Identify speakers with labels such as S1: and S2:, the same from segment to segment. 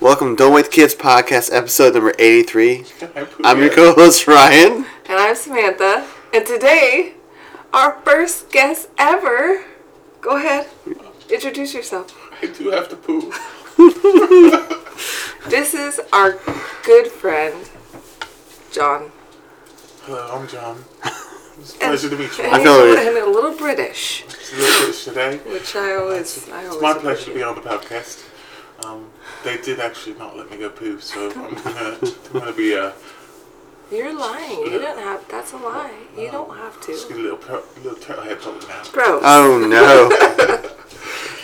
S1: Welcome to Don't Wait Kids podcast, episode number 83.
S2: I'm,
S1: I'm your co host, Ryan.
S3: And I'm Samantha. And today, our first guest ever. Go ahead, introduce yourself.
S2: I do have to poo.
S3: This is our good friend, John.
S2: Hello, I'm John. It's a pleasure to meet you.
S3: And
S1: I feel
S3: he's
S1: it.
S3: and a little British,
S2: It's a real pleasure today.
S3: which I always, I always.
S2: It's my pleasure to be on the podcast. Um, they did actually not let me go poo, so I'm gonna, I'm gonna be uh,
S3: You're lying. You didn't have. That's a lie. You
S2: Um,
S3: don't have
S2: just
S3: to.
S2: get a little per- little turtle head talk now.
S3: Gross.
S1: Oh no.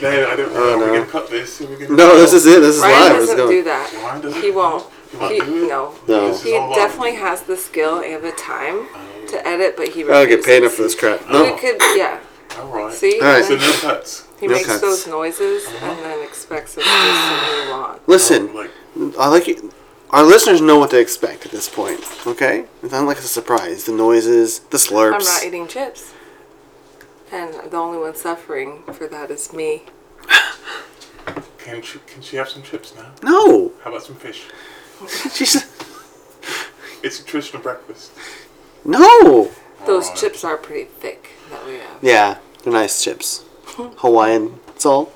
S2: No, I don't know.
S1: Oh, no.
S2: We're gonna cut this. We're gonna
S1: No, this is it. This is
S3: Ryan
S1: live. Let's
S3: doesn't
S1: go.
S3: do that.
S2: Why does
S3: He won't.
S2: He won't
S3: He,
S2: do it?
S3: no.
S1: No.
S2: This is
S3: He
S2: all on
S3: definitely has the skill and the time to edit, but he
S1: I don't get
S3: refuses.
S1: paid enough for this crap.
S3: We
S1: No.
S3: could, yeah.
S2: All right.
S3: See?
S1: All right.
S2: So no cuts.
S3: He
S1: No
S3: makes
S1: cuts.
S3: those noises and then expects us to move on.
S1: Listen,
S2: Like,
S1: I like you. Our listeners know what to expect at this point, okay? It's not like it's a surprise. The noises, the
S3: I'm not
S1: slurps.
S3: eating chips. And the only one suffering for that is me.
S2: can she, can she have some chips now?
S1: No.
S2: How about some fish?
S1: She's.
S2: It's a traditional breakfast.
S1: No.
S3: Those
S2: Alright.
S3: chips are pretty thick that we have.
S1: Yeah, they're nice chips. Hawaiian salt.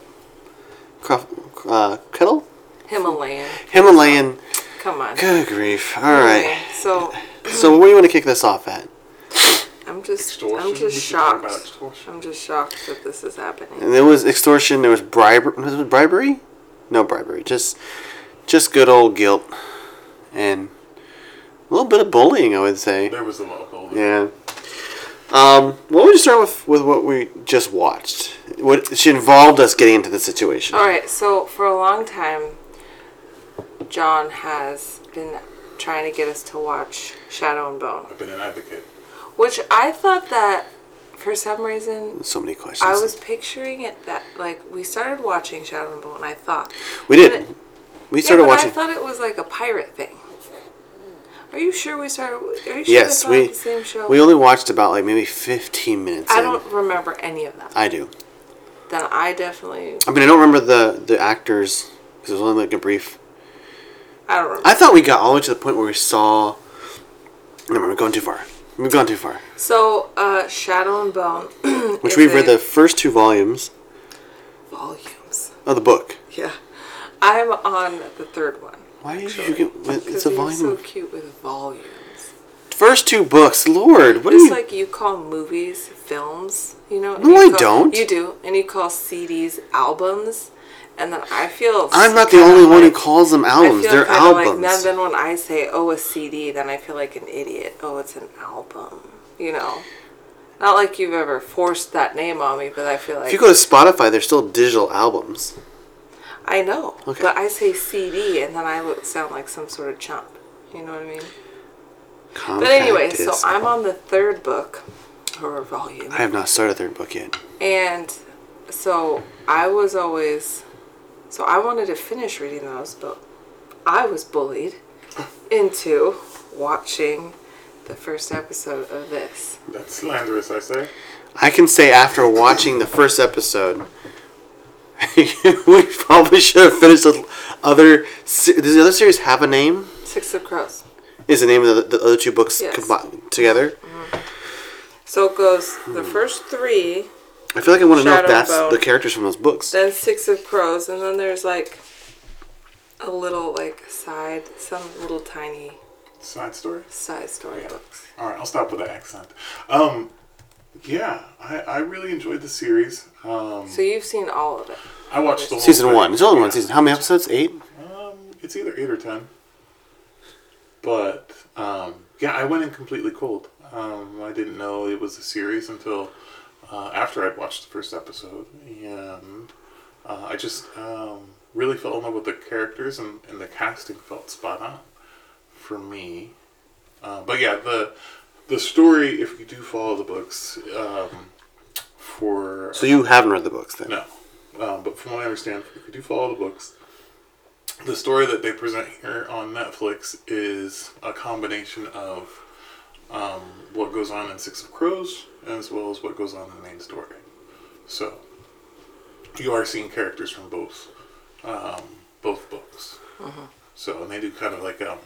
S1: Cruff, uh, kettle?
S3: Himalayan.
S1: Himalayan.
S3: Come on.
S1: Good grief. Alright.
S3: Anyway, So
S1: So, where do you want to kick this off at?
S3: I'm just
S2: Extortion.
S3: I'm
S2: We
S3: just
S2: should talk about
S3: shocked.
S2: extortion.
S3: I'm just shocked that this is happening.
S1: And there was extortion. There was bribery. Was it bribery? No bribery. Just, just good old guilt, and a little bit of bullying. I would say.
S2: There was a lot of gold.
S1: Yeah. Um. Why don't you start with with what we just watched? What she involved us getting into the situation.
S3: All right, so for a long time, John has been trying to get us to watch Shadow and Bone,
S2: I've been an advocate.
S3: which I thought that for some reason
S1: So many questions.
S3: I was picturing it that like we started watching Shadow and Bone, and I thought
S1: we did. We started
S3: yeah, but
S1: watching.
S3: I thought it was like a pirate thing. Are you sure we started? Are you sure
S1: yes,
S3: they brought up
S1: we
S3: the same show?
S1: we only watched about like maybe fifteen minutes.
S3: I
S1: in.
S3: don't remember any of that.
S1: I do.
S3: Then I definitely
S1: I mean, I don't remember the the actors because it was only like a brief
S3: I don't remember.
S1: I thought we got all the way to the point where we saw. No, we're going too far. We've gone too far.
S3: so uh, Shadow and Bone,
S1: Which
S3: is
S1: we've read
S3: a-
S1: the first two volumes
S3: volumes.
S1: of the book.
S3: Yeah, I'm on the third one
S1: Why did you get? It's
S3: because
S1: a
S3: you're so
S1: volume.
S3: cute with volumes.
S1: First two books, Lord. What do
S3: Just
S1: you?
S3: like you call movies films, you know. and
S1: Mm. No,
S3: you
S1: I
S3: call-
S1: don't.
S3: You do, and you call CDs albums, and then I feel
S1: I'm not the
S3: kinda
S1: only one who
S3: like-
S1: calls them
S3: I
S1: albums.
S3: feel
S1: They're
S3: kinda Like,
S1: albums.
S3: now then when I say, oh, a CD, then I feel like an idiot. Oh, it's an album. You know? Not like you've ever forced that name on me, but I feel like
S1: if you go to Spotify, they're still digital albums.
S3: I know.
S1: Okay.
S3: But I say CD, and then I look, sound like some sort of chump. You know what I mean? But
S1: Compact
S3: anyway, so
S1: disc.
S3: I'm on the third book, or volume,
S1: I have not started third book yet.
S3: and so I was always, so I wanted to finish reading those, but I was bullied into watching the first episode of this.
S2: That's slanderous, I say.
S1: I can say after watching the first episode, we probably should have finished the other. se- Does the other series have a name?
S3: Six of Crows.
S1: is the name of the, the other two books
S3: Yes.
S1: combined together.
S3: So it goes the first three,
S1: I feel like I want to know if
S3: Shadow
S1: that's
S3: Bone.
S1: the characters from those books.
S3: then Six of Crows, and then there's like a little like side, some little tiny
S2: Side story.
S3: side story books.
S2: All right, I'll stop with the accent. Um, yeah, I, I really enjoyed the series. Um,
S3: So you've seen all of it.
S2: I watched the whole
S1: Season
S2: thing.
S1: one. It's only one
S2: Yeah.
S1: season. How many episodes? Eight.
S2: Um, it's either eight or ten. But um, yeah, I went in completely cold. Um, I didn't know it was a series until uh, after I'd watched the first episode, and uh, I just um, really fell in love with the characters and, and the casting felt spot on for me. Uh, but yeah, the the story, if you do follow the books, um, for
S1: So you haven't read the books then?
S2: no. Um, but from what I understand, if you do follow the books, the story that they present here on Netflix is a combination of um, what goes on in Six of Crows as well as what goes on in the main story. So you are seeing characters from both um, both books. So and they do kind of like um,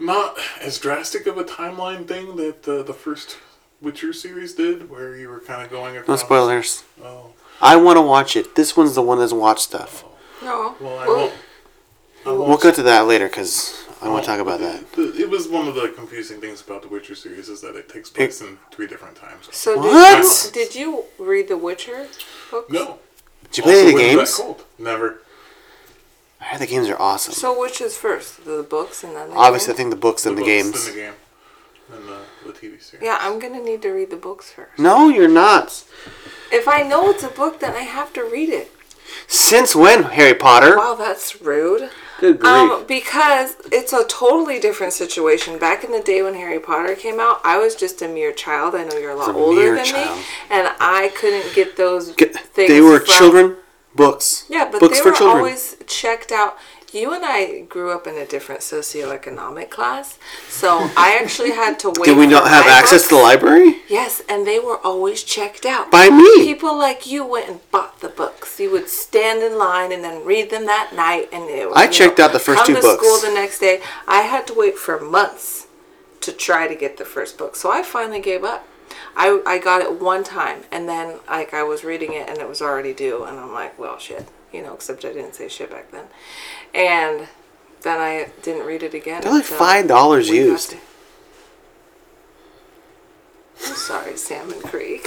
S2: not as drastic of a timeline thing that uh, the first Witcher series did, where you were kind of going
S1: No
S2: across.
S1: spoilers.
S2: Oh,
S1: I want to watch it. This one's the one that's watch stuff.
S3: No.
S2: well, I
S3: Well,
S2: won't. I won't
S1: We'll get to that later because I want to talk about that.
S2: The- It was one of the confusing things about the Witcher series is that it takes place in three different times.
S3: So
S1: What?
S3: did you did you read the Witcher books?
S2: No.
S1: Did you play
S2: Also,
S1: any of the
S2: Witcher Black
S1: games?
S2: Cold. Never.
S1: I heard the games are awesome.
S3: So which is first, the books and then the
S1: Obviously, I
S3: game?
S1: think the books and the,
S2: books,
S1: games.
S2: Then the game. Then the, the TV series.
S3: Yeah, I'm gonna need to read the books first.
S1: No, you're not.
S3: If I know it's a book, then I have to read it.
S1: Since when, Harry Potter?
S3: Wow, that's rude.
S1: Good grief.
S3: Um, because it's a totally different situation. Back in the day when Harry Potter came out, I was just a mere child. I know you're a lot
S1: a
S3: older
S1: mere
S3: than
S1: child.
S3: me, and I couldn't get those
S1: Get-
S3: things.
S1: they were
S3: from-
S1: children books.
S3: Yeah, but
S1: books
S3: they
S1: for
S3: were
S1: children.
S3: always checked out. You and I grew up in a different socioeconomic class, so I actually had to wait.
S1: Did we not
S3: for
S1: have
S3: my
S1: access
S3: books.
S1: to the library?
S3: Yes, and they were always checked out.
S1: By me.
S3: People like you went and bought the books. You would stand in line and then read them that night, and it was.
S1: I
S3: you
S1: checked out the first
S3: come
S1: two
S3: to
S1: books.
S3: school the next day. I had to wait for months to try to get the first book, so I finally gave up. I, I got it one time, and then like I was reading it, and it was already due, and I'm like, well, shit, you know. Except I didn't say shit back then, and then I didn't read it again.
S1: They're like
S3: until
S1: $5
S3: we got
S1: used.
S3: to- I'm sorry, Salmon Creek.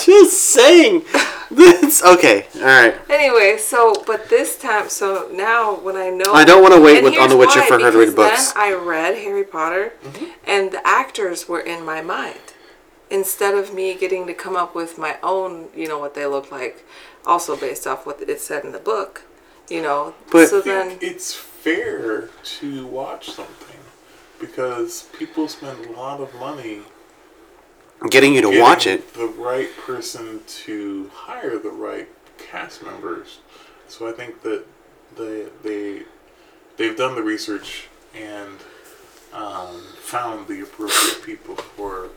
S1: Just saying. That's okay. All right.
S3: Anyway, so but this time, so now when I know,
S1: I don't wanna wait
S3: And
S1: with- on
S3: here's
S1: The Witcher
S3: why,
S1: for her to read
S3: because
S1: books. Mm-hmm.
S3: Then I read Harry Potter, and the actors were in my mind instead of me getting to come up with my own, you know, what they look like, also based off what it said in the book, you know.
S1: But-
S3: so
S2: I think
S3: then,
S2: it's fair to watch something because people spend a lot of money
S1: Getting you to
S2: getting
S1: watch it.
S2: the right person to hire the right cast members. So I think that they they they've done the research and um, found the appropriate people for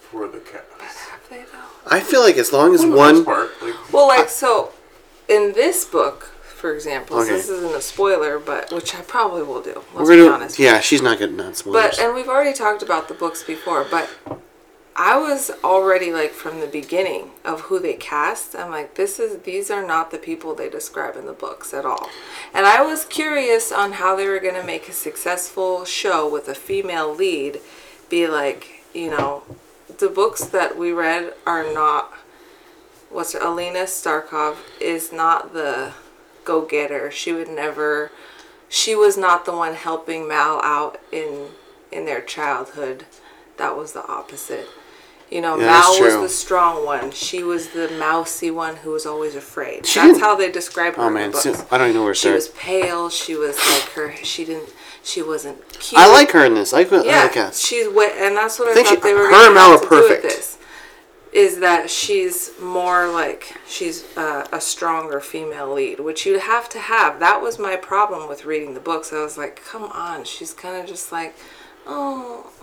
S2: for the cast.
S3: they know.
S1: I feel like as long as
S2: For the
S1: one.
S2: most part, like,
S3: Well, like so, in this book, for example, so
S1: Okay.
S3: this isn't a spoiler, but which I probably will do.
S1: We're
S3: Let's be
S1: gonna.
S3: honest.
S1: Yeah, she's not good. Not spoilers.
S3: But and we've already talked about the books before, but I was already like from the beginning of who they cast. I'm like, this is these are not the people they describe in the books at all. And I was curious on how they were gonna make a successful show with a female lead be like, you know, the books that we read are not what's her Alina Starkov is not the go getter. She would never she was not the one helping Mal out in in their childhood. That was the opposite. You know,
S1: Yeah, that's
S3: Mal was
S1: true.
S3: the strong one. She was the mousy one who was always afraid.
S1: She
S3: That's
S1: didn't-
S3: how they described her.
S1: oh
S3: in the
S1: man,
S3: books.
S1: so- I don't even know where to
S3: she
S1: start.
S3: was pale. She was like her. She didn't. She wasn't cute.
S1: I like her in this. I, could- I
S3: Yeah,
S1: like her.
S3: she's wet, and that's what I,
S1: think
S3: thought
S1: she-
S3: they were.
S1: her
S3: gonna
S1: and Mal
S3: have
S1: are
S3: to do with
S1: perfect.
S3: This is that she's more like she's uh, a stronger female lead, which you have to have. That was my problem with reading the books. I was like, come on, she's kind of just like, oh, oh,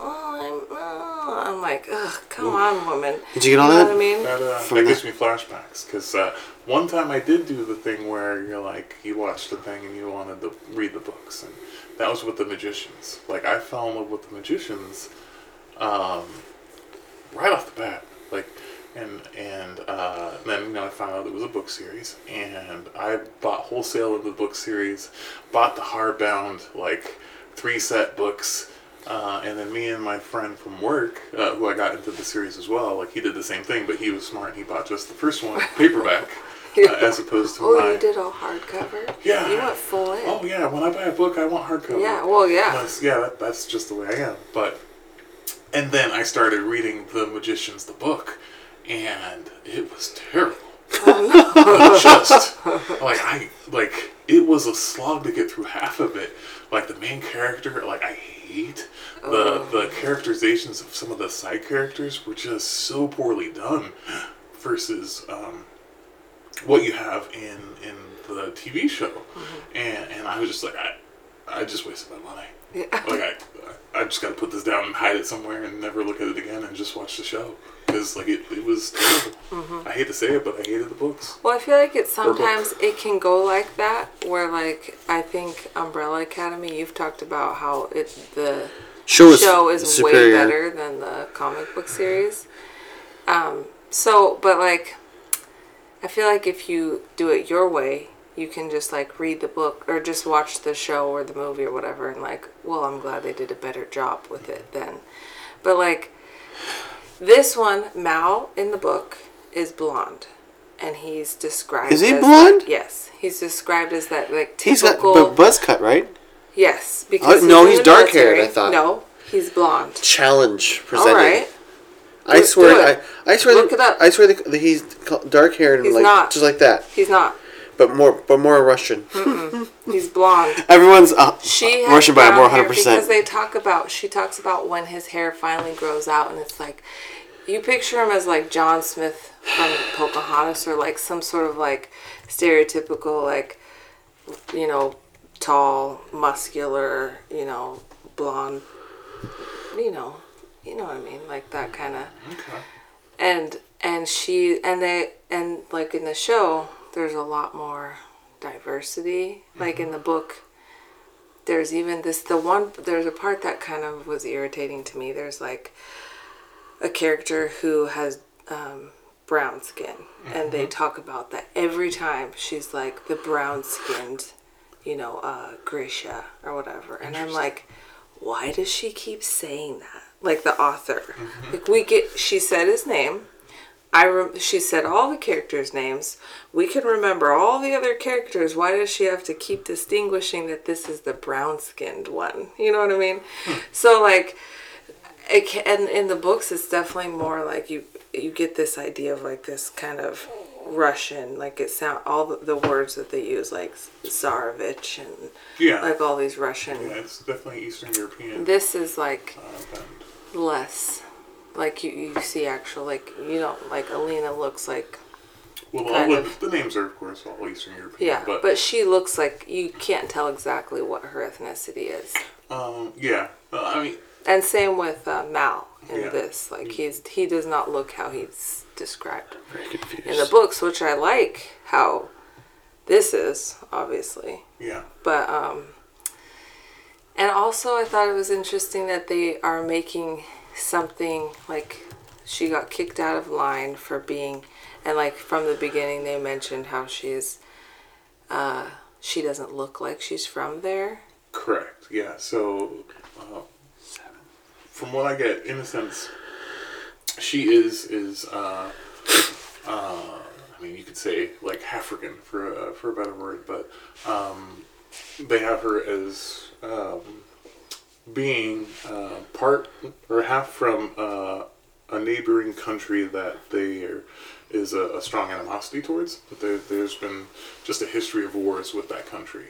S3: I'm, oh. I'm like, ugh, come on, woman.
S1: Did you get all
S3: know
S1: that?
S3: What I mean,
S2: That, uh,
S1: From
S2: that
S1: the-
S2: gives me flashbacks because uh, one time I did do the thing where you're like, you watched the thing and you wanted to read the books, and that was with the magicians. Like I fell in love with the magicians, um, right off the bat. Like, and and uh, then you know I found out it was a book series, and I bought wholesale of the book series, bought the hardbound like three set books. Uh, and then me and my friend from work, uh, who I got into the series as well, like he did the same thing, but he was smart and he bought just the first one paperback, uh, as opposed to
S3: oh,
S2: my.
S3: you did all hardcover.
S2: Yeah.
S3: you went full in.
S2: Oh yeah, when I buy a book, I want hardcover.
S3: yeah, well, yeah.
S2: That's, yeah, that, that's just the way I am. But and then I started reading The Magician's the book, and it was terrible. just like I like it was a slog to get through half of it. Like the main character, like I hate the the characterizations of some of the side characters were just so poorly done versus um,
S3: Mm-hmm.
S2: what you have in in the TV show, and and I was just like I. I just wasted my money.
S3: Yeah.
S2: Like I, I just got to put this down and hide it somewhere and never look at it again and just watch the show because like it, it was terrible.
S3: Mm-hmm.
S2: I hate to say it, but I hated the books.
S3: Well, I feel like it sometimes it can go like that, where like I think Umbrella Academy. You've talked about how it the
S1: Show is,
S3: show is way
S1: superior.
S3: better than the comic book series. Um, so, but like, I feel like if you do it your way, you can just like read the book or just watch the show or the movie or whatever, and like, well, I'm glad they did a better job with it then. But like, this one, Mao in the book is blonde. And he's described.
S1: Is he
S3: as,
S1: blonde?
S3: Like, yes, he's described as that like
S1: He's got
S3: typical.
S1: bu- buzz cut, right?
S3: yes, because
S1: no,
S3: in
S1: he's
S3: the
S1: dark-haired, I
S3: military.
S1: thought.
S3: No, he's blonde.
S1: Challenge
S3: All
S1: presented.
S3: right.
S1: I
S3: Do- do
S1: swear,
S3: it.
S1: I, I swear,
S3: Look
S1: that,
S3: it up.
S1: I swear that that he's dark haired and
S3: He's
S1: like
S3: not.
S1: just like that,
S3: He's not.
S1: but more, but more Russian.
S3: He's blonde.
S1: Everyone's uh,
S3: She has
S1: Russian by
S3: brown
S1: more
S3: hair
S1: 100.
S3: because
S1: percent
S3: they talk about. She talks about when his hair finally grows out, and it's like you picture him as like John Smith from Pocahontas, or like some sort of like stereotypical like you know tall, muscular, you know blonde, you know, you know what I mean, like that kind of. and and she and they and like in the show there's a lot more diversity like in the book there's even this the one there's a part that kind of was irritating to me there's like a character who has um, brown skin and they talk about that every time she's like the brown skinned you know uh, grisha or whatever and i'm like why does she keep saying that like the author like we get she said his name I re- she said all the characters' names. We can remember all the other characters. Why does she have to keep distinguishing that this is the brown-skinned one? You know what I mean? so like, it can, and in the books, it's definitely more like you you get this idea of like this kind of Russian, like it sound all the, the words that they use, like Tsarevich and
S2: Yeah.
S3: like all these Russian.
S2: Yeah, it's definitely Eastern European.
S3: This is like
S2: um, and
S3: less, like you you see actual like you know like Alina looks like.
S2: Well,
S3: Kind
S2: all
S3: of.
S2: the, the names are, of course, all Eastern European.
S3: Yeah,
S2: but,
S3: but, she looks like you can't tell exactly what her ethnicity is.
S2: um, yeah, uh, I mean,
S3: And same with uh, Mal in
S2: Yeah.
S3: this. Like he's he does not look how he's described
S1: Very
S3: in the
S1: confused.
S3: books, which I like how this is obviously.
S2: yeah,
S3: But um and also I thought it was interesting that they are making something like she got kicked out of line for being and like from the beginning they mentioned how she's uh she doesn't look like she's from there.
S2: correct. Yeah, so uh, from what I get, Innocence, she is is uh, uh, I mean, you could say like African for uh, for a better word, but um, they have her as um, being uh, part or half from uh, a neighboring country that there is a, a strong animosity towards. But there, there's been just a history of wars with that country,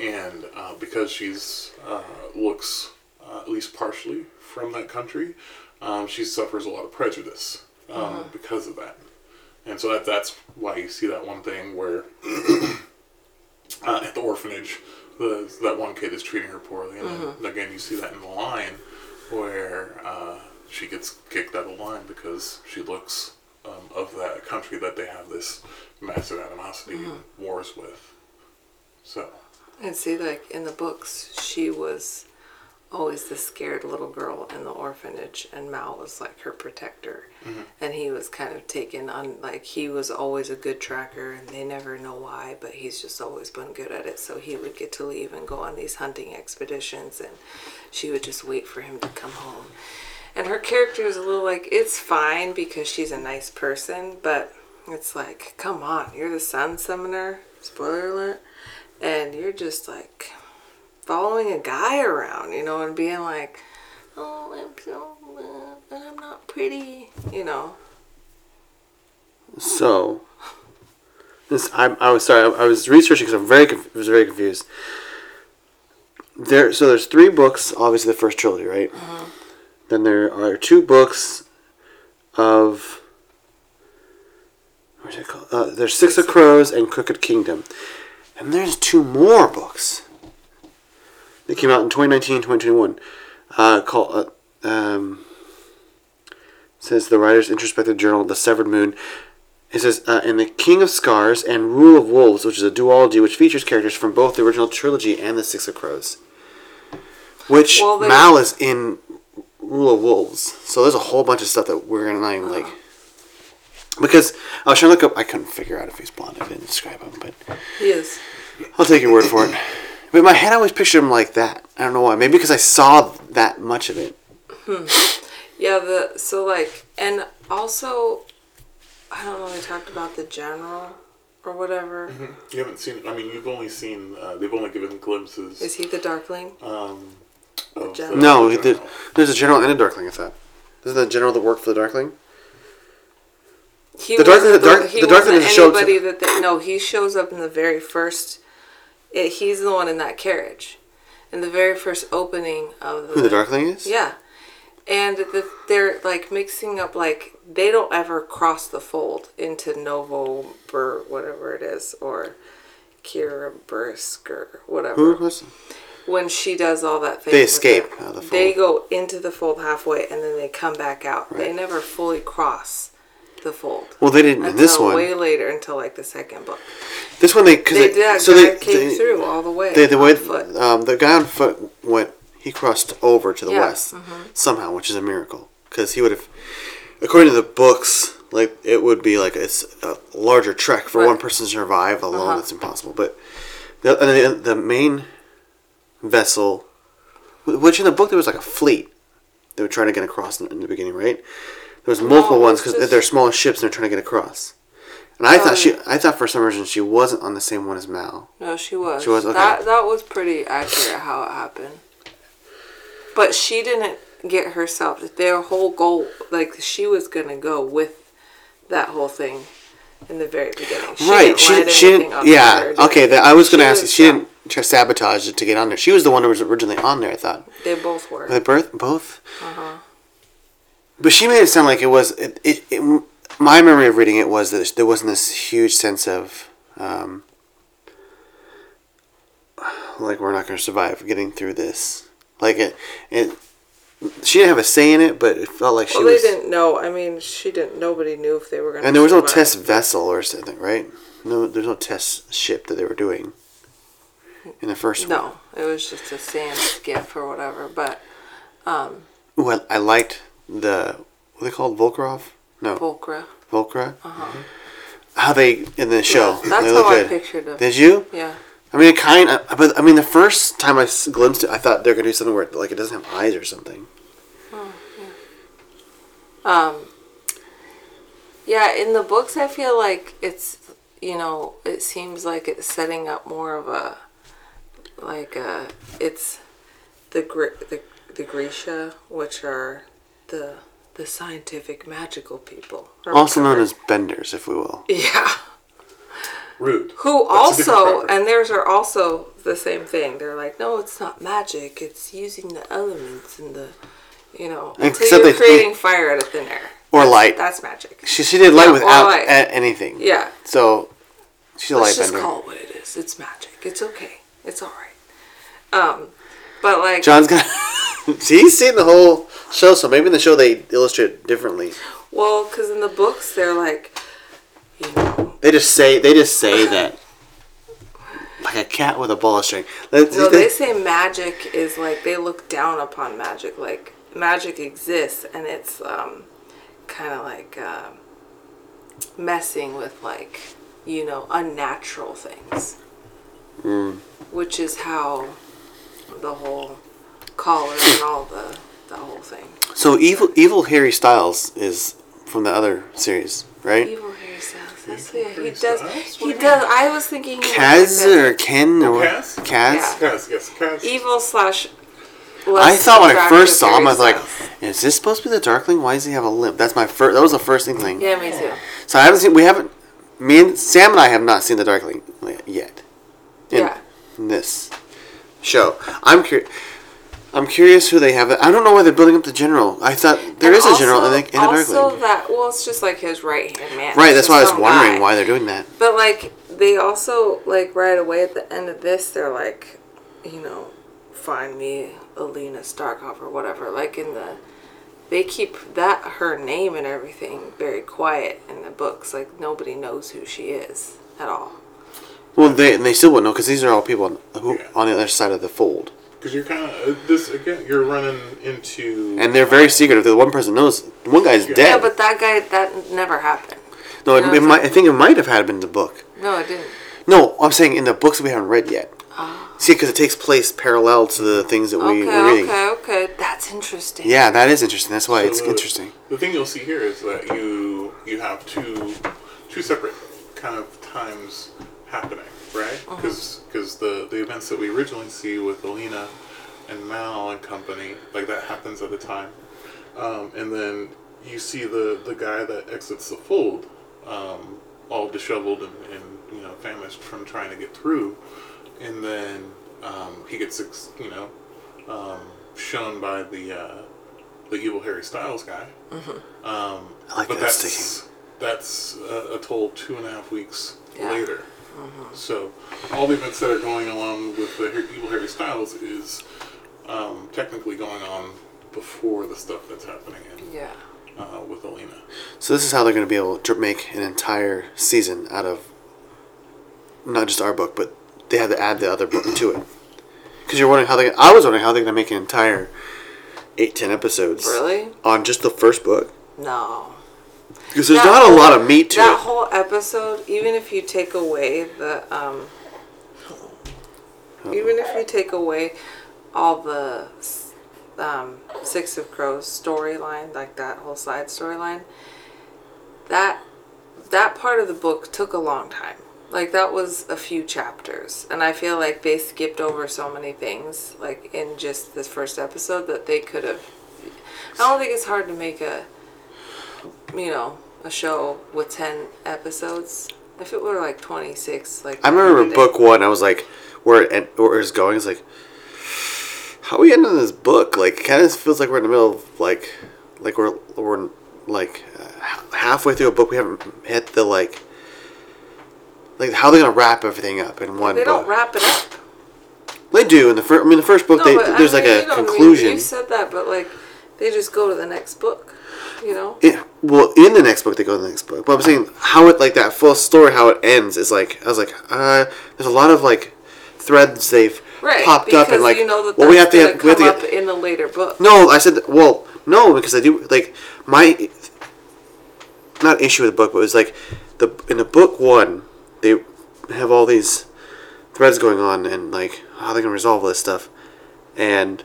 S2: and uh, because she's uh, looks uh, at least partially from that country, um, she suffers a lot of prejudice um, because of that. And so that, that's why you see that one thing where uh, at the orphanage, the, that one kid is treating her poorly. And then, again, you see that in the line where uh, she gets kicked out of line because she looks um, of that country that they have this massive animosity and wars with. So,
S3: And see, like in the books, she was always the scared little girl in the orphanage, and Mal was like her protector. And he was kind of taken on, like, he was always a good tracker, and they never know why, but he's just always been good at it. So he would get to leave and go on these hunting expeditions, and she would just wait for him to come home. And her character is a little like, it's fine because she's a nice person, but it's like, come on, you're the sun summoner, spoiler alert and you're just like following a guy around, you know, and being like, "Oh, I'm so loved, and I'm not pretty," you know.
S1: So, this I'm, I was sorry. I, I was researching because I'm very conf- was very confused. There, so there's three books. Obviously, the first trilogy, right? Then there are two books of. What's it called? Uh, there's Six of Crows and Crooked Kingdom, and there's two more books. came out in 2019 2021. Uh, called, uh, um, says the writer's introspective journal, The Severed Moon. It says, uh, in The King of Scars and Rule of Wolves, which is a duology which features characters from both the original trilogy and The Six of Crows. Which
S3: Well, there's-
S1: Mal is in Rule of Wolves. So there's a whole bunch of stuff that we're going to not even like. Because I was trying to look up, I couldn't figure out if he's blonde. I didn't describe him, but
S3: He is.
S1: I'll take your word for it. But in my head, I always pictured him like that. I don't know why. Maybe because I saw that much of it.
S3: Yeah, the so like and also I don't know, they talked about the general or whatever.
S1: Mm-hmm.
S2: You haven't seen. I mean, you've only seen. Uh, they've only given glimpses.
S3: Is he the darkling?
S2: um, of
S3: General.
S2: the-
S1: No,
S2: the
S1: he did.
S2: general.
S1: There's a general and a darkling. I thought. Isn't the general that worked for the darkling?
S3: He
S1: The Darkling-
S3: was
S1: the Dark-
S3: he
S1: the Darkling
S3: wasn't
S1: that showed-
S3: anybody that they, no, he shows up in the very first it, he's the one in that carriage. In the very first opening of
S1: Who the darkling is?
S3: Yeah. And the, they're like mixing up, like, they don't ever cross the fold into Novo or whatever it is, or Kira Bursk or whatever.
S1: Who was?
S3: When she does all that thing.
S1: They
S3: with
S1: escape out
S3: it,
S1: of the
S3: They go into the fold halfway and then they come back out. They
S1: Right.
S3: never fully cross the fold.
S1: Well, they didn't in this
S3: Until
S1: one.
S3: Way later, until like the second book.
S1: This one they because
S3: They, that
S1: so
S3: guy
S1: they
S3: came
S1: they-
S3: through all the way.
S1: They, the way
S3: on foot.
S1: um, the guy on foot went, he crossed over to the
S3: Yeah, mm-hmm.
S1: west somehow, which is a miracle because he would have, according to the books, like it would be like it's a larger trek for
S3: Right. Uh-huh.
S1: one person to survive alone. It's impossible. But the, and the the main vessel, wh- which in the book there was like a fleet they were trying to get across in, in the beginning, right? There was multiple
S3: it
S1: ones because
S3: was just-
S1: they're smaller ships and they're trying to get across. And I
S3: Oh,
S1: thought she,
S3: yeah.
S1: I thought for some reason she wasn't on the same one as Mal.
S3: No, she was.
S1: She was? Okay.
S3: That that was pretty accurate how it happened. But she didn't get herself. Their whole goal, like she was gonna go with that whole thing in the very beginning. She
S1: right.
S3: Didn't
S1: she
S3: light
S1: didn't. She
S3: anything
S1: didn't
S3: on
S1: yeah.
S3: fire, did
S1: Okay.
S3: she?
S1: That, I was going to
S3: She
S1: ask you.
S3: was
S1: She
S3: the-
S1: didn't tr- sabotage it to get on there. She was the one who was originally on there. I thought.
S3: They both were.
S1: Were they birth both?
S3: Uh-huh.
S1: But she made it sound like it was. It, it, it, my memory of reading it was that there wasn't this huge sense of, um, like we're not going to survive getting through this. Like it, it. She didn't have a say in it, but it felt like she
S3: well, they
S1: was.
S3: didn't know. I mean, she didn't. Nobody knew if they were gonna.
S1: And there was no
S3: survive.
S1: test vessel or something, right? No, there's no test ship that they were doing in the first one.
S3: No, it was just a sand skiff or whatever. But um,
S1: Well, I liked the what are they called Volkarov? No,
S3: Volcra.
S1: Volkra. How they in the show?
S3: Uh-huh. that's
S1: they look
S3: how I
S1: good.
S3: pictured them.
S1: Did you?
S3: Yeah.
S1: I mean, it kind. Of, but I mean, the first time I s- glimpsed it, I thought they're gonna do something where like it doesn't have eyes or something.
S3: Um, Yeah, in the books, I feel like it's you know it seems like it's setting up more of a like a it's the Gr- the the Grisha, which are the the scientific magical people, or
S1: Also known
S3: whatever.
S1: as benders, if we will.
S3: yeah,
S2: Rude.
S3: who
S2: That's a different
S3: also
S2: property.
S3: and theirs are also the same thing. They're like, no, it's not magic; it's using the elements and the you know until
S1: Except
S3: you're
S1: they-
S3: creating fire out of thin air
S1: Or light.
S3: That's magic.
S1: She she did light
S3: Yeah, or
S1: without
S3: light.
S1: a- anything.
S3: Yeah.
S1: So she's a
S3: Let's
S1: light
S3: just
S1: bender.
S3: call it what it is. It's magic. It's okay. It's all right. Um, but like,
S1: John's got. He's seen the whole show, so maybe in the show they illustrate it differently.
S3: well, because in the books they're like, you know,
S1: They just say they just say that like a cat with a ball of string. That's-
S3: no, they
S1: that's-
S3: say magic is like they look down upon magic. Like magic exists, and it's um, kind of like um, messing with like you know unnatural things,
S1: Mm.
S3: which is how the whole collar and all the the whole thing.
S1: so evil, evil Harry Styles is from the other series, right?
S3: Evil Harry Styles. That's yeah, he
S2: Harry
S3: does.
S2: Styles?
S3: He does. I was thinking he
S1: Kaz
S3: was
S1: or Ken or what?
S2: Kaz?
S1: Kaz.
S3: Yeah.
S2: Yes, yes, Kaz.
S3: evil slash.
S1: I
S3: less
S1: thought when I
S3: attractive
S1: first saw him, I was
S3: Harry
S1: like,
S3: Styles.
S1: "Is this supposed to be the Darkling? Why does he have a limp?" That's my first. That was the first inkling.
S3: Yeah, me too.
S1: So I haven't seen. We haven't. Me and Sam and I have not seen the Darkling yet. In
S3: Yeah.
S1: This show, I'm curious. I'm curious who they have. I don't know why they're building up the general. I thought there
S3: And
S1: is a general. I
S3: also-
S1: think in the Darkling.
S3: Also, that well, it's just like his right hand man.
S1: Right,
S3: It's
S1: that's
S3: just
S1: why I was
S3: some
S1: wondering
S3: guy.
S1: why they're doing that.
S3: But like, they also like right away at the end of this, they're like, you know, find me Alina Starkov or whatever. Like in the, they keep that her name and everything very quiet in the books. Like nobody knows who she is at all.
S1: Well, they and they still wouldn't know because these are all people on, who,
S2: Yeah.
S1: on the other side of the fold,
S2: Because you're kind of this again. You're running into
S1: and they're very secretive. The one person knows. One guy's
S2: Yeah.
S1: dead.
S3: Yeah, but that guy that never happened.
S1: no, it,
S3: no,
S1: it
S3: it's
S1: might,
S3: not.
S1: I think it might have had him in the book.
S3: No, it didn't.
S1: No, I'm saying in the books that we haven't read yet. See, because it takes place parallel to the things that we, we're
S3: Ah. Okay,
S1: reading.
S3: okay, okay. That's interesting.
S1: Yeah, that is interesting. That's why it's
S2: So uh, the-
S1: interesting.
S2: The thing you'll see here is that you you have two two separate kind of times happening, right? Because the the events that we originally see with Alina and Mal and company, like that happens at a time, um, and then you see the the guy that exits the fold, um, all disheveled and, and you know famished from trying to get through, and then um, he gets ex- you know um, shown by the uh, the evil Harry Styles guy. Um,
S1: I like
S2: but
S1: that
S2: that's
S1: sticking.
S2: that's uh, a, a total two and a half weeks
S3: Yeah.
S2: later. So all the events that are going along with the Har- evil Harry Styles is um, technically going on before the stuff that's happening in,
S3: Yeah.
S2: uh, with Alina.
S1: So this is how they're going to be able to make an entire season out of not just our book, but they had to add the other book to it. Because you're wondering how they. I was wondering how they're going to make an entire eight, ten episodes.
S3: Really?
S1: On just the first book,
S3: No.
S1: because there's
S3: That
S1: not a
S3: whole-
S1: lot of meat to
S3: that
S1: it.
S3: whole episode even if you take away the um even if you take away all the s- um six of crows storyline like that whole side storyline that that part of the book took a long time like that was a few chapters and i feel like they skipped over so many things like in just this first episode that they could have i don't think it's hard to make a you know, a show with 10 episodes. If it were like 26, like.
S1: I remember book one. I was like, where it end, where it's going. It's like, how are we ending this book? Like, kind of feels like we're in the middle of like, like we're we're like uh, h- halfway through a book. We haven't hit the like, like how they're gonna wrap everything up in one.
S3: They
S1: book.
S3: don't wrap it up.
S1: They do in the first. I mean, the first book.
S3: No,
S1: they,
S3: but I
S1: there's like
S3: mean,
S1: a
S3: you know what I mean.
S1: conclusion.
S3: You said that, but like, they just go to the next book, you know?
S1: Yeah, well, in the next book they go to the next book. But I'm saying how it like that full story, how it ends is like I was like, uh, there's a lot of like threads they've
S3: Right.
S1: popped
S3: because
S1: up and like
S3: you know that
S1: well we have
S3: that's
S1: to
S3: gonna
S1: have, we have to
S3: come
S1: get
S3: up in a later book.
S1: no I said well no because I do like my not issue with the book but it was like the in the book one they have all these threads going on and like how they can resolve all this stuff and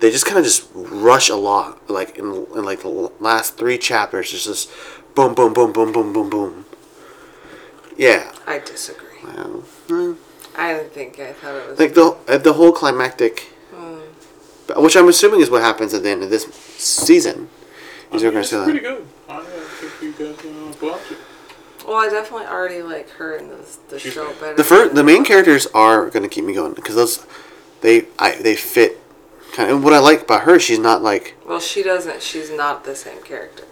S1: they just kind of just rush a lot like in, in like the l- last three chapters it's just boom boom boom boom boom boom boom yeah
S3: I disagree.
S1: Well,
S3: I didn't think I thought it was.
S1: like the uh, the whole climactic
S3: Mm.
S1: but- which i'm assuming is what happens at the end of this season is what we're gonna
S2: It's
S1: say
S2: pretty
S1: that.
S2: good. I uh, think you guys will watch it.
S3: well, I definitely already like her in the, the
S2: She's
S3: show
S2: great.
S3: better.
S1: the first
S3: than-
S1: the main characters are gonna keep me going because those they I, they fit kind of and what i like about her she's not like
S3: Well, she doesn't. She's not the same character.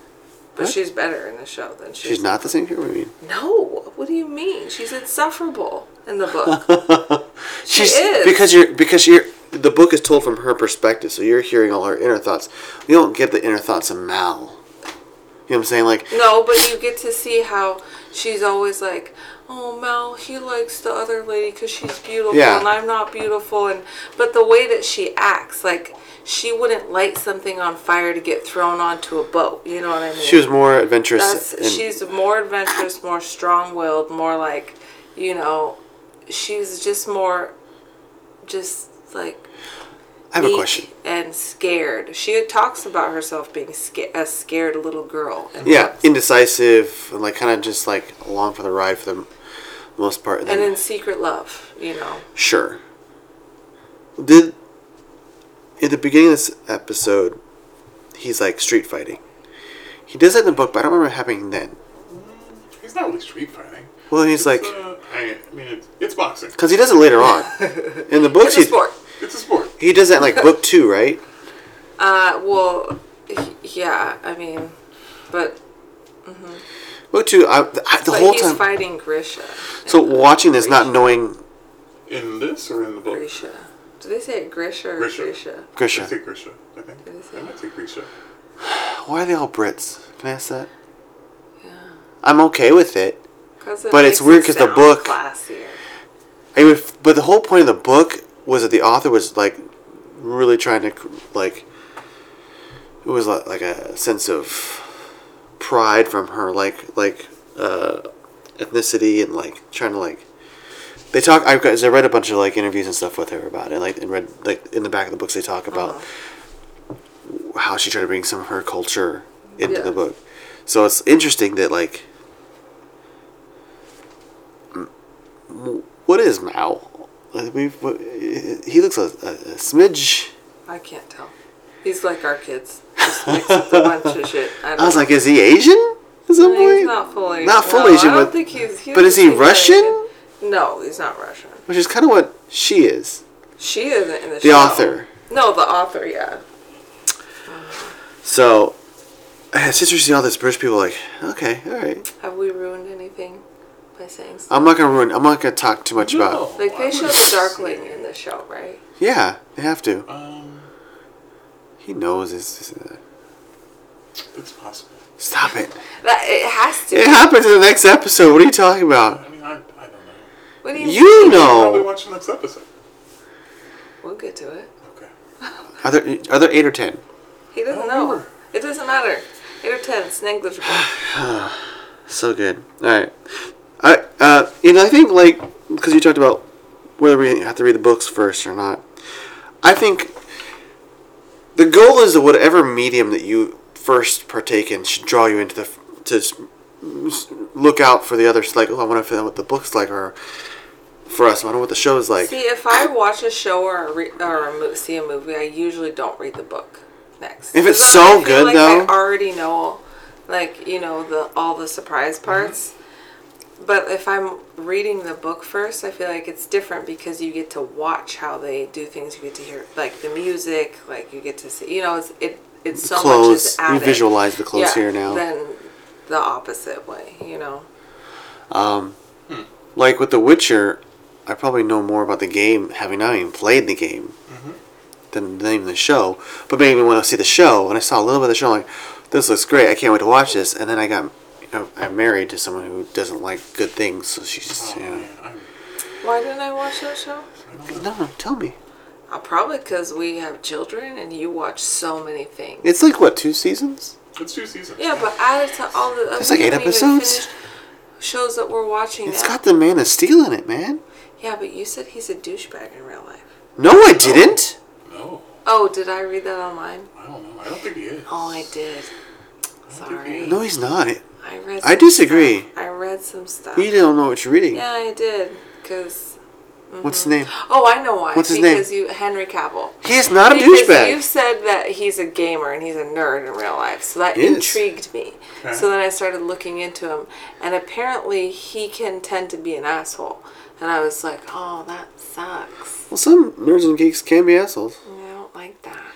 S3: But
S1: What?
S3: she's better in the show than she
S1: she's not the same character what do you mean?
S3: No, what do you mean? She's insufferable in the book. she is
S1: because you're because you're the book is told from her perspective, so you're hearing all her inner thoughts. You don't get the inner thoughts of Mal. You know what I'm saying? Like
S3: no, but you get to see how she's always like, "Oh, Mel, he likes the other lady because she's beautiful
S1: Yeah.
S3: and I'm not beautiful." And but the way that she acts, like she wouldn't light something on fire to get thrown onto a boat. You know what I mean?
S1: she was more adventurous.
S3: That's
S1: and-
S3: she's more adventurous, more strong-willed, more like, you know, she's just more, just like
S1: I have a
S3: meek
S1: question.
S3: And scared. She talks about herself being sca- a scared little girl. And,
S1: Yeah, indecisive, and like kind of just like along for the ride for the m- most part. and
S3: and
S1: then-
S3: in secret love, you know.
S1: Sure. Did at the beginning of this episode, he's like street fighting. He does that in the book, but I don't remember it happening then.
S2: He's not really street fighting.
S1: Well, he's
S2: It's,
S1: like,
S2: uh, I, I mean, it's, it's boxing.
S1: because he does it later on in the books.
S3: It's a
S1: he,
S3: sport.
S2: It's a sport.
S1: he does that in like book two, right?
S3: Uh, well, y- yeah, I mean, but,
S1: Book two. I, I, the
S3: but
S1: whole
S3: he's
S1: time.
S3: fighting Grisha.
S1: so watching this, not knowing
S2: In this or in the book?
S3: Grisha. Do they say it Grisha or
S2: Grisha.
S3: Grisha?
S2: I
S1: Grisha.
S2: think Grisha. I think.
S3: Did it say-
S2: I might say Grisha.
S1: Why are they all Brits? Can I ask that?
S3: Yeah.
S1: I'm okay with it.
S3: 'Cause it
S1: But it's
S3: makes
S1: weird
S3: it
S1: 'cause the
S3: sound
S1: book-
S3: Classier.
S1: I mean, f- but the whole point of the book was that the author was like really trying to cr- like it was like, like a sense of pride from her, like like uh, ethnicity and like trying to like they talk. I've got, 'cause I read a bunch of like interviews and stuff with her about it, like and read like in the back of the books they talk about how she tried to bring some of her culture into
S3: Yeah.
S1: the book. So it's interesting that like m- m- what is Mao? Uh, We've, what- he looks a, a, a smidge.
S3: I can't tell. He's like our kids. Just mixed up a bunch of shit. I, don't
S1: I was
S3: know.
S1: like, is he Asian? At some
S3: No, he's
S1: point?
S3: not fully.
S1: Not full
S3: no,
S1: Asian,
S3: I don't
S1: but-
S3: think he's. he
S1: but is he
S3: doesn't seem
S1: Russian?
S3: Asian. No, he's not Russian.
S1: Which is kind of what she is.
S3: She isn't in the,
S1: The
S3: show.
S1: author.
S3: No, the author. Yeah.
S1: So it's interesting all this British people are like, okay, all right.
S3: Have we ruined anything by saying? Stuff?
S1: I'm not gonna ruin. I'm not gonna talk too much about.
S3: Like
S2: I
S3: they showed
S2: wouldn't
S3: Starkling
S2: say-
S3: in the show, right?
S1: Yeah, they have to.
S2: Um,
S1: He knows his.
S2: it's possible.
S1: Stop it.
S3: That it has to.
S1: It happens in the next episode. What are you talking about?
S2: I mean, I, I don't know.
S3: What do you?
S1: You
S2: Probably
S1: know.
S2: watch the next episode.
S3: We'll get to it.
S2: Okay. Oh,
S1: Are there are there eight or ten?
S3: He doesn't
S2: I don't
S3: know.
S2: remember.
S3: It doesn't matter. Eight or ten. It's negligible.
S1: So good. All right. I uh, and I think like because you talked about whether we have to read the books first or not. I think the goal is that whatever medium that you first partake in should draw you into the f- to s- s- look out for the others. Like, oh, I want to find out what the book's like, or for us, I wonder what the show is like.
S3: See, if I watch a show or, a re- or a mo- see a movie, I usually don't read the book next.
S1: If it's
S3: 'Cause
S1: so
S3: I feel
S1: good,
S3: like
S1: though.
S3: I already know, like you know, the all the surprise
S1: Mm-hmm.
S3: parts. But if I'm reading the book first, I feel like it's different because you get to watch how they do things. You get to hear like the music, like you get to see, you know, it's it it's so much
S1: clothes.
S3: is added.
S1: You visualize the clothes
S3: Yeah,
S1: here now.
S3: Then the opposite way, you know.
S1: Um, like with The Witcher, I probably know more about the game having not even played the game than the name of the show. But maybe when I see the show and I saw a little bit of the show, I'm like, this looks great. I can't wait to watch this. And then I got, you know, I'm married to someone who doesn't like good things, so she's just,
S2: Oh,
S1: you know,
S2: man, I'm,
S3: Why didn't I watch that show?
S1: no, no, tell me.
S3: Uh, probably because we have children and you watch so many things.
S1: It's like what two seasons?
S2: it's two seasons.
S3: yeah, but added to all the
S1: It's like
S3: we
S1: eight
S3: haven't even
S1: episodes.
S3: finished shows that we're watching.
S1: It's
S3: now.
S1: got the Man of Steel in it, man.
S3: yeah, but you said he's a douchebag in real life.
S1: No, I didn't.
S2: No,
S3: Oh, did I read that online?
S2: I don't know. I don't think he is.
S3: Oh, I did. Sorry,
S1: No, he's not.
S3: I read.
S1: I
S3: some
S1: disagree.
S3: stuff. I read some stuff.
S1: You don't know what you're reading.
S3: Yeah, I did. Cause
S1: What's his name?
S3: oh, I know why.
S1: What's his
S3: because you Henry Cavill.
S1: He is not a
S3: Because
S1: douchebag.
S3: You said that he's a gamer and he's a nerd in real life, so that
S1: He is.
S3: intrigued me.
S2: Okay.
S3: So then I started looking into him, and apparently he can tend to be an asshole. And I was like, oh, that sucks.
S1: Well, some nerds and geeks can be assholes.
S3: I don't like that.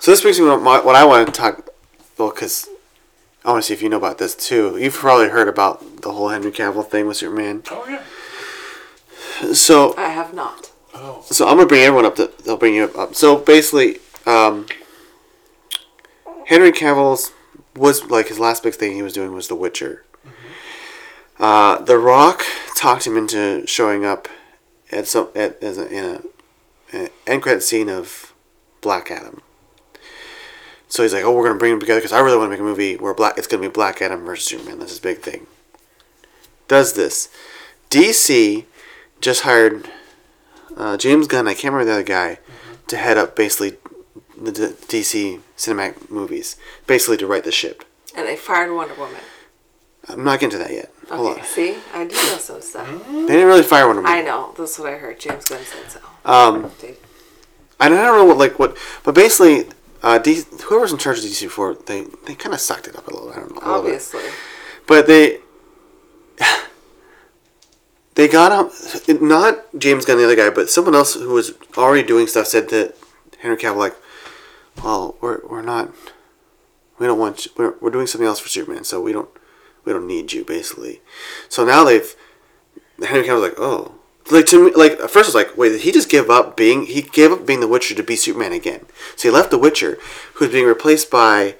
S1: So this brings me to my, what I want to talk. Well, because I want to see if you know about this too. You've probably heard about the whole Henry Cavill thing with Superman.
S2: Oh yeah.
S1: So,
S3: I have not.
S2: Oh.
S1: so I'm gonna bring everyone up. To, I'll bring you up. So basically, um, Henry Cavill's was like his last big thing he was doing was The Witcher. Uh, the Rock talked him into showing up at some at, as a, in a an end credit scene of Black Adam. So he's like, "Oh, we're gonna bring them together because I really want to make a movie where Black it's gonna be Black Adam versus Superman. That's his big thing." Does this? DC just hired uh, James Gunn. I can't remember the other guy to head up basically the D- DC cinematic movies, basically to write the ship.
S3: And they fired Wonder Woman.
S1: I'm not getting to that yet. Hold
S3: Okay, see? I do know some stuff.
S1: on. They didn't really fire one of them.
S3: I know. That's what I heard. James Gunn said so.
S1: Um,
S3: Dude.
S1: and I don't know what like what, but basically, uh, D- whoever was in charge of DC before, they they kind of sucked it up a little. I don't know. a little bit.
S3: Obviously.
S1: but they they got up not James Gunn the other guy but someone else who was already doing stuff said that Henry Cavill like well we're, we're not we don't want you, we're, we're doing something else for Superman so we don't we don't need you basically so now they've Henry Cavill's like oh Like to me, like at first I was like, wait, did he just give up being? He gave up being the Witcher to be Superman again. So he left the Witcher, who's being replaced by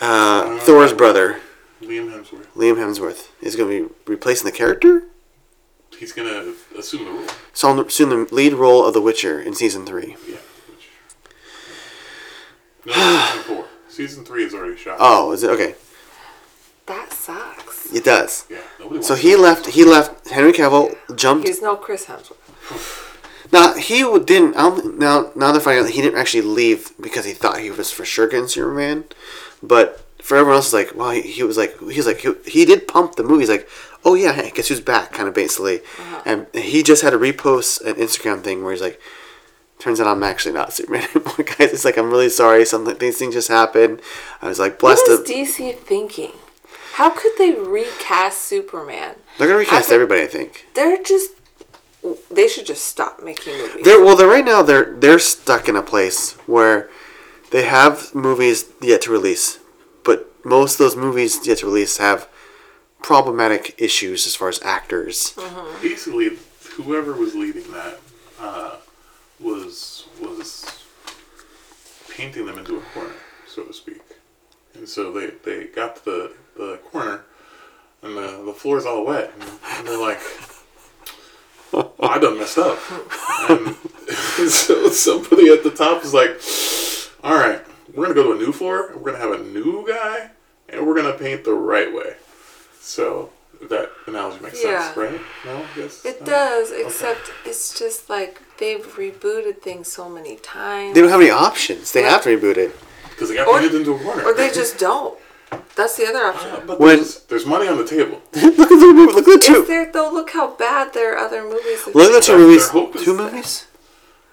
S1: uh, Thor's brother,
S2: Liam Hemsworth.
S1: Liam Hemsworth, is going to be replacing the character.
S2: He's gonna assume the role.
S1: So I'll assume the lead role of the Witcher in season three.
S2: Yeah. Which... No, season four. Season three is already shot.
S1: Oh, is it okay?
S3: That sucks.
S1: It does.
S2: Yeah. Nobody
S1: So
S2: wants
S1: he
S2: that.
S1: left. He left. Henry Cavill jumped.
S3: He's no Chris Hemsworth.
S1: Now he w- didn't. I don't, now now they're finding out that he didn't actually leave because he thought he was for sure getting Superman, but for everyone else, it's like, wow, he, he was like, he was like, he, he did pump the movie. He's like, oh yeah, hey, guess who's back? Kind of basically,
S3: Uh-huh.
S1: and he just had to repost an Instagram thing where he's like, turns out I'm actually not Superman anymore, guys. It's like I'm really sorry. Something these things just happened. I was like, blessed.
S3: What is
S1: up.
S3: DC thinking? How could they recast Superman?
S1: they're gonna recast
S3: I-
S1: everybody, I think.
S3: They're just. They should just stop making movies.
S1: They're well. They're right now. They're they're stuck in a place where they have movies yet to release, but most of those movies yet to release have problematic issues as far as actors.
S2: basically whoever was leading that uh, was was painting them into a corner, so to speak. And so they, they got to the, the corner, and the, the floor's all wet, and, and they're like, I done messed up. And, so somebody at the top is like, all right, we're going to go to a new floor, and we're going to have a new guy, and we're going to paint the right way. So that analogy makes sense,
S3: Yeah.
S2: right? No? Yes?
S3: It
S2: No?
S3: does, except it's just like they've rebooted things so many times.
S1: They don't have any options. They have to reboot it.
S2: Because they got
S3: Or-
S2: painted into a corner.
S3: or they just don't. That's the other
S2: Uh,
S3: option.
S2: but
S1: When-
S2: there's, there's money on the table.
S1: look at the movie. Look at the
S3: Is
S1: two.
S3: there though? Look how bad their other movies. Have
S1: Look at the
S3: been.
S1: two
S2: Their- their
S1: movies.
S2: hope is
S1: Two
S2: that-
S1: movies.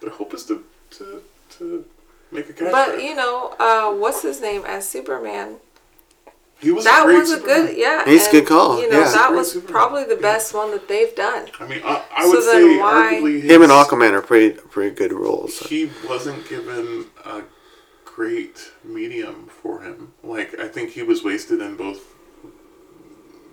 S2: Their hope is to to, to make a cash.
S3: But
S2: grab.
S3: you know, uh, what's his name as Superman?
S2: he was
S3: That
S2: a great
S3: was a
S2: Superman.
S3: good, yeah.
S1: He's a good call,
S3: You know,
S1: yeah.
S3: that
S2: Great
S3: was
S2: Superman.
S3: probably the
S2: Yeah.
S3: best one that they've done.
S2: I mean, I, I
S3: So
S2: would
S3: then
S2: say
S3: why-
S2: arguably his,
S1: Him and Aquaman are pretty pretty good roles.
S2: He wasn't given a great medium for him. Like I think he was wasted in both.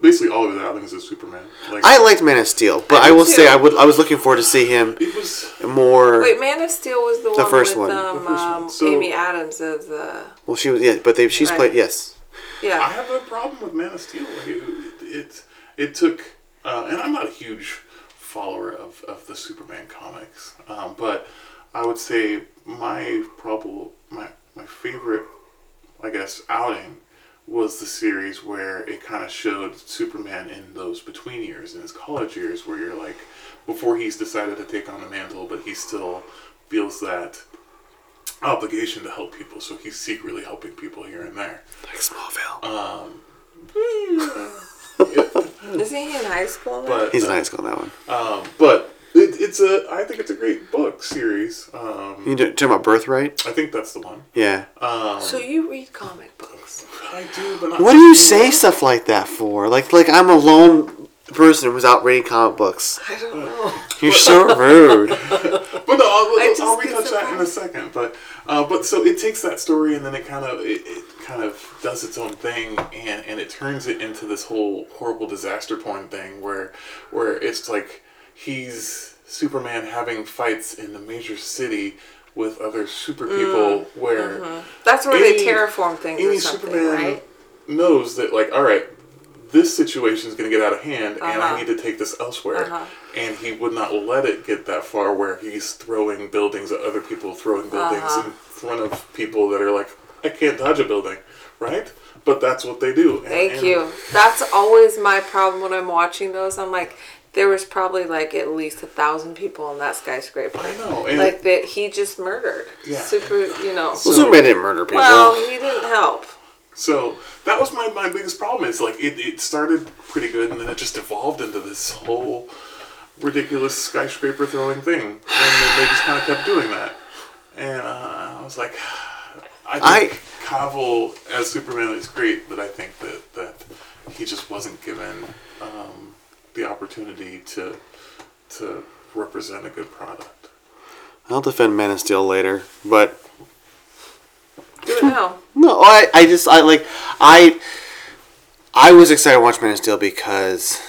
S2: Basically, all of his outings as Superman. Like
S1: I liked Man of Steel, but
S3: I
S1: I,
S3: did
S1: will
S3: too.
S1: say I would I was looking forward to see him
S2: it was.
S1: more.
S3: Wait, Man of Steel was the, one
S1: first
S3: with
S1: one.
S3: Um,
S2: The first one.
S3: um,
S2: So-
S3: Amy Adams as the
S1: Well, she was yeah, but they, she's
S3: Right.
S1: played yes.
S3: yeah.
S2: I have a problem with Man of Steel. Like it, it, it took, uh, and I'm not a huge follower of, of the Superman comics, um, but I would say my probable my my favorite, I guess, outing was the series where it kind of showed Superman in those between years, in his college years, where you're like, before he's decided to take on the mantle, but he still feels that obligation to help people, so he's secretly helping people here and there.
S1: Like Smallville.
S2: Uh,
S3: Isn't he in high school now?
S2: But
S1: He's nice on that one.
S2: um, but it, it's a I think it's a great book series. Um,
S1: You talking about Birthright?
S2: I think that's the one.
S1: Yeah.
S3: so you read comic books.
S2: I do, but not
S1: What do you say stuff like that for? Like, like I'm a lone person who's out reading comic books.
S3: I don't know.
S1: You're so rude.
S2: But no, I'll,
S3: I
S2: I'll, I'll
S3: just get
S2: retouch that in a
S3: surprised.
S2: second. But uh, but so it takes that story and then it kind of it, it kind of does its own thing and and it turns it into this whole horrible disaster porn thing where where it's like he's Superman having fights in the major city with other super people
S3: Mm,
S2: where.
S3: That's where
S2: Any-
S3: they terraform things or
S2: any
S3: something,
S2: Superman
S3: right?
S2: knows that, like, all right, this situation is going to get out of hand, and I
S3: Uh-huh.
S2: need to take this elsewhere.
S3: Uh-huh.
S2: And he would not let it get that far, where he's throwing buildings at other people, throwing buildings
S3: Uh-huh.
S2: in front of people that are like, I can't dodge a building, right? But that's what they do. And-
S3: Thank
S2: and-
S3: you. That's always my problem when I'm watching those. I'm like, there was probably like at least a thousand people on that skyscraper.
S2: I know, and-
S3: like that he just murdered.
S2: Yeah.
S3: Super, you know.
S1: Well, Superman didn't murder people.
S3: Well, he didn't help.
S2: So that was my, my biggest problem. Is like it, it started pretty good, and then it just evolved into this whole ridiculous skyscraper throwing thing, and then they just kind of kept doing that. And uh, I was like, I think Cavill as Superman is great, but I think that that he just wasn't given um, the opportunity to to represent a good product.
S1: I'll defend Man of Steel later, but
S3: Do it now.
S1: no, I, I just, I like, I, I was excited to watch Man of Steel because,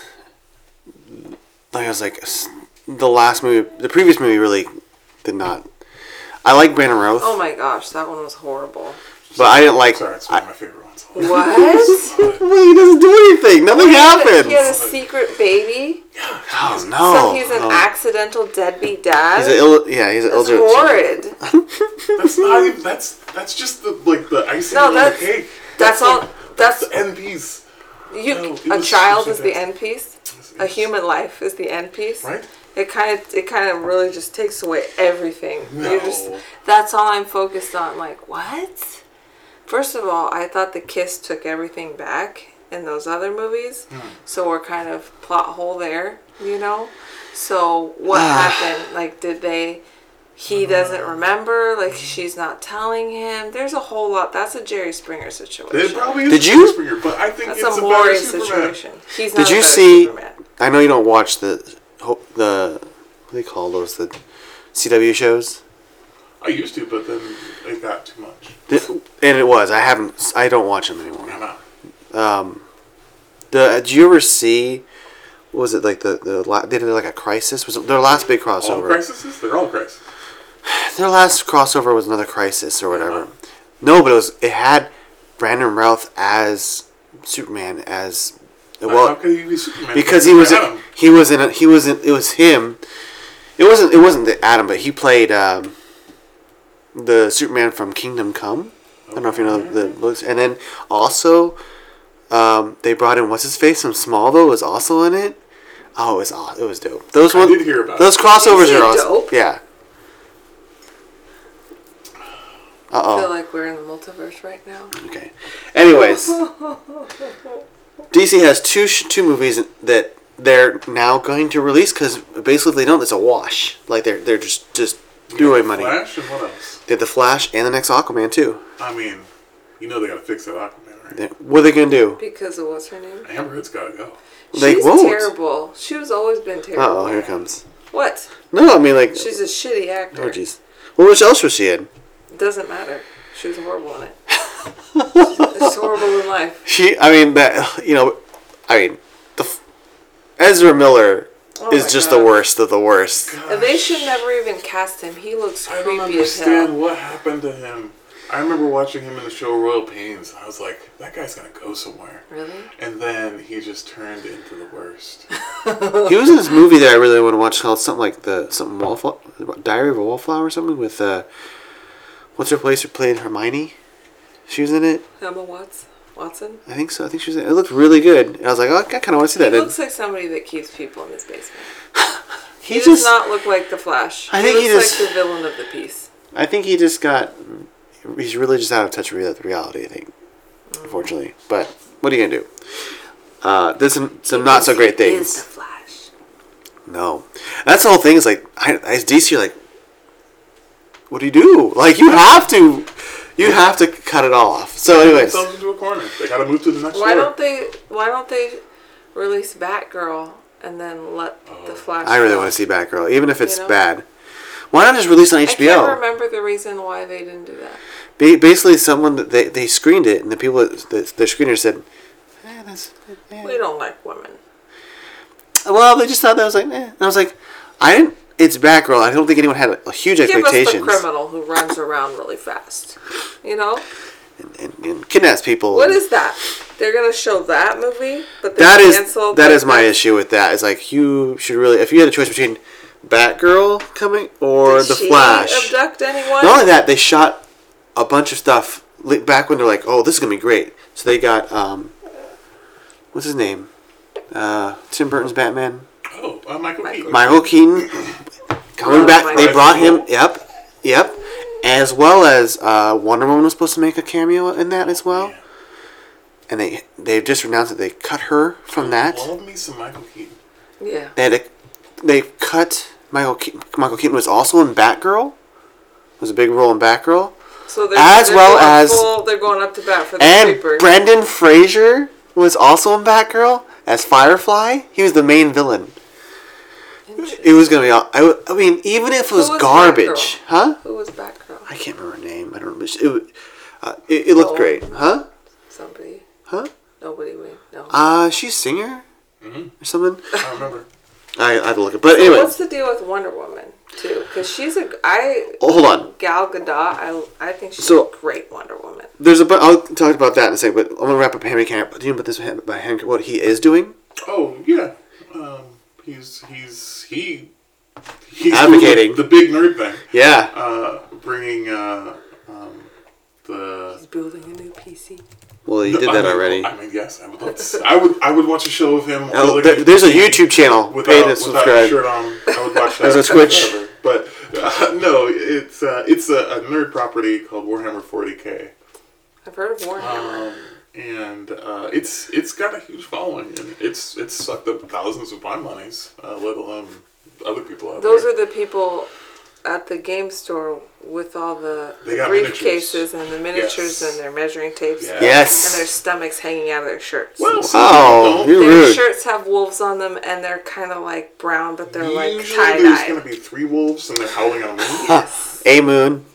S1: like, I was like, s- the last movie, the previous movie, really did not. I like Brandon Routh,
S3: Oh my gosh, that one was horrible.
S1: but I didn't like.
S2: Sorry, it's one
S1: I,
S2: of my favorite ones.
S3: What?
S1: well, he doesn't do anything. Nothing
S3: He had a
S1: happens.
S3: secret baby.
S1: Oh no!
S3: so he's an
S1: Oh.
S3: accidental deadbeat dad.
S1: He's an ill. Yeah, he's an
S3: That's
S1: elder.
S3: horrid.
S2: That's not even. That's that's just the like the icing
S3: No,
S2: on
S3: that's-
S2: the cake.
S3: That's all. That's
S2: the end piece,
S3: you.
S2: No, it
S3: a
S2: was-
S3: child
S2: it was
S3: is the
S2: bad.
S3: end piece.
S2: was- it
S3: A
S2: was-
S3: human life is the end piece.
S2: right?
S3: It kind of. It kind of really just takes away everything.
S2: No.
S3: You're just- that's all I'm focused on. Like what? First of all, I thought the kiss took everything back in those other movies,
S2: Hmm.
S3: so we're kind of plot hole there. You know. So what happened? Like, did they? He doesn't remember. Like,
S2: Hmm.
S3: she's not telling him. There's a whole lot. That's a Jerry Springer situation.
S2: It probably is
S1: Did
S2: a
S1: you-
S2: Springer, but I think
S3: That's
S2: it's
S3: a
S2: a,
S3: Maury
S2: better Superman.
S3: situation. He's
S1: Did
S3: not a
S1: you
S3: better
S1: see?
S3: Superman.
S1: I know you don't watch the ho- the what do they call those the CW shows.
S2: I used to, but then it got too much.
S1: Th- And it was. I haven't. I don't watch them anymore. Um,
S2: I'm out.
S1: The did you ever see? What was it like the the la- they did like a crisis? Was it their last big
S2: All
S1: crossover?
S2: crises? They're all crises.
S1: Their last crossover was another crisis or whatever.
S3: Uh-huh.
S1: No, but it was it had Brandon Routh as Superman as
S2: How
S3: Uh-huh.
S1: well
S2: could he be Superman?
S1: because he was
S2: Adam.
S1: he was in a, he was in, it was him. It wasn't it wasn't the Adam, but he played um, the Superman from Kingdom Come. I don't know if you know the books, and then also um, they brought in what's his face from Smallville was also in it. Oh, it was aw- it was dope. Those
S2: I
S1: ones,
S2: did hear about
S1: those
S2: it.
S1: crossovers
S3: Is it
S1: are awesome.
S3: dope?
S1: Yeah. Uh
S3: I feel
S1: oh.
S3: like we're in the multiverse right now.
S1: Okay. Anyways, DC has two sh- two movies that they're now going to release because basically if they don't. It's a wash. Like they're they're just just threw away money.
S2: Flash and what else?
S1: They had the Flash and the next Aquaman too.
S2: I mean, you know they gotta fix that Aquaman, right?
S1: They- What are they gonna do?
S3: Because of what's her name?
S2: Amber Heard's gotta go.
S1: They
S3: She's
S1: won't.
S3: terrible. She was always been terrible.
S1: Oh, here it comes.
S3: What?
S1: No, I mean like.
S3: She's a shitty actor.
S1: oh jeez. Well, which else was she in?
S3: It doesn't matter. She was horrible in it. She's horrible in life.
S1: She. I mean that. You know. I mean the. f- Ezra Miller
S3: Oh my
S1: is just
S3: God.
S1: the worst of the worst.
S3: And they should never even cast him. He looks
S2: I don't
S3: creepy as
S2: understand
S3: hell.
S2: what happened to him. I remember watching him in the show Royal Pains. I was like, that guy's gonna go somewhere.
S3: Really?
S2: And then he just turned into the worst.
S1: He was in this movie that I really want to watch called something like the something wallflower, Diary of a Wallflower or something with uh, what's her place who played Hermione. She was in it.
S3: Emma Watts? Watson?
S1: I think so. I think she was. in it. It looked really good. And I was like, oh, I kind of want to see
S3: He
S1: that. And
S3: looks like somebody that keeps people in his basement.
S1: he
S3: He, does
S1: just.
S3: not look like the Flash.
S1: I think
S3: he
S1: he
S3: looks
S1: just-
S3: like the villain of the piece.
S1: I think he just got. He's really just out of touch with rea- reality. I think, unfortunately. But what are you gonna do? Uh, there's some, some not so great
S3: He
S1: things.
S3: Is the Flash?
S1: No, that's the whole thing. Is like, I, as DC, like, what do you do? Like, you have to, you have to cut it off. So, anyways,
S2: themselves into a corner. They gotta move to the next
S3: Why
S2: door.
S3: don't they? Why don't they release Batgirl and then let the Flash?
S1: I really
S3: go?
S1: want to see Batgirl, even if it's
S3: You know?
S1: bad. Why not just release it on
S3: I can't
S1: HBO?
S3: remember the reason why they didn't do that.
S1: Ba- basically, someone that they, they screened it, and the people that that- the screener said, eh, that's, eh.
S3: We don't like women.
S1: well, they just thought that was like, eh. and I was like, I didn't. It's Batgirl. I don't think anyone had a, huge
S3: Give us the
S1: expectations
S3: criminal who runs around really fast. You know
S1: and, and, and kidnaps people.
S3: what
S1: and-
S3: is that? They're gonna show that movie, but they
S1: that is
S3: canceled
S1: that
S3: the-
S1: is my issue with that. Is like you should really if you had a choice between Batgirl coming or
S3: Did
S1: the
S3: she
S1: Flash. Not
S3: Abduct anyone?
S1: only that, they shot a bunch of stuff li- back when they're like, "Oh, this is gonna be great." So they got um, what's his name? Uh, Tim Burton's Batman,
S2: Oh, uh, Michael Keaton.
S1: Michael Keaton coming
S3: Oh,
S1: back.
S3: Michael
S1: They brought him.
S2: Keaton.
S1: Yep, yep. As well as uh, Wonder Woman was supposed to make a cameo in that as well,
S2: Yeah.
S1: and they they just announced that they cut her from that.
S2: Love me some Michael Keaton.
S3: Yeah.
S1: They had a, they cut Michael Keaton. Michael Keaton was also in Batgirl. Was a big role in Batgirl.
S3: So they're,
S1: As
S3: they're
S1: well
S3: going
S1: as-
S3: full- they're going up to bat for the
S1: And
S3: creeper.
S1: Brendan Fraser was also in Batgirl as Firefly. He was the main villain. It was gonna be. All, I, w- I mean, even if it was,
S3: was Batgirl?
S1: garbage, huh?
S3: Who was Batgirl?
S1: I can't remember her name. I don't. remember. It w- uh, it, it looked
S3: No.
S1: great, huh?
S3: Somebody.
S1: Huh?
S3: Nobody would know.
S1: Uh, she's a singer or something.
S2: I don't remember.
S1: I, I had to look it. But
S3: So
S1: anyway,
S3: What's the deal with Wonder Woman too? Because she's a I
S1: oh, hold on.
S3: Gal Gadot. I I think she's
S1: So-
S3: a great Wonder Woman.
S1: There's a. bu- I'll talk about that in a second. But I'm gonna wrap up Henry Camp. Do you know about this Hen- by Henry? What he is doing?
S2: Oh yeah, um, he's he's he he's
S1: Advocating.
S2: doing the, the big nerd thing,
S1: Yeah.
S2: uh, bringing uh, um, the.
S3: He's building a new PC.
S1: Well, he
S2: I
S1: did that
S2: mean-
S1: already.
S2: I mean, yes, I would. Love to see, I would. I would watch a show of him.
S1: Now,
S2: building
S1: there- there's a
S2: machine
S1: YouTube channel. Pay
S2: Without,
S1: to
S2: without
S1: subscribe.
S2: a shirt on, I would watch that.
S1: There's a Twitch.
S2: Whatever. But uh, no, it's uh, it's a, a nerd property called Warhammer 40k.
S3: I've heard of Warhammer.
S2: Um, and uh, it's it's got a huge following, and it's it's sucked up thousands of my monies, uh, let alone other people out
S3: Those
S2: there.
S3: are the people at the game store with all the,
S2: They
S3: the
S2: got
S3: briefcases
S2: miniatures.
S3: and the miniatures
S2: Yes.
S3: and their measuring tapes
S2: Yeah.
S3: and their
S1: Yes.
S3: stomachs hanging out of their shirts.
S2: well, some
S1: Oh,
S2: people
S1: you're
S2: don't.
S3: their
S1: rude.
S3: shirts have wolves on them and they're kind of like brown, but they're like
S2: Usually
S3: tie
S2: there's going to
S3: dye.
S2: be three wolves, and they're howling at a moon.
S1: A moon.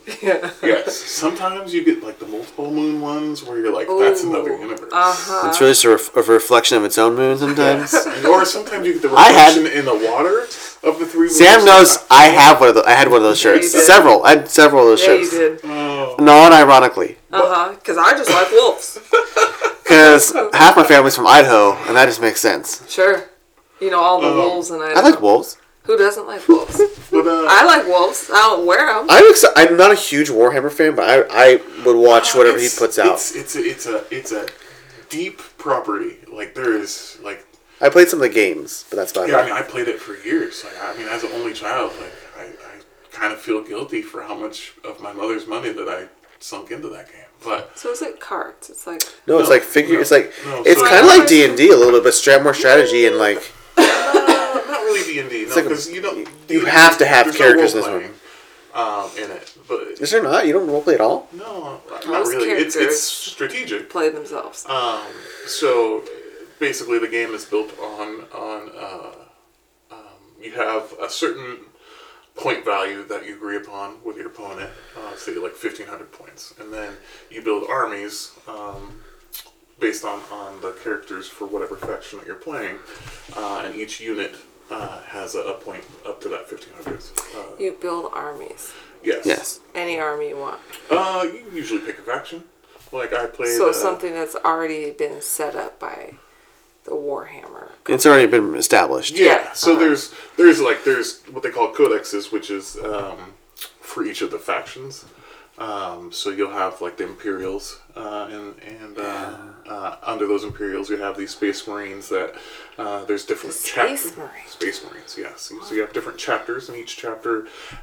S2: yes. Sometimes you get like the multiple moon ones where you're like, that's another
S3: Ooh,
S2: universe.
S3: Uh-huh.
S1: It's really just a, ref- a reflection of its own moon sometimes.
S2: Yes. And- or sometimes you get the
S1: I had-
S2: reflection in the water of the three.
S1: Sam
S2: wolves.
S1: knows I have one of those. I had one of those
S3: you
S1: shirts.
S3: did.
S1: Several. I had several of those
S3: Yeah, you
S1: shirts.
S3: did.
S2: Oh,
S1: Non-ironically,
S3: Uh huh. Because I just like wolves.
S1: because half my family's from Idaho, and that just makes sense.
S3: Sure. You know all the wolves and I.
S1: Uh-huh. I like wolves.
S3: Who doesn't like wolves?
S2: but uh,
S3: I like wolves. I don't wear them.
S1: I'm exci- I'm not a huge Warhammer fan, but I I would watch
S3: Oh,
S1: whatever he
S2: It's-
S1: puts out.
S2: It's it's a, it's a it's a deep property. Like there is like
S1: I played some of the games, but that's about
S2: yeah. I
S1: it.
S2: mean, I played it for years. Like I mean, as an only child, like I, I kind of feel guilty for how much of my mother's money that I sunk into that game. But
S3: So is it cards? It's like
S1: No, it's
S2: No,
S1: like figure.
S2: no,
S1: it's like
S2: no,
S1: it's
S2: so-
S1: kind of like D and D a little bit, but stra- more strategy and like
S2: But not really D and D. No,
S1: like a-
S2: because you don't.
S1: you have to have
S2: there's
S1: characters in
S2: no
S1: this
S2: role-playing, Um, in it, but
S1: is there not? You don't roleplay at all.
S2: no, not
S3: Most
S2: really. It's it's
S3: characters-
S2: strategic.
S3: play themselves.
S1: Uh.
S2: Um, so basically, the game is built on on uh, um, you have a certain point value that you agree upon with your opponent, uh, say like fifteen hundred points, and then you build armies um, based on on the characters for whatever faction that you're playing, uh, and each unit. Uh, has a, a point up to that 1500. Uh,
S3: you build armies.
S2: yes.
S1: Yes.
S3: Any army you want.
S2: Uh, you usually pick a faction. Like I played.
S3: So
S2: uh,
S3: something that's already been set up by the Warhammer.
S1: It's already been established.
S2: Yeah.
S3: Yeah.
S2: So there's there's like there's what they call codexes, which is um, for each of the factions. Um, so you'll have like the Imperials, uh, and and uh, uh, under those Imperials you have these Space Marines that uh, there's different
S3: Space
S2: chapters.
S3: Marines.
S2: Space Marines, yes. So you have different chapters, and each chapter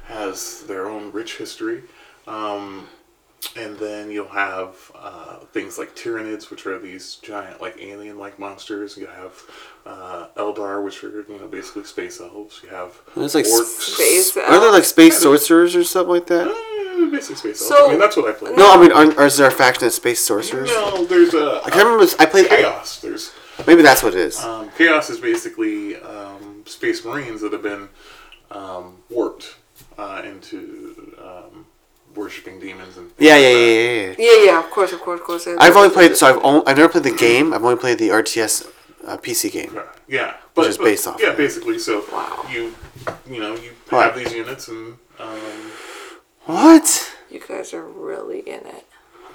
S2: has their own rich history. Um, and then you'll have uh, things like Tyranids, which are these giant, like alien-like monsters. You have uh, Eldar, which are you know basically space elves. You have
S1: It's like
S2: orcs,
S3: Space.
S1: Aren't there like space sorcerers or something like that?
S2: Eh, basically space elves.
S3: So-
S2: I mean, that's what I played.
S1: No, I mean, aren't, are there a faction of space sorcerers?
S2: no, there's a,
S1: I can't remember. I played. I,
S2: chaos. There's
S1: maybe that's what it is.
S2: um, chaos is basically um, space marines that have been um, warped uh, into um, worshiping demons and
S1: yeah, yeah, yeah, yeah, yeah.
S3: Yeah, yeah, of course, of course, of course.
S1: I've only played. So I've only, I've never played the game. I've only played the RTS uh, PC game.
S2: Yeah, yeah, but
S1: is
S2: but-
S1: based off
S2: Yeah,
S1: of it.
S2: basically. So
S3: Wow.
S2: you, you know, you
S1: Right.
S2: have these units, and um,
S1: What?
S3: You guys are really in it.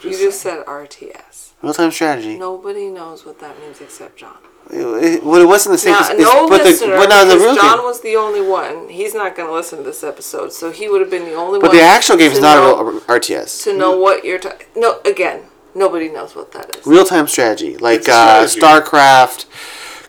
S3: You
S2: Just-
S3: just said RTS.
S1: Real time strategy.
S3: Nobody knows what that means except John.
S1: It, it- well, it wasn't the same.
S3: Now,
S1: as- it's-
S3: no
S1: but the,
S3: listener,
S1: but now the
S3: because
S1: real
S3: John
S1: game.
S3: was the only one. He's not going to listen to this episode, so he would have been the only one.
S1: But the actual game is
S3: to
S1: not
S3: know-
S1: a real RTS.
S3: to know what you're talking. No, again, nobody knows what that is.
S1: Real time strategy, like
S2: It's a
S1: uh,
S2: strategy.
S1: StarCraft,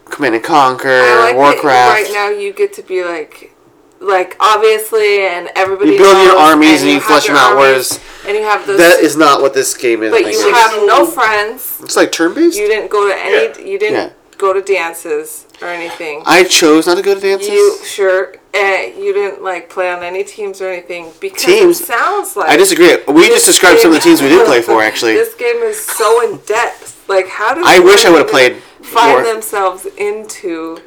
S1: Command and
S3: I
S1: Conquer,
S3: like that
S1: Warcraft.
S3: right now, you get to be like, like obviously, and everybody.
S1: You build your
S3: knows,
S1: armies and you
S3: have
S1: flesh
S3: your
S1: them out,
S3: armies, and you have those.
S1: that is not what this game is. I
S3: But
S1: think.
S3: you
S1: It's-
S3: have no
S2: So-
S3: friends.
S1: it's like turn based.
S3: You didn't go to any.
S2: Yeah.
S3: You didn't
S1: Yeah.
S3: go to dances or anything.
S1: I chose not to go to dances.
S3: you sure? Uh, you didn't like play on any teams or anything because
S1: Teams?
S3: it sounds like
S1: I disagree. We
S3: this
S1: just described some of the
S3: game-
S1: teams we did play for, actually.
S3: this game is so in depth. Like, how do
S1: I wish I would've played
S3: Find
S1: more.
S3: themselves into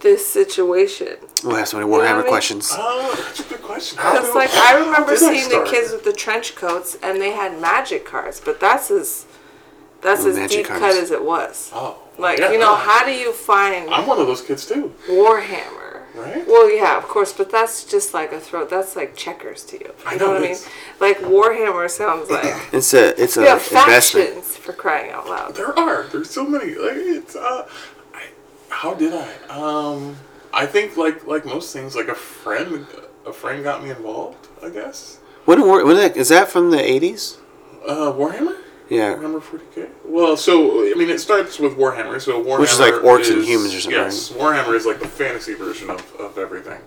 S3: this situation.
S1: We'll have so many
S3: know what I
S1: Warhammer
S3: mean?
S1: questions.
S2: Oh, that's a good question.
S3: Because like I remember
S2: did I
S3: seeing the
S2: start?
S3: kids with the trench coats and they had magic cards, but that's as that's as
S1: Magic
S3: deep cut
S1: cards.
S3: as it was.
S2: Oh,
S3: Like
S2: yeah,
S3: you know,
S2: no.
S3: how do you find
S2: I'm one of those kids too.
S3: Warhammer?
S2: right?
S3: Well, yeah, of course, but that's just like a throw. That's like checkers to you. You
S2: I
S3: know,
S2: know
S3: what I mean?
S2: it's-
S3: Like Warhammer sounds like.
S1: It's a it's a
S3: We have
S1: investment.
S3: factions for crying out loud.
S2: There are. There's so many. Like it's. Uh, I, how did I? Um, I think like like most things, like a friend, a friend got me involved. I guess.
S1: What, what, what is that? Is that from the eighties?
S2: Uh, Warhammer.
S1: Yeah.
S2: Warhammer 40k. Well, so I mean, it starts with Warhammer. So Warhammer,
S1: Which is like orcs and humans or something,
S2: Yes, Warhammer is like the fantasy version of, of everything,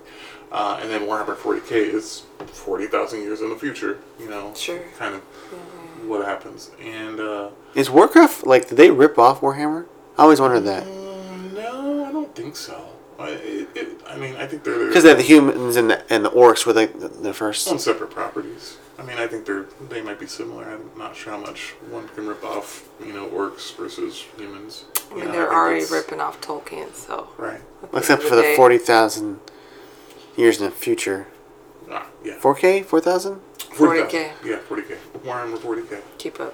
S2: uh, and then Warhammer 40k is 40,000 years in the future. You know,
S3: Sure.
S2: kind of what happens. And uh,
S1: Is Warcraft like? Did they rip off Warhammer? I always wondered that
S3: Mm.
S2: no, I don't think so. I, it, it, I mean, I think they're
S1: because they had the humans and the, and the orcs were like the, the first.
S3: Mm.
S2: on separate properties. I mean, I think they're they might be similar. I'm not sure how much one can rip off. You know, orcs versus humans.
S3: I
S2: You
S3: mean,
S2: know,
S3: they're
S2: think
S3: already
S2: it's-
S3: ripping off Tolkien, so.
S2: Right.
S1: Except for the
S3: Okay.
S1: forty thousand years in the future.
S2: Ah, yeah.
S1: Four K, four thousand.
S3: 40K.
S2: Yeah, 40K. Warhammer 40K.
S3: Keep up.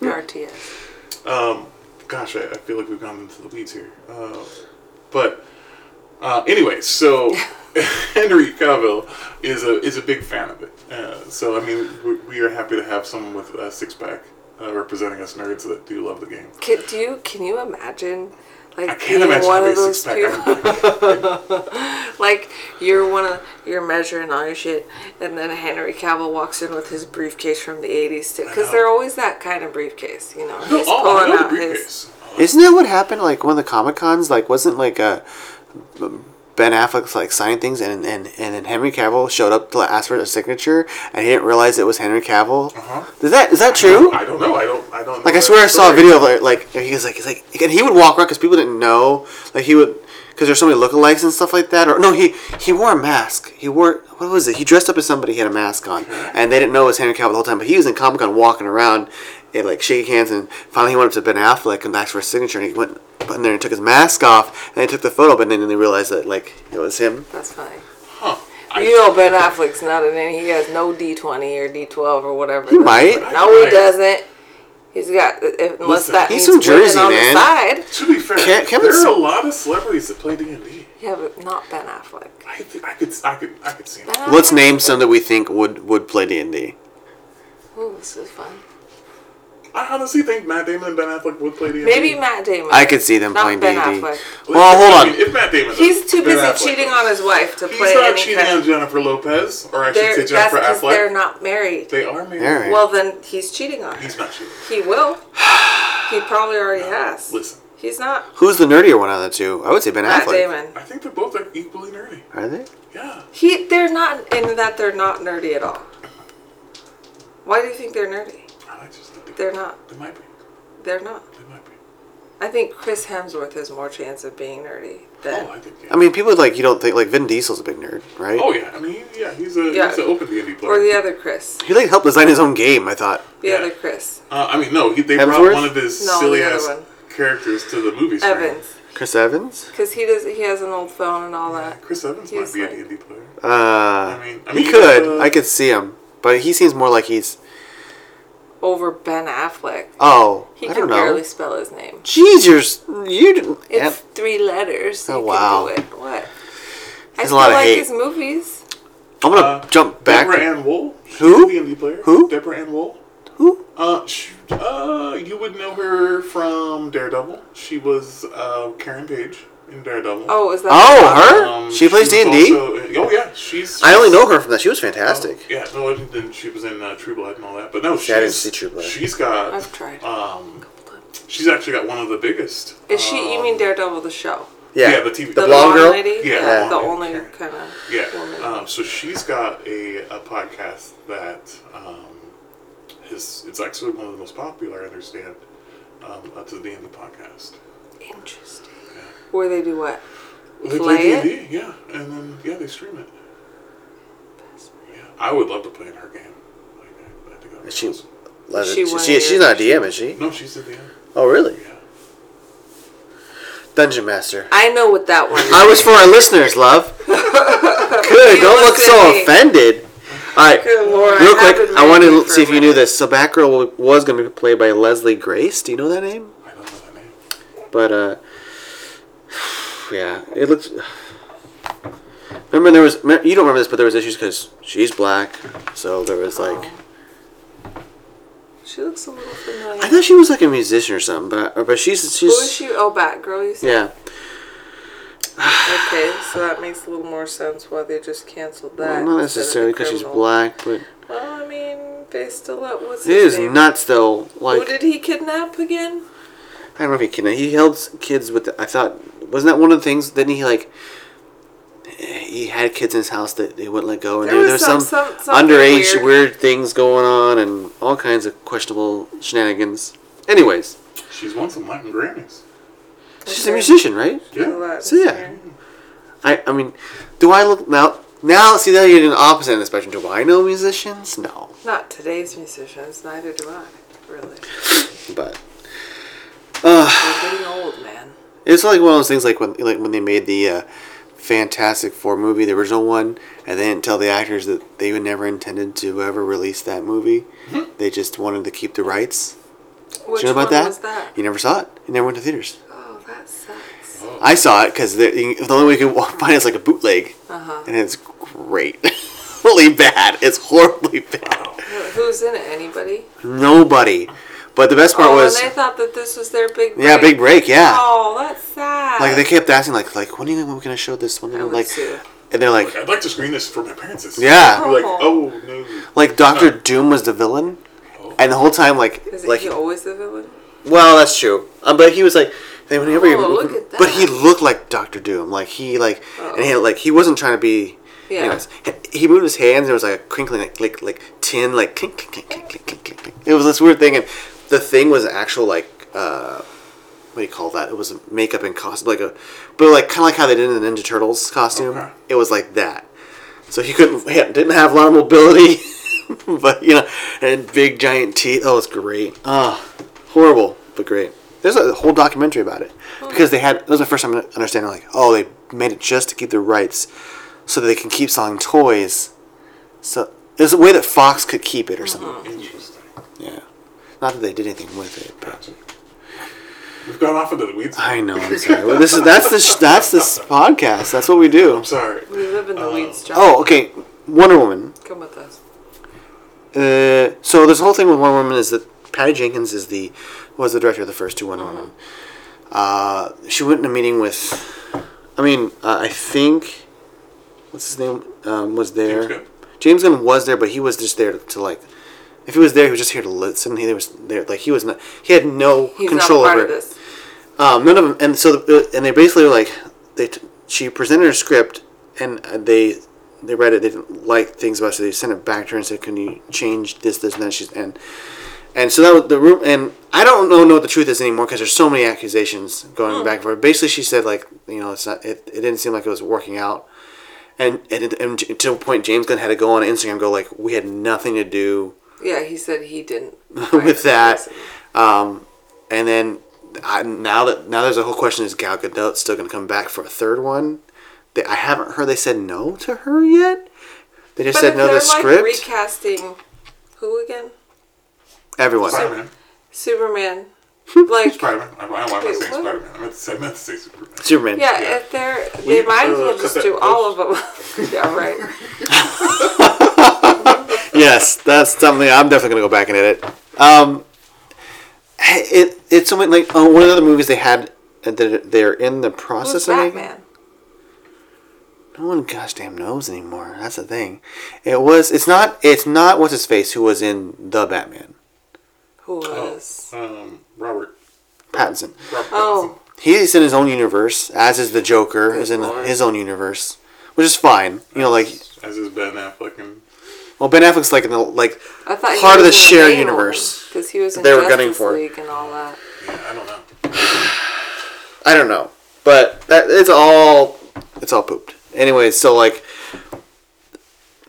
S3: Your RTS.
S2: Um, gosh, I, I feel like we've gone into the weeds here. Uh, but uh, anyway, so Henry Cavill is a is a big fan of it. Uh, so I mean, we, we are happy to have someone with a six pack uh, representing us nerds that do love the game.
S3: Can, do you, can you imagine, like,
S2: I can't
S3: being
S2: imagine
S3: one
S2: having
S3: of
S2: a six
S3: those
S2: pack.
S3: people? Like you're one of you're measuring all your shit, and then Henry Cavill walks in with his briefcase from the '80s because
S2: know.
S3: they're always that kind of briefcase, you know.
S2: No,
S3: he's
S2: all Oh, I
S3: pulling
S2: know the
S3: out his.
S2: briefcase.
S1: Isn't that what happened? Like one of the Comic Cons, like wasn't like a Ben Affleck's like signing things, and and and then Henry Cavill showed up to ask for a signature, and he didn't realize it was Henry Cavill.
S2: Uh-huh.
S1: Is that is that true?
S2: I don't know. I don't. I don't.
S1: Like
S2: know
S1: I swear I
S2: that
S1: saw a
S2: story.
S1: video of like, like he was like he's like and he would walk around because people didn't know like he would because there's so many lookalikes and stuff like that or no he he wore a mask he wore what was it he dressed up as somebody he had a mask on and they didn't know it was Henry Cavill the whole time but he was in Comic Con walking around and like shaking hands and finally he went up to Ben Affleck and asked for a signature and he went in there and took his mask off and they took the photo but then they realized that like it was him
S3: That's funny.
S2: Huh. I-
S3: You know Ben Affleck's not in any. He has no D20 or D12 or whatever.
S1: he might
S3: No, he
S2: Right.
S3: doesn't. He's got if, unless
S2: Listen,
S3: that
S1: he's
S3: he's
S1: from
S3: means
S1: Jersey,
S3: Jersey, on
S1: man.
S3: the side.
S2: To be fair,
S1: Can't- can't
S2: there
S1: we-
S2: are a lot of celebrities that play D and D.
S3: Yeah, but not Ben Affleck.
S2: I think I could I could I could see
S3: Ben
S2: it.
S3: Affleck.
S1: let's name some that we think would would play D and D
S3: Ooh, this is fun.
S2: I honestly think Matt Damon and Ben Affleck would play D&D.
S3: Maybe Matt Damon.
S1: I could see them
S3: Not
S1: playing D
S3: Ben
S1: and D
S3: Affleck.
S1: well
S2: I
S1: hold
S2: mean,
S1: on
S2: If Matt Damon,
S3: He's too
S2: Ben
S3: busy
S2: Affleck
S3: cheating
S2: does.
S3: on his wife to play
S2: He's not
S3: any
S2: cheating
S3: kind
S2: on Jennifer Lopez, or I should
S3: They're,
S2: say
S3: that's
S2: Jennifer
S3: because they're
S2: Affleck.
S3: not married.
S2: They are married.
S1: They're-
S3: Well, then he's cheating on her.
S2: He's not cheating.
S3: He will. He probably already has.
S2: Listen,
S3: He's not
S1: Who's the nerdier one out of the two? I would say Ben
S3: Matt
S1: Affleck.
S3: Damon.
S2: I think they're both are equally nerdy.
S1: Are they?
S2: Yeah,
S3: He, they're not in that they're not nerdy at all. Why do you think they're nerdy?
S2: I just think they
S3: They're not.
S2: They might be.
S3: They're not.
S2: They might be.
S3: I think Chris Hemsworth has more chance of being nerdy than.
S2: Oh, I think. Yeah.
S1: I mean, people like you don't think like Vin Diesel's a big nerd, right?
S2: oh yeah. I mean, he- yeah. He's a
S3: Yeah.
S2: he's an open D and D player.
S3: or the other Chris.
S1: He like helped design his own game. I thought.
S3: The
S2: Yeah.
S3: other Chris.
S2: uh, I mean, no. He, they
S1: Hemsworth?
S2: brought one of his
S3: No, the
S2: silly
S3: other
S2: ass
S3: one.
S2: characters to the movies.
S3: Evans.
S1: Chris Evans.
S3: Because he does. He has an old phone and all that.
S2: Chris Evans
S3: He's
S2: might be a
S3: like-
S2: D and D player.
S1: Uh,
S2: mean- I
S1: he
S2: mean,
S1: could.
S2: uh,
S1: I could see him, but he seems more like he's.
S3: Over Ben Affleck.
S1: Oh,
S3: He
S1: I
S3: can
S1: don't know.
S3: barely spell his name.
S1: Jeez, you're s- you didn't.
S3: It's three letters.
S1: Oh,
S3: you
S1: wow.
S3: Can do it. What? I
S1: There's a
S3: still
S1: lot of
S3: like
S1: hate.
S3: his movies.
S1: I'm gonna
S2: Uh,
S1: jump back.
S2: Deborah Ann Wool. She's
S1: Who?
S2: a D&D player.
S1: Who?
S2: Deborah Ann Wool.
S1: Who?
S2: Uh, sh uh, you would know her from Daredevil. She was uh, Karen Page in Daredevil. Um,
S3: Oh, is that?
S1: Oh, her. she plays
S2: was
S1: D and D.
S2: also Oh, in- Oh yeah, she's.
S1: I only know her from that. She was fantastic.
S2: Yeah, no, I didn't. She was in uh, True Blood and all that, but no, she's,
S1: I didn't see True Blood.
S2: She's got.
S3: I've tried.
S2: Um, she's actually got one of the biggest. um,
S3: Is she? You mean Daredevil the show?
S1: Yeah.
S2: yeah, the TV
S1: Oh. The
S2: The
S1: blonde
S3: blonde
S1: girl.
S3: lady.
S2: Yeah,
S3: Yeah,
S2: blonde
S3: the
S2: lady.
S3: only
S2: Yeah.
S3: kind of.
S2: Yeah.
S1: Uh,
S2: Um, so she's got a, a podcast that um, is it's actually one of the most popular, I understand, um, up to the D&D podcast.
S3: Interesting. Where they do what?
S2: Well, they
S3: Play
S2: play
S3: it?
S2: D&D, yeah, and then yeah, they stream it. Yeah, I would love to play in her game. Like, I, I think that would be
S1: Is she,
S2: awesome.
S1: love it.
S3: She
S1: she,
S3: one
S1: she-
S3: of
S1: she's
S3: your-
S1: not a DM, is she?
S2: No, she's a DM.
S1: Oh, really?
S2: Yeah.
S1: Dungeon master.
S3: I know what that one. is.
S1: I was for our listeners, love. Good, don't look
S3: looked at
S1: so
S3: me.
S1: offended. All right,
S3: Good Lord,
S1: real
S3: I
S1: quick,
S3: haven't
S1: I
S3: married
S1: wanted
S3: you
S1: to
S3: for
S1: see
S3: a
S1: if you knew
S3: minute.
S1: this. So Batgirl was going to be played by Leslie Grace. Do you know that name?
S2: I don't know that name.
S1: But uh, yeah, it looks. Remember there was me- you don't remember this, but there was issues because she's black, so there was like
S3: She looks a little familiar.
S1: I thought she was like a musician or something, but I, but she's she's
S3: Who is she? Oh, Batgirl, you said?
S1: yeah.
S3: Okay, so that makes a little more sense why they just canceled that.
S1: Well, not
S3: instead of
S1: necessarily
S3: the
S1: because she's
S3: criminal.
S1: black, but
S3: Well, I mean, they still let what's
S1: it
S3: his
S1: is
S3: name?
S1: nuts though.
S3: Who
S1: Like
S3: did he kidnap again?
S1: I don't know if he kidnapped. He held s- kids with. The, I thought wasn't that one of the things? Didn't he like? He had kids in his house that they wouldn't let go, and
S3: There
S1: there,
S3: was
S1: there's
S3: some-
S1: some,
S3: some- something
S1: underage
S3: weird.
S1: weird. things going on, and all kinds of questionable shenanigans. Anyways,
S2: She's won some Latin Grammys.
S1: she's
S3: Okay.
S1: a musician, right?
S3: The
S2: Yeah.
S3: Latin
S1: So, yeah.
S3: singer.
S1: I, I mean, do I look now? Now, see, now you're in the opposite end of the spectrum. Do I know musicians? No,
S3: Not today's musicians, neither do I, really.
S1: but
S3: We're getting old, man.
S1: It's like one of those things, like when like when they made the uh, Fantastic Four movie, the original one, and they didn't tell the actors that they would never intended to ever release that movie. They just wanted to keep the rights.
S3: Mm-hmm. Which
S1: Did you know about
S3: one
S1: that?
S3: was that?
S1: You never saw it. You never went to theaters.
S3: Oh, that sucks.
S1: I saw it because the, the only way you can find it is like a bootleg,
S3: Uh-huh.
S1: and it's great. really bad. It's horribly bad.
S3: Who- Who's in it? Anybody?
S1: Nobody. But the best part
S3: Oh,
S1: was,
S3: and they thought that this was their big break.
S1: yeah, big break, yeah.
S3: Oh, that's sad.
S1: Like they kept asking, like, like when are you going to show this? When are
S3: I
S1: you,
S3: would
S1: like,
S3: sue.
S1: and they're like,
S2: I'd like to screen this for my parents. It's
S1: Yeah.
S2: Like, oh, no.
S1: Like Doctor Doom was the villain, and the whole time, like,
S3: Is
S1: like,
S3: he always the villain?
S1: well, that's true. Um, but he was like, they- whenever he-
S3: Oh, look at
S1: but he
S3: that. Oh.
S1: looked like Doctor Doom. Like he, like, and he had, like he wasn't trying to be.
S3: Yeah.
S1: Anyways, he moved his hands. and There was like a crinkling, like, like, like tin, like clink, clink, clink, clink, clink, clink, clink. It was this weird thing, and the thing was actual like. uh what do you call that? It was makeup and costume, like a, but like kind of like how they did in the Ninja Turtles costume.
S2: Okay.
S1: It was like that, so he couldn't, he didn't have a lot of mobility, but you know, and big giant teeth. Oh, it's great. Ah, horrible, but great. There's a whole documentary about it because they had. That was the first time I understanding. Like, oh, they made it just to keep their rights, so that they can keep selling toys. So there's a way that Fox could keep it or something.
S2: Interesting.
S1: Yeah, not that they did anything with it, but.
S2: Gotcha. We've gone off into the weeds.
S1: I know. I'm sorry. Well, this is that's the sh- that's this podcast. That's what we do.
S2: Sorry.
S3: We live in the weeds, John.
S1: Oh, okay. Wonder Woman.
S3: Come with us.
S1: Uh, so this whole thing with Wonder Woman is that Patty Jenkins is the was the director of the first two Wonder Woman. Uh, she went in a meeting with, I mean, uh, I think, what's his name um, was there.
S2: James Gunn.
S1: James Gunn was there, but he was just there to like. If he was there, he was just here to listen. He was there, like he was not. He had no
S3: He's
S1: control
S3: not part
S1: over
S3: of
S1: it.
S3: this.
S1: Um, none of them, and so the, and they basically were like they t- she presented her script and uh, they they read it they didn't like things about it so they sent it back to her and said can you change this this and that she's and and so that was the room and I don't know know what the truth is anymore because there's so many accusations going back and forth. Basically, she said like you know it's not it, it didn't seem like it was working out. And, and, and to a point, James Gunn had to go on Instagram, and go like, "We had nothing to do
S3: Yeah, he said he didn't.
S1: with that.
S3: Listen.
S1: Um, and then I, now that now there's a whole question: Is Gal Gadot still going to come back for a third one? They, I haven't heard they said no to her yet. They just
S3: But
S1: said
S3: if
S1: no to
S3: they're
S1: the
S3: like
S1: script.
S3: recasting who again?
S1: Everyone.
S2: Spider-Man.
S3: Superman. Like
S2: Spider-Man. I, I, why am I
S3: Wait,
S2: saying
S3: what?
S2: Spider-Man? I meant to say, I meant to say Superman.
S1: Superman.
S3: yeah,
S2: Yeah.
S3: if they're they
S2: We-
S3: might as well
S2: uh,
S3: just
S2: cut
S3: do
S2: that
S3: all of them. yeah, right.
S1: Yes, that's something I'm definitely going to go back and edit. Um, it it's something like oh, one of the other movies they had uh, that they're in the
S3: Who's
S1: process of making.
S3: Batman?
S1: No one gosh damn knows anymore. That's the thing. It was it's not it's not what's his face who was in the Batman.
S3: Who
S1: Oh.
S3: was?
S2: Um, Robert.
S1: Pattinson.
S2: Robert
S3: Oh.
S1: He's in his own universe, as is the Joker, is in
S3: lord.
S1: his own universe. Which is fine. You know, like
S2: Pattinson, As is Ben Affleck and
S1: well Ben Affleck's like in the like
S3: I thought
S1: part of the shared universe
S3: because he was in
S1: they were
S3: Justice
S1: gunning for.
S3: League and all that.
S2: yeah, I don't know.
S1: I don't know. But that it's all it's all pooped. Anyways, so like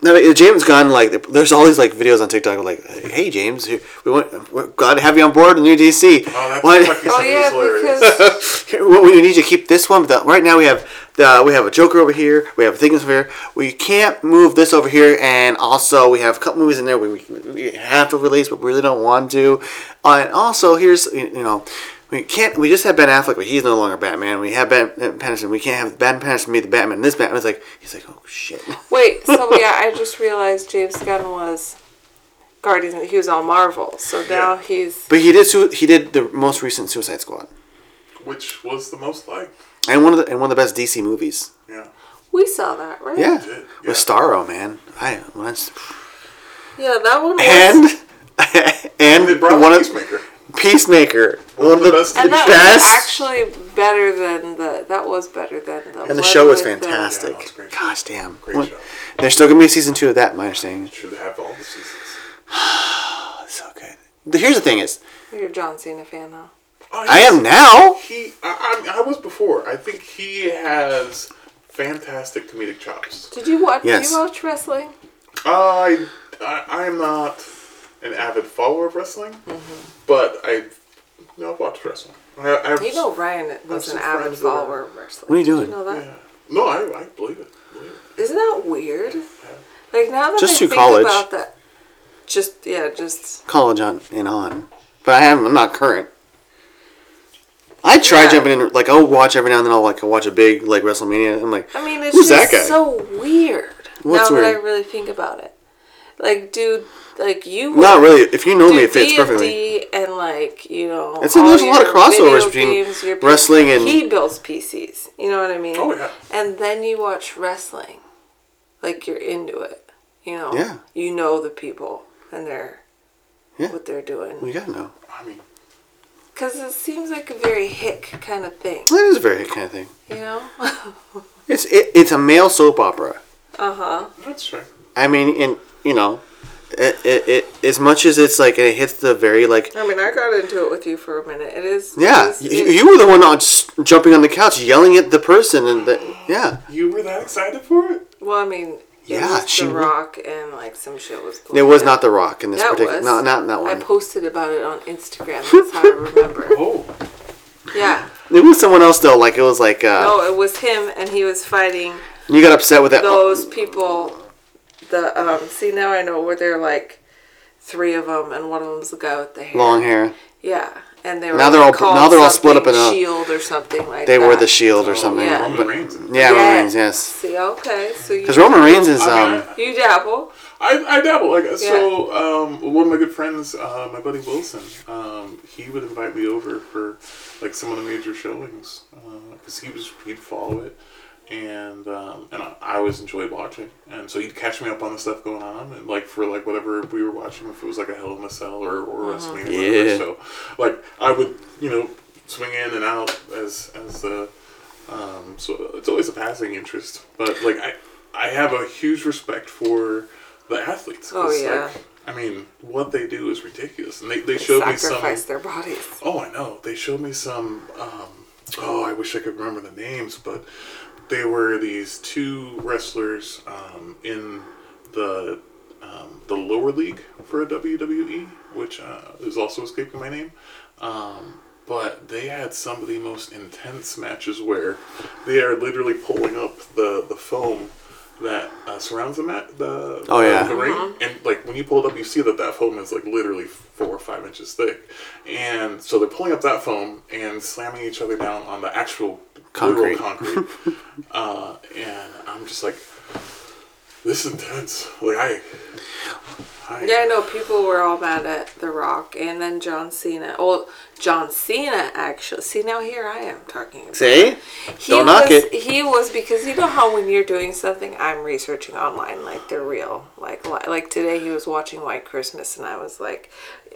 S1: now, uh, James Gunn, like, there's all these like videos on TikTok, like, "Hey James, here- we want, we're glad to have you on board in New DC.
S2: Oh, that's
S1: Why-
S2: fucking
S3: Oh
S2: hilarious.
S3: yeah, because
S1: Here, what we need to keep this one. The, right now we have the we have a Joker over here. We have things over here. We can't move this over here, and also we have a couple movies in there we, we, we have to release, but we really don't want to. Uh, and also here's you you know We can't. We just had Ben Affleck, but he's no longer Batman. We have Ben uh, Pattinson. We can't have Ben Pattinson be the Batman. This Batman's like he's like oh shit.
S3: Wait, so yeah, I just realized James Gunn was Guardians. He was all Marvel, so now
S2: Yeah.
S3: he's
S1: But he did. Su- he did the most recent Suicide Squad
S2: Which was the most liked.
S1: and one of the and one of the best DC movies.
S2: Yeah.
S3: we saw that right.
S1: Yeah,
S2: Oh, did, yeah.
S1: with Starro, man. I when I s-
S3: yeah, that one was.
S1: and and
S2: And they brought
S1: one
S2: one
S1: of
S2: Peacemaker.
S1: Peacemaker, one, of the best.
S3: and that
S1: best.
S3: was actually better than the that was better than the
S1: and the
S3: one
S1: show was
S3: with uh, the-
S1: fantastic.
S2: Yeah, that was great.
S1: Gosh damn.
S2: Great
S1: What-
S2: show.
S1: There's still gonna be a season two of that, my understanding.
S2: Should have all the seasons.
S1: Oh, so good. The- Here's the thing is,
S3: You're a John Cena fan now.
S2: Oh,
S1: I
S2: yes.
S1: am now.
S2: He, I, I, I was before. I think he has fantastic comedic chops.
S3: Did you watch?
S1: Yes.
S3: Did you watch wrestling?
S2: I, I, I'm not an avid follower of wrestling, but I, you know, I've watched wrestling. I, I've,
S3: You know Ryan was
S2: some
S3: an avid
S2: friends that are-
S3: follower of wrestling.
S1: What are you
S3: Did
S1: doing?
S3: know that?
S2: Yeah. No, I, I believe it. Believe it.
S3: Isn't that weird? Like now that
S1: Just
S3: I
S1: through
S3: think
S1: college.
S3: about that, just yeah, just
S1: College on and on, but I am. I'm not current. I try
S3: Yeah.
S1: jumping in, like I'll watch every now and then. I'll like watch a big like WrestleMania. and I'm like,
S3: I mean, it's
S1: who's that
S3: just
S1: guy?
S3: so weird.
S1: What's
S3: now that I
S1: weird?
S3: really think about it, like, dude, like you
S1: not really. If you know
S3: do
S1: me, it fits
S3: D&D
S1: perfectly.
S3: And like you know,
S1: It's- there's a lot of
S3: your
S1: crossovers
S3: video
S1: between
S3: your-
S1: wrestling and-
S3: he builds PCs. You know what I mean?
S2: Oh, yeah.
S3: And then you watch wrestling, like you're into it. You know.
S1: Yeah.
S3: You know the people and their
S1: Yeah.
S3: what they're doing
S1: You gotta know.
S2: I mean,
S3: because it seems like a very hick kind of thing.
S1: That is a very kind of thing.
S3: You know.
S1: It's it, it's a male soap opera.
S3: uh huh.
S2: that's true.
S1: I mean, and you know, it, it, it as much as it's like it hits the very like
S3: I mean, I got into it with you for a minute. It is. it
S1: yeah,
S3: is-
S1: you, you were the one on s- jumping on the couch yelling at the person and the, yeah,
S2: You were that excited for it?
S3: Well, I mean,
S1: Yeah,
S3: yeah, was
S1: she
S3: The
S1: wa-
S3: Rock and like some shit was.
S1: it was not the rock in this
S3: That
S1: particular
S3: was.
S1: no not that
S3: I
S1: one.
S3: posted about it on Instagram. That's how I remember.
S2: Oh,
S3: Yeah.
S1: it was someone else though. Like it was like uh,
S3: No, it was him, and he was fighting
S1: you got upset with that.
S3: those people. The um. See, now I know where they're like three of them, and one of them's the guy with the hair.
S1: Long hair.
S3: Yeah, and they were
S1: Now they're all-
S3: like, called
S1: now they're all split up
S3: something
S1: in a-
S3: shield or something like
S1: They
S3: that.
S1: were the shield or something.
S3: Oh, Yeah.
S2: Roman Reigns.
S1: Yeah, Roman Reigns. Yes,
S3: See, okay, so you
S1: because Roman Reigns is
S2: I mean,
S1: um.
S2: I-
S3: you dabble.
S2: I, I dabble. Like so, um, one of my good friends, uh, my buddy Wilson, um, he would invite me over for like some of the major showings because he was he'd follow it, and um, and I, I always enjoyed watching, and so he'd catch me up on the stuff going on, and like for like whatever we were watching, if it was like a Hell in a Cell or or WrestleMania, whatever,
S1: Yeah.
S2: so like I would you know swing in and out as as uh, um, so it's always a passing interest, but like I, I have a huge respect for the athletes. 'cause,
S3: Oh, yeah.
S2: Like, I mean, what they do is ridiculous, and they, they showed me some.
S3: Sacrifice their bodies.
S2: Oh, I know. They showed me some. Um, oh, I wish I could remember the names, but they were these two wrestlers um, in the um, the lower league for a WWE, which uh, is also escaping my name. Um, but they had some of the most intense matches where they are literally pulling up the, the foam that uh, surrounds the mat, the,
S1: Oh,
S2: the-
S1: yeah.
S2: the ring, and like when you pull it up, you see that that foam is like literally four or five inches thick, and so they're pulling up that foam and slamming each other down on the actual
S1: Concrete.
S2: literal concrete, uh, and I'm just like, this is intense. Like I, I
S3: Yeah, I know people were all mad at The Rock and then John Cena. Oh, John Cena actually. See, now here I am talking. About
S1: See,
S3: he
S1: don't
S3: was,
S1: knock it.
S3: He was because you know how when you're doing something, I'm researching online like they're real. Like li- like today, he was watching White Christmas, and I was like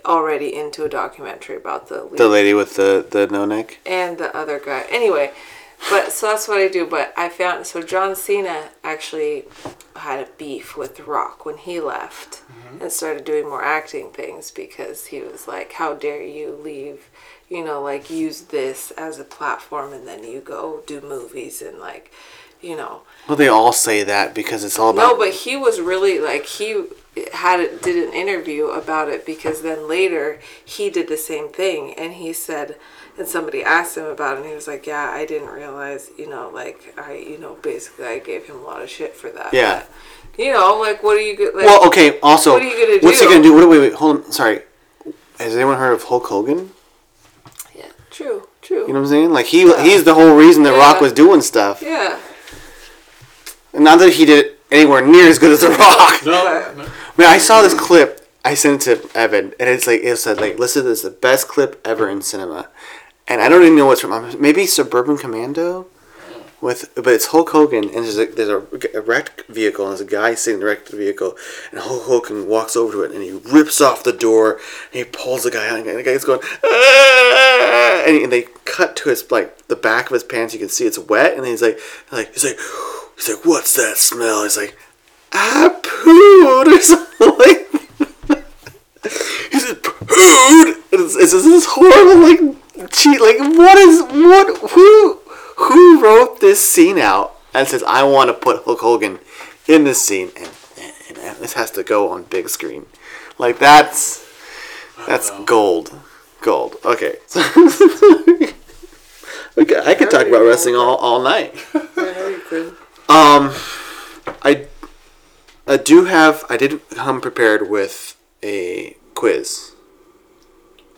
S3: already into a documentary about the
S1: The lady with the the no neck.
S3: and the other guy. Anyway, but so that's what I do. But I found so John Cena actually had a beef with The Rock when he left and started doing more acting things because he was like, "How dare you leave?" You know, like use this as a platform, and then you go do movies and like, you know.
S1: Well, they all say that because it's all about
S3: No, Oh, but he was really like he had it, did an interview about it because then later he did the same thing and he said and somebody asked him about it and he was like, "Yeah, I didn't realize, you know, like I, you know, basically I gave him a lot of shit for that."
S1: Yeah.
S3: But, you know, like what are you go- like
S1: Well, okay. Also,
S3: What are you gonna
S1: what's he
S3: do?
S1: gonna do? Wait, wait, wait. Hold on. Sorry. Has anyone heard of Hulk Hogan?
S3: Yeah, True. True.
S1: You know what I'm saying? Like he he's the whole reason that Rock
S3: Yeah.
S1: was doing stuff.
S3: yeah.
S1: And not that he did it anywhere near as good as the Rock.
S2: No, no.
S1: Man, I saw this clip. I sent it to Evan, and it's like it said like, "Listen, this is the best clip ever in cinema," and I don't even know what's from. Maybe Suburban Commando, with but it's Hulk Hogan, and there's a there's a, a wrecked vehicle, and there's a guy sitting in the wrecked vehicle, and Hulk Hogan walks over to it, and he rips off the door, and he pulls the guy out, and the guy's going, "Ah!" and, and they cut to his like the back of his pants. You can see it's wet, and then he's like, like he's like, he's like, "What's that smell?" He's like. I pooed or something Ah, like He said, pooed. It's, it's just this horrible, like, cheat. Like, what is, what, who, who wrote this scene out and says, I want to put Hulk Hogan in this scene and, and, and this has to go on big screen? Like, that's, that's gold. Gold. Okay. we could, I could talk about wrestling all, all night.
S3: I know you could.
S1: Um, I, I do have. I did come prepared with a quiz.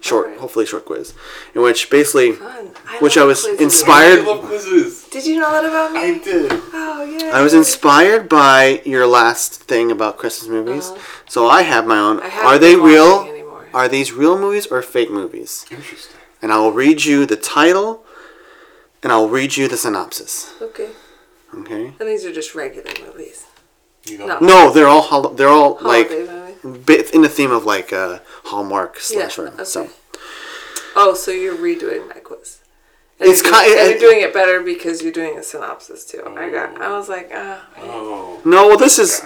S1: Short,
S3: Alright.
S1: hopefully short quiz, in which basically,
S3: Fun. I
S1: which
S3: love
S1: I was
S3: quizzes.
S2: I
S1: inspired.
S2: love quizzes.
S3: Did you know that about me?
S2: I did.
S3: Oh yeah.
S1: I was inspired by your last thing about Christmas movies, so I have my own.
S3: Uh-huh. I haven't
S1: Are they
S3: been watching
S1: real?
S3: anymore.
S1: Are these real movies or fake movies?
S2: Interesting.
S1: And I will read you the title, and I'll read you the synopsis.
S3: Okay.
S1: Okay.
S3: And these are just regular movies.
S2: You know,
S3: No.
S1: No, they're all hol- they're all like
S3: Holiday movies.
S1: bit in the theme of like uh, Hallmark slasher.
S3: okay.
S1: So
S3: Oh, so you're redoing my quiz. And
S1: It's
S3: you're doing-
S1: ki-
S3: and you're
S1: it-
S3: doing it better because you're doing a synopsis too. I got. I was like, ah,
S2: Oh,
S1: no, well, this is.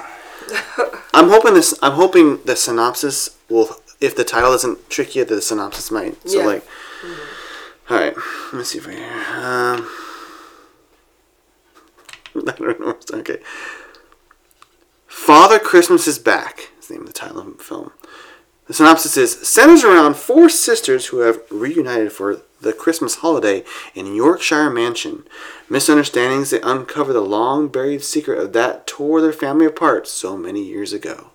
S1: I'm hoping this. I'm hoping the synopsis will. If the title doesn't trick you, the synopsis might. So
S3: Yeah.
S1: like. All right. Let me see if I hear. Um, I don't know. what's- Okay. Father Christmas is back. Is the name of the title of the film. The synopsis is centers around four sisters who have reunited for the Christmas holiday in Yorkshire Mansion. Misunderstandings that uncover the long buried secret of that tore their family apart so many years ago.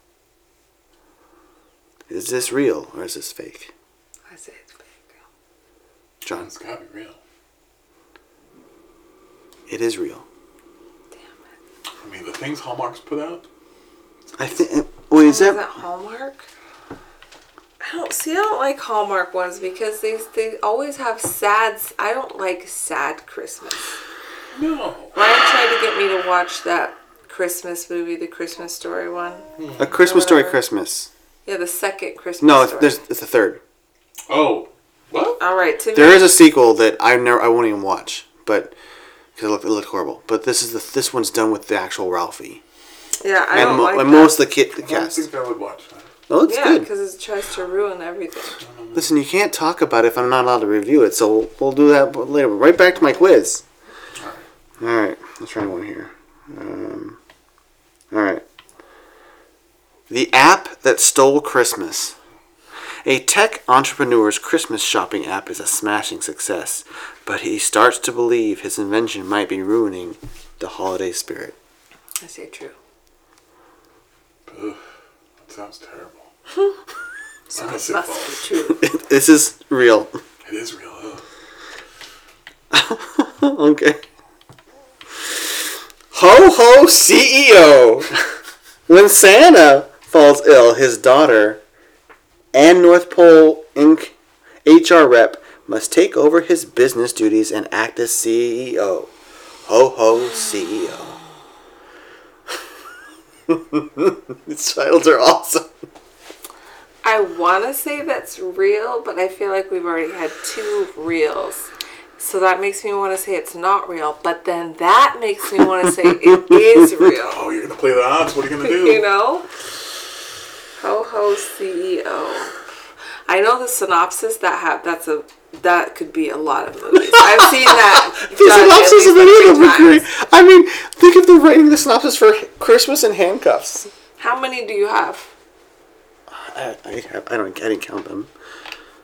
S1: Is this real or is this fake?
S3: I say it's fake.
S1: John,
S2: it's gotta be real.
S1: it is real.
S3: Damn it.
S2: I mean, the things Hallmark's put out.
S1: I think. Wait, is
S3: Is
S1: that?
S3: that Hallmark? I don't see. I don't like Hallmark ones because they they always have sad. s- I don't like sad Christmas.
S2: No.
S3: Ryan tried to get me to watch that Christmas movie, the Christmas Story one.
S1: A Christmas Story
S3: Whatever.
S1: Christmas.
S3: Yeah, the second Christmas.
S1: No, it's,
S3: Story.
S1: there's, it's the third.
S2: Oh, what?
S3: All right, Timmy.
S1: There is a sequel that I never, I won't even watch, but because it looked, it looked horrible. But this is the this one's done with the actual Ralphie
S3: yeah, I
S1: and,
S3: don't
S1: mo-
S3: like
S1: and
S3: that.
S1: most of the kid the
S2: I don't
S1: cast.
S2: think I would watch that.
S1: Oh, it's
S3: Yeah,
S1: good.
S3: because it tries to ruin everything.
S1: Listen, you can't talk about it if I'm not allowed to review it, so we'll, we'll do that later. But right back to my quiz. All right, let's try one here. Um, all right. The app that stole Christmas. A tech entrepreneur's Christmas shopping app is a smashing success, but he starts to believe his invention might be ruining the holiday spirit.
S3: I say true.
S2: Ugh, that sounds terrible.
S3: So
S2: Must
S3: it
S2: be
S3: must be true.
S1: this is real.
S2: It is real. Ugh.
S1: okay. Ho ho CEO. when Santa falls ill, his daughter and North Pole Inc. HR rep must take over his business duties and act as CEO. Ho ho E CEO. These titles are awesome.
S3: I want to say that's real, but I feel like we've already had two reels. So that makes me want to say it's not real, but then that makes me want to say it is real.
S2: Oh, you're gonna play the odds. What are you gonna do?
S3: You know? Ho ho CEO. I know the synopsis that have that's a that could be a lot of movies. I've seen that.
S1: The
S3: done at
S1: synopsis of
S3: least
S1: any of
S3: three
S1: them are
S3: times.
S1: great. I mean, think of the writing the synopsis for Christmas and handcuffs.
S3: How many do you have?
S1: I, I, have- I don't. I didn't count them.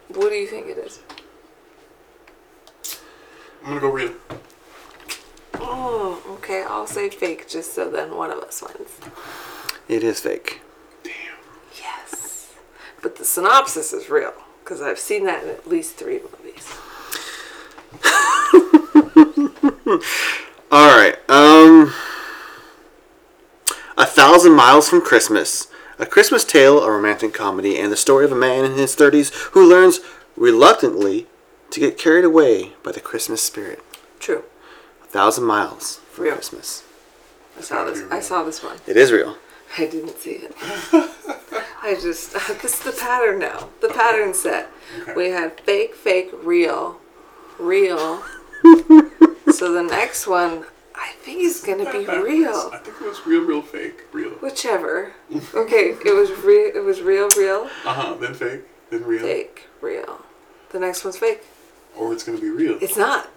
S3: What do you think it is?
S2: I'm gonna go real.
S3: Oh, okay. I'll say fake just so then one of us wins.
S1: It is fake.
S3: Yes. But the synopsis is real because I've seen that in at least three movies.
S1: All right. Um, a thousand miles from Christmas, a Christmas tale, a romantic comedy, and the story of a man in his thirties who learns reluctantly to get carried away by the Christmas spirit.
S3: True.
S1: A thousand miles from
S3: Real.
S1: Christmas.
S3: I saw
S2: gotta
S3: this.
S2: be
S3: I
S2: real.
S3: saw this one.
S1: It is real.
S3: I didn't see it. I just this is the pattern now. The pattern set. We had fake, fake, real, real. so the next one, I think is gonna be
S2: I
S3: real.
S2: think it was real, real fake, real.
S3: Whichever. Okay, it was real. It was real, real,
S2: Uh huh. Then fake, then real,
S3: fake, real. The next one's fake.
S2: or it's gonna be real.
S3: It's not.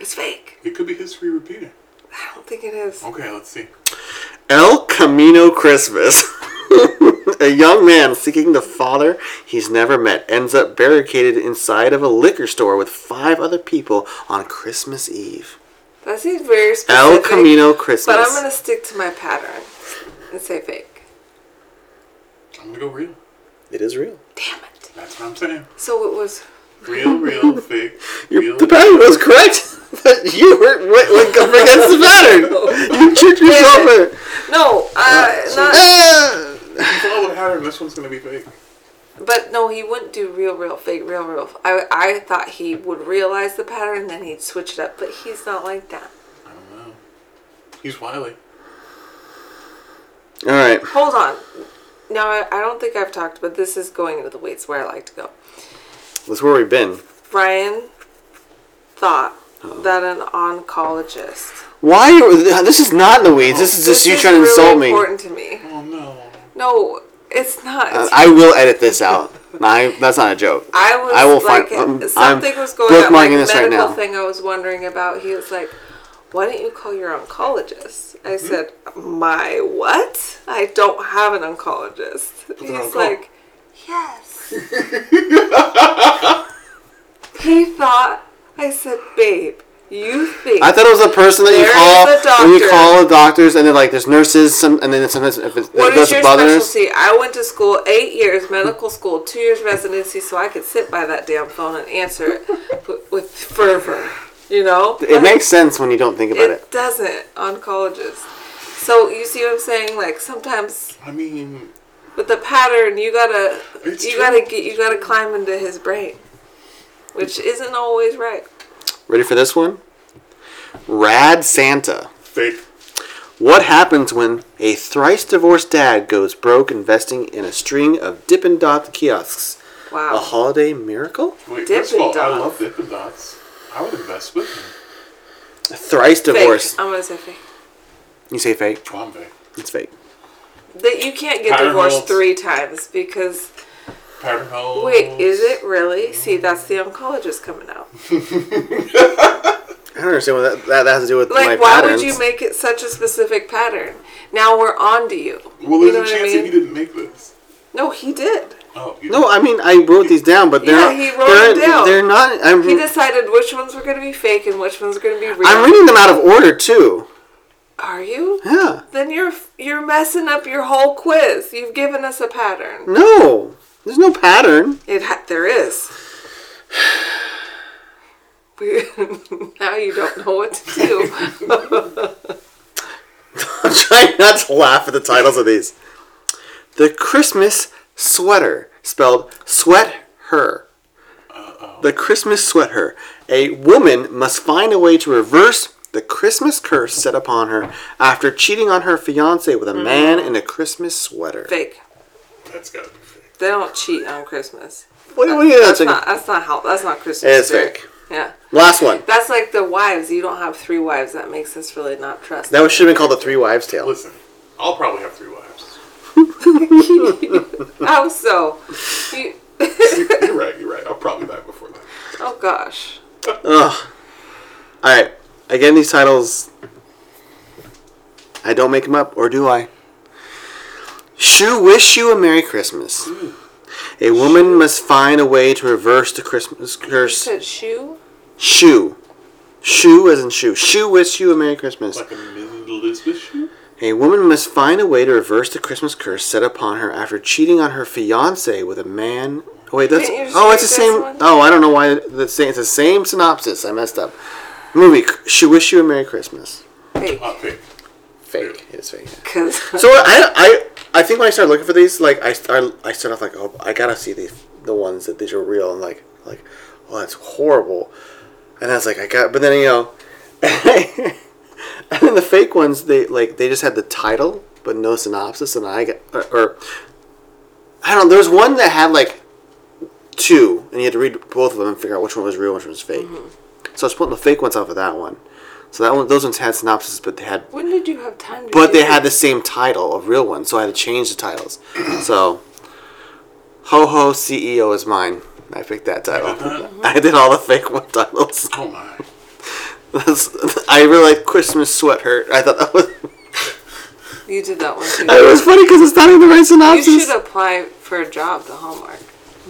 S3: It's fake.
S2: It could be history repeating.
S3: I don't think it is.
S2: Okay, let's see.
S1: El Camino Christmas. a young man seeking the father he's never met ends up barricaded inside of a liquor store with five other people on Christmas Eve.
S3: That seems very specific.
S1: El Camino Christmas.
S3: But I'm gonna stick to my pattern and say fake.
S2: I'm gonna go real.
S1: It is real.
S3: Damn it.
S2: That's what I'm saying.
S3: So it was
S2: Real, real, fake, real.
S1: The pattern was correct. But you were went, went up against the pattern. You tricked yourself. in.
S3: No, uh, not,
S1: Ah.
S2: Follow the pattern. This one's gonna be fake.
S3: but no, he wouldn't do real, real, fake, real, real. I, I thought he would realize the pattern, then he'd switch it up, but he's not like that.
S2: I don't know. He's wily.
S1: All right.
S3: Hold on. Now, I, I don't think I've talked, but this is going into the weights where I like to go.
S1: That's where we've been.
S3: Brian thought
S1: Oh.
S3: that an oncologist.
S1: Why? are- This is not in the weeds. This is just you trying to insult me.
S3: important to me.
S2: Oh no.
S3: No, it's not.
S1: Uh, I will edit this out. I, that's not a joke.
S3: I was
S1: I will
S3: like,
S1: find- I'm-
S3: something
S1: I'm
S3: was going on, like
S1: bookmarking this right
S3: medical
S1: now.
S3: thing I was wondering about. He was like, "Why don't you call your oncologist?" I
S1: Mm-hmm.
S3: said, "My what? I don't have an oncologist."
S2: they're on
S3: He's
S2: call.
S3: like, "Yes." he thought I said, "Babe, you think
S1: I thought it was a person that you
S3: There's
S1: call
S3: the
S1: when you
S3: doctor.
S1: call the doctors, and then like there's nurses, some, and then sometimes if it,
S3: What
S1: it
S3: is
S1: goes to
S3: your
S1: others.
S3: specialty? I went to school eight years, medical school, two years residency, so I could sit by that damn phone and answer it w- with fervor. You know,
S1: It makes sense when you don't think about
S3: it,
S1: it.
S3: doesn't oncologist. So you see what I'm saying? Like sometimes
S2: I mean,
S3: with the pattern, you gotta
S2: It's
S3: you
S2: true.
S3: gotta get you gotta climb into his brain, which isn't always right.
S1: Ready for this one? Rad Santa.
S2: fake.
S1: What happens when a thrice divorced dad goes broke investing in a string of Dippin' Dot kiosks?
S3: Wow.
S1: A holiday miracle?
S2: Wait, first
S3: Dippin'
S2: of all, I
S3: Dots.
S2: love Dippin' Dots. I would invest with him.
S1: A thrice
S3: Fake.
S1: divorced.
S3: I'm gonna say fake.
S1: You say fake?
S2: Oh, I'm fake.
S1: It's fake.
S3: That you can't get
S2: Pattern
S3: divorced
S2: holds.
S3: three times because
S2: Pattern holds.
S3: wait, is it really? See, that's the oncologist coming out.
S1: I don't understand what that, that, that has to do with my
S3: Like, why
S1: patterns.
S3: would you make it such a specific pattern? Now we're on to you.
S2: Well,
S3: you
S2: there's
S3: know
S2: a
S3: what I
S2: chance
S3: mean?
S2: that he didn't make this.
S3: No, he did.
S2: Oh, you
S1: no, I mean I wrote these down, but they're
S3: Yeah,
S1: not.
S3: he wrote
S1: they're,
S3: them down.
S1: They're not. I'm,
S2: Mm.
S3: He decided which ones were going to be fake and which ones were going to be real.
S1: I'm reading them out of order too.
S3: Are you?
S1: Yeah.
S3: Then you're you're messing up your whole quiz. You've given us a pattern.
S1: No, there's no pattern.
S3: It ha- there is. We- now you don't know what to do.
S1: I'm trying not to laugh at the titles of these. The Christmas sweater, spelled sweat her. The Christmas sweat her. A woman must find a way to reverse the Christmas curse set upon her after cheating on her fiance with a
S3: Mm-hmm.
S1: man in a Christmas sweater.
S3: fake.
S2: That's gotta be fake.
S3: They don't cheat on Christmas.
S1: What, what do you
S3: That's
S1: think?
S3: not that's not how that's not Christmas.
S1: Eh, It's
S3: spirit.
S1: fake.
S3: Yeah.
S1: Last one.
S3: That's like the wives. You don't have three wives. That makes us really not trust.
S1: That should have been called the Three Wives Tale.
S2: Listen, I'll probably have three wives.
S3: How so? You,
S2: you're right. You're right. I'll probably die before that.
S3: oh gosh.
S1: All right. Again, these titles. I don't make them up, or do I? Shoo wish you a Merry Christmas. A woman must find a way to reverse the Christmas curse.
S3: Said shoe.
S1: Shoo. Shoo as in shoe. Shoo wish you a Merry Christmas.
S2: Like a Miss Elizabeth shoe?
S1: A woman must find a way to reverse the Christmas curse set upon her after cheating on her fiance with a man. Oh, wait, that's
S3: Didn't you just
S1: oh, it's the
S3: read this
S1: same.
S3: one?
S1: Oh, I don't know why the same. It's the same synopsis. I messed up. Movie. She wish you a Merry Christmas.
S3: Fake.
S2: Hot pick.
S1: Fake. It is fake.
S3: Because
S1: So I, I I think when I started looking for these, like I start I start off like oh I gotta see the the ones that these are real and like like oh that's horrible, and I was like I got but then you know, and then the fake ones they like they just had the title but no synopsis and I got or, or I don't know there was one that had like two and you had to read both of them and figure out which one was real which one was fake, so I was putting the fake ones off of that one, so that one those ones had synopsis but they had
S3: when did you have time to
S1: but
S3: do
S1: they had the
S3: this?
S1: same title of real one, so I had to change the titles. so, Ho Ho CEO is mine. I picked that title. I did all the fake one titles.
S2: Oh my.
S1: That's- I really like Christmas sweat hurt. I thought that was
S3: You did that one
S1: it
S3: too.
S1: was funny because it's not even the right
S3: You should
S1: synopsis.
S3: apply for a job to Hallmark.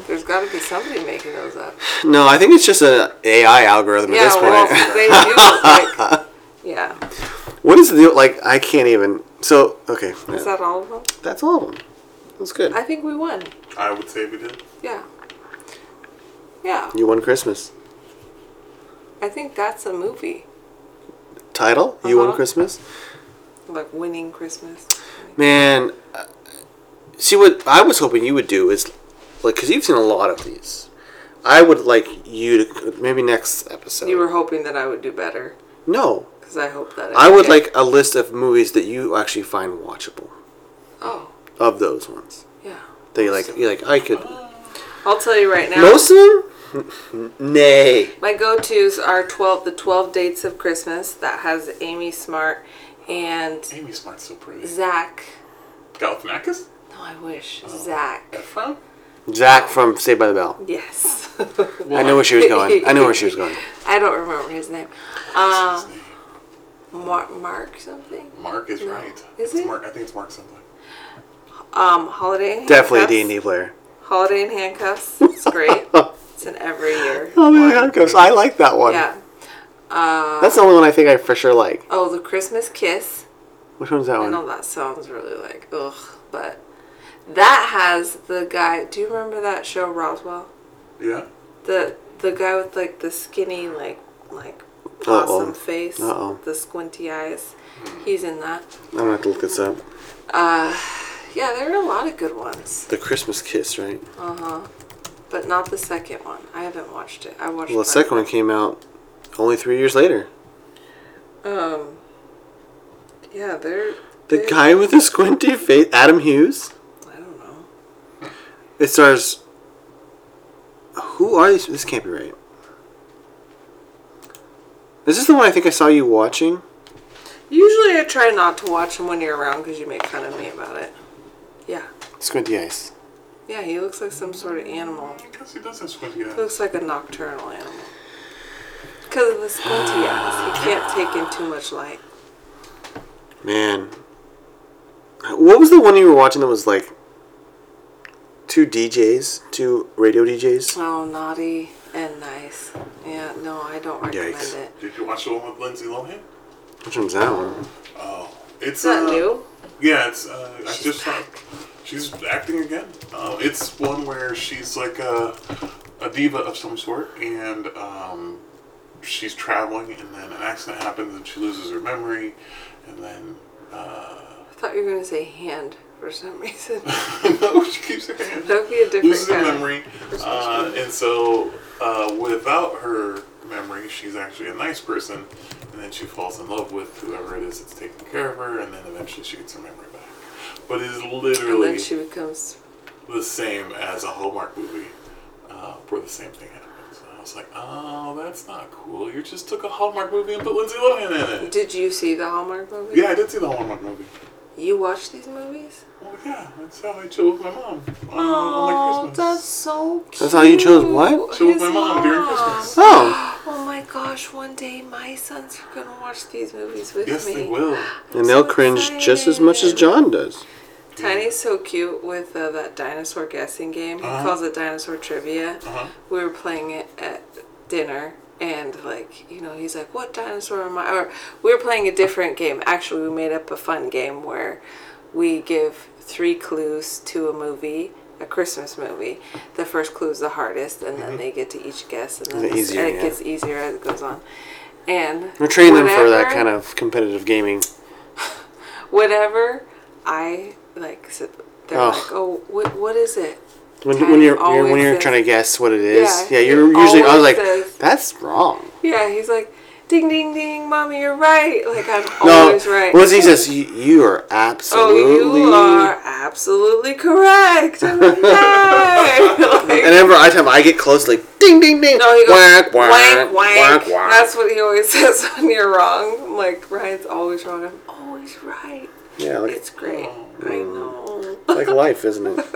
S3: There's got to be somebody making those up.
S1: No, I think it's just an AI algorithm at
S3: Yeah,
S1: this point.
S3: well, they do. Like, yeah.
S1: what is the deal? Like I can't even. So okay,
S3: Is that all of them?
S1: that's all of them. That's good.
S3: I think we won.
S2: I would say we did.
S3: Yeah. Yeah.
S1: you won Christmas
S3: I think that's a movie.
S1: title. You won
S3: Uh-huh.
S1: Christmas.
S3: Like winning Christmas.
S1: Man, uh, see what I was hoping you would do is like because you've seen a lot of these. I would like you to maybe next episode.
S3: You were hoping that I would do better
S1: no,
S3: because I hope that
S1: I would
S3: did.
S1: like a list of movies that you actually find watchable
S3: Oh,
S1: of those ones
S3: yeah.
S1: that you like. You like I could
S3: I'll tell you right now.
S1: most of them. N- n- Nay,
S3: My go-tos are 12 the 12 dates of Christmas that has Amy Smart and
S2: Amy Smart's so pretty.
S3: Zach.
S2: Galifianakis?
S3: No, I wish. Zach.
S2: Efron?
S1: Zach from Saved by the Bell.
S3: Yes.
S1: I knew where she was going. I knew where she was going.
S3: I don't remember his name. Uh,
S2: What's his name?
S3: Mar- Mark something.
S2: Mark is right. It's
S3: Is it?
S2: Mark, I think it's Mark something.
S3: Um Holiday in
S1: Definitely a D and
S3: Handcuffs.
S1: D player.
S3: Holiday in Handcuffs. It's great. it's an every year.
S1: Oh my handcuffs! I like that one.
S3: Yeah.
S1: That's the only one I think I for sure like.
S3: Oh, The Christmas Kiss.
S1: Which one's that
S3: I
S1: one?
S3: know that sounds really like ugh, but that has the guy. Do you remember that show Roswell?
S2: Yeah?
S3: The the guy with like the skinny like like
S1: Uh-oh.
S3: possum face,
S1: Uh-oh.
S3: the squinty eyes. He's in that.
S1: I'm gonna have to look this up.
S3: Yeah, there are a lot of good ones,
S1: The Christmas Kiss, right?
S3: but not the second one. I haven't watched it. I watched
S1: Well, the
S3: part
S1: second one came out only three years later.
S3: of it. Yeah, they're
S1: The
S3: they're-
S1: guy with the squinty face, Adam Hughes.
S3: I don't know.
S1: It stars. Who are these? This can't be right. Is this the one I think I saw you watching?
S3: Usually, I try not to watch them when you're around because you make fun of me about it. Yeah,
S1: Squinty Eyes.
S3: yeah, he looks like some sort of animal.
S2: Because he does have squinty eyes.
S3: He looks like a nocturnal animal. Because of the squinty eyes, he can't take in too much light.
S1: Man. What was the one you were watching that was like two DJs, two radio DJs?
S3: Oh, naughty and nice. Yeah, no, I don't recommend
S1: Yikes.
S3: it.
S2: Did you watch the one with Lindsay Lohan?
S1: Which one's that one?
S2: It's
S3: Is that
S2: uh,
S3: new?
S2: Yeah, it's. Uh, I just saw. She's acting again. Um, it's one where she's like a, a diva of some sort, and um, she's traveling, and then an accident happens, and she loses her memory, and then. Uh,
S3: I thought you were going to say hand for some reason.
S2: no, she keeps her hand.
S3: That would be a different
S2: Loses her
S3: kind of
S2: memory, uh, and so uh, without her memory, she's actually a nice person, and then she falls in love with whoever it is that's taking care of her, and then eventually she gets her memory back. But it is
S3: and
S2: literally
S3: then she becomes.
S2: the same as a Hallmark movie, uh, where the same thing happens. And I was like, oh, that's not cool. You just took a Hallmark movie and put Lindsay Lohan in it.
S3: Did you see the Hallmark movie?
S2: Yeah, I did see the Hallmark movie.
S3: You watch these movies?
S2: Well, yeah, that's how I chill with my mom on, on
S3: Oh,
S2: like
S3: that's
S2: Christmas.
S3: so cute.
S1: That's how you chose what?
S2: Chill with my
S3: His
S2: mom during
S3: mom.
S2: Christmas.
S1: Oh,
S3: Oh my gosh, one day my sons are going to watch these movies with
S2: Yes,
S3: me.
S2: they will.
S1: and they'll cringe just as much as John does.
S3: Tiny's so cute with uh, that dinosaur guessing game. He
S1: Uh-huh.
S3: calls it dinosaur trivia. We were playing it at dinner, and like you know, he's like, "What dinosaur am I?" Or we were playing a different game. Actually, we made up a fun game where we give three clues to a movie. A Christmas movie. The first clue is the hardest, and then they get to each guess, and then
S1: Mm-hmm. The
S3: it's-
S1: easier,
S3: and it
S1: yeah.
S3: gets easier as it goes on. And
S1: We're training them for that
S3: whenever-
S1: kind of competitive gaming.
S3: whenever I like, said- they're
S1: Oh.
S3: like, oh, what, what is it?
S1: When,
S3: Time
S1: when you're, you're when
S3: always
S1: you're
S3: says-
S1: trying to guess what it is, yeah,
S3: Yeah,
S1: you're
S3: it
S1: usually I was
S3: always
S1: like,
S3: says-
S1: that's wrong.
S3: Yeah, he's like, ding, ding, ding, mommy, you're right. Like I'm
S1: No,
S3: always right.
S1: once he says you, you are absolutely,
S3: Oh, you are absolutely correct. I'm like, "Yay!"
S1: and
S3: Like,
S1: every time I get close, like ding ding ding,
S3: no, he goes
S1: whack, whack,
S3: wank, wank.
S1: whack, whack.
S3: That's what he always says when you're wrong. I'm like Ryan's always wrong. I'm always right.
S1: yeah, like, oh,
S3: It's great. I know.
S1: it's like life, isn't it?
S3: What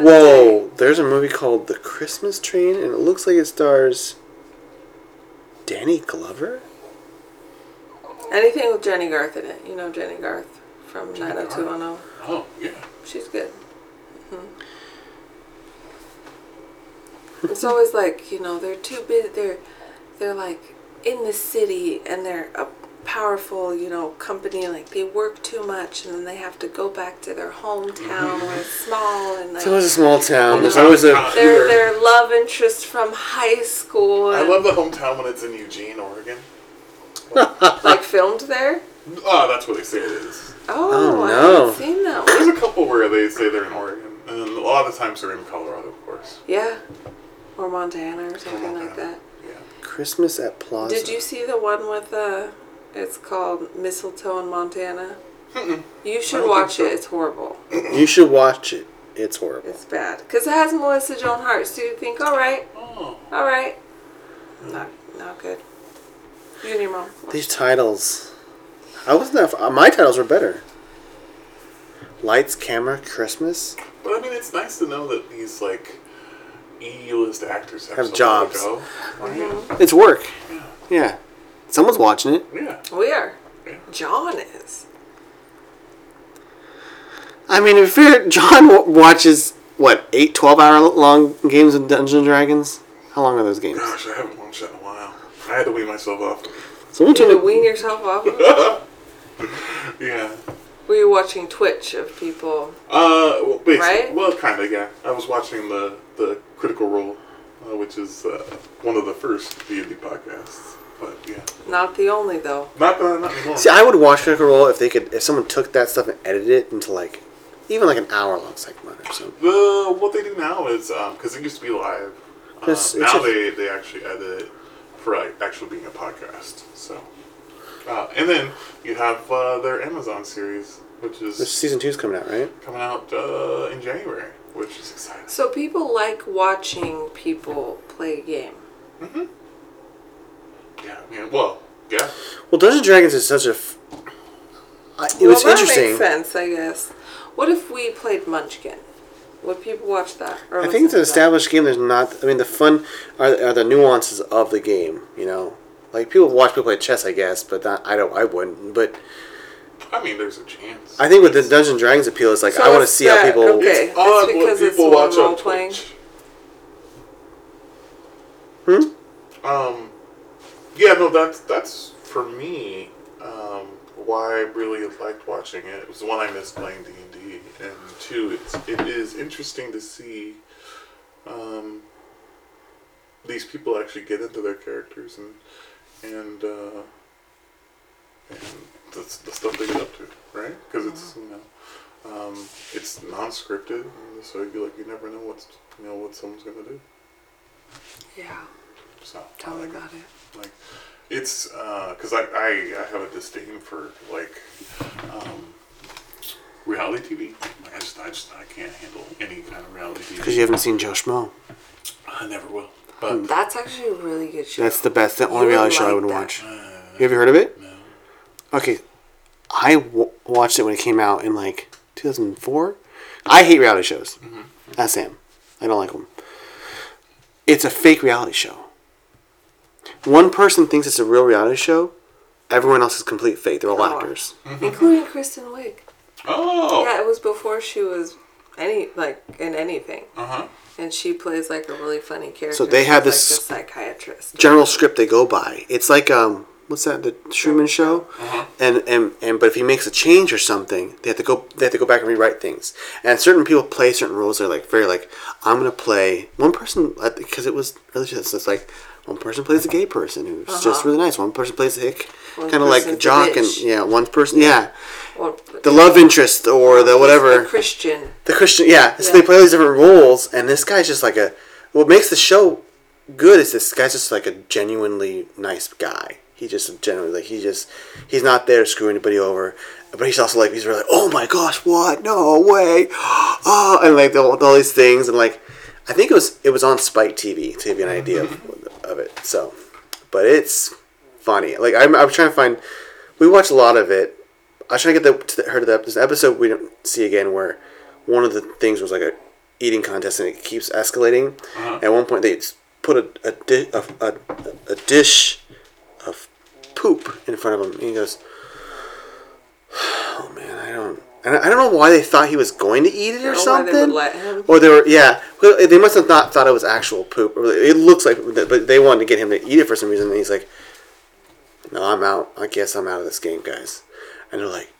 S3: the-
S1: Whoa, there's a movie called The Christmas Train, and it looks like it stars Danny Glover.
S3: Anything with Jenny Garth in it. You know Jenny Garth from 90210.
S2: Oh, yeah.
S3: She's good. hmm it's always like you know they're too big. They're they're like in the city and they're a powerful you know company. Like they work too much and then they have to go back to their hometown where it's small and like
S1: It's always a small town. There's always a
S3: their their love interest from high school.
S2: I
S3: And,
S2: love the hometown when it's in Eugene, Oregon.
S3: like filmed there.
S2: Oh, that's what they say it is.
S3: Oh, I
S1: no.
S3: haven't seen that one.
S2: There's a couple where they say they're in Oregon, and then a lot of the times they're in Colorado, of course.
S3: Yeah, or Montana or something like that.
S2: Yeah.
S1: Christmas at Plaza.
S3: Did you see the one with uh it's called Mistletoe in Montana? You should
S2: don't think
S3: watch
S2: so.
S3: it. It's horrible.
S1: You should watch it. It's horrible.
S3: It's bad. Because it has Melissa Joan Hart, so you think, all right,
S2: Oh,
S3: all right. Not, not good. You and your mom.
S1: These titles. I wasn't that. My titles were better. Lights, camera, Christmas.
S2: but I mean, it's nice to know that these like E-list actors have,
S1: Have
S2: somewhere
S1: jobs.
S2: To go. Right?
S1: It's work. Yeah. Someone's watching it.
S2: Yeah.
S3: We are.
S2: Yeah.
S3: John is.
S1: I mean, if you're, John w- watches, what, eight 12 hour long games of Dungeons and Dragons? How long are those games?
S2: Gosh, I haven't watched that in a while. I had to wean myself off.
S1: Someone
S3: You
S1: turn
S3: had to
S1: it.
S3: wean yourself off of it?
S2: Yeah.
S3: Were you watching Twitch of people?
S2: Uh, well, basically,
S3: Right?
S2: well, kind of, yeah. I was watching the the Critical Role, uh, which is uh, one of the first D and D podcasts. But yeah,
S3: Not the only, though.
S2: not uh, not anymore.
S1: See, I would watch Critical Role if they could, if someone took that stuff and edited it into like, even like an hour long segment or something.
S2: the what they do now is because it used to be live. Uh,
S1: It's- it's
S2: now
S1: just-
S2: they they actually edit it for like, actually being a podcast. So, uh, and then you have uh, their Amazon series, which is
S1: This season two's coming out, right?
S2: coming out uh, in January, which is exciting.
S3: So people like watching people play a game.
S2: Yeah, I mean, well, yeah.
S1: Well, Dungeons and Dragons is such a. F- I, it was
S3: Uh, well,
S1: interesting.
S3: That makes sense, I guess. What if we played Munchkin? Would people watch that? Or
S1: I think it's an
S3: listen to
S1: established game. There's not. I mean, the fun are, are the nuances of the game. You know, like people watch people play chess, I guess, but not, I don't. I wouldn't. But
S2: I mean, there's a chance.
S1: I think with the Dungeons and Dragons appeal is like
S3: So
S1: I want to
S3: it's
S1: see how
S3: that-
S1: people.
S3: okay. It's
S2: odd
S3: because
S2: what
S3: it's
S2: people
S3: more
S2: watch on
S3: role-playing.
S2: Twitch.
S1: Hmm?
S2: Um, yeah, no, that's that's for me. Um, why I really liked watching it. It was one I missed playing D and D, and two, it's it is interesting to see. Um, these people actually get into their characters and and uh, and the, the stuff they get up to, right? Because it's you know. Um, it's non-scripted, and so you like you never know what's you know what someone's gonna do.
S3: that? Yeah,
S2: So I
S3: tell me
S2: like it.
S3: about it.
S2: Like it's because I, I I have a disdain for like um, reality TV. Like I just I just I can't handle any kind of reality
S1: Because
S2: TV.
S1: you haven't seen Joe Schmo.
S2: I never will. But
S3: That's actually a really good show.
S1: That's the best. The only
S3: would
S1: reality show I
S3: like
S1: would
S3: that. Uh,
S1: watch. You ever heard of it?
S2: no.
S1: Okay, I w- watched it when it came out in like 2004. I hate reality shows.
S3: Mm-hmm.
S1: That's Sam. I don't like them. It's a fake reality show. One person thinks it's a real reality show. Everyone else is complete fake. They're all
S3: Oh.
S1: actors.
S3: Including Kristen Wiig.
S2: Oh.
S3: Yeah, it was before she was any like in anything,
S2: Uh
S1: Uh-huh.
S2: huh.
S3: and she plays like a really funny character.
S1: So they had
S3: She's,
S1: this-
S3: like, a psychiatrist.
S1: General script they go by. It's like um, what's that? The Truman Show.
S3: Uh-huh.
S1: And and and but if he makes a change or something, they have to go. They have to go back and rewrite things. And certain people play certain roles. They're like very like I'm gonna play one person because it was really just it's like One person plays a gay person who's just
S3: Uh-huh.
S1: really nice. One person plays a hick,
S3: One
S1: kind of like
S3: person's a
S1: jock, and
S3: bitch.
S1: yeah, one person, yeah,
S3: Or,
S1: the love interest or the whatever.
S3: The Christian.
S1: The Christian, yeah. So
S3: Yeah.
S1: they play all these different roles, and this guy's just like a. What makes the show good is this guy's just like a genuinely nice guy. He just genuinely like he just he's not there to screw anybody over, but he's also like he's really like, oh my gosh, what? No way! Oh, and like all, all these things, and like I think it was it was on Spike TV to give you an idea of, of it. So, but it's funny. Like I'm, I'm trying to find. We watch a lot of it. I was trying to get the, to the heard of that this episode we don't see again where one of the things was like a eating contest and it keeps escalating.
S3: Uh-huh.
S1: At one point they s- put a a, di- a, a a dish of poop in front of him and he goes, "Oh man, I don't." And I I don't know why they thought he was going to eat it or
S3: I don't know why
S1: something.
S3: they would let him.
S1: Or they were, yeah. Well, They must have not thought it was actual poop. Or It looks like, but they wanted to get him to eat it for some reason. And he's like, "No, I'm out. I guess I'm out of this game, guys." And they're like,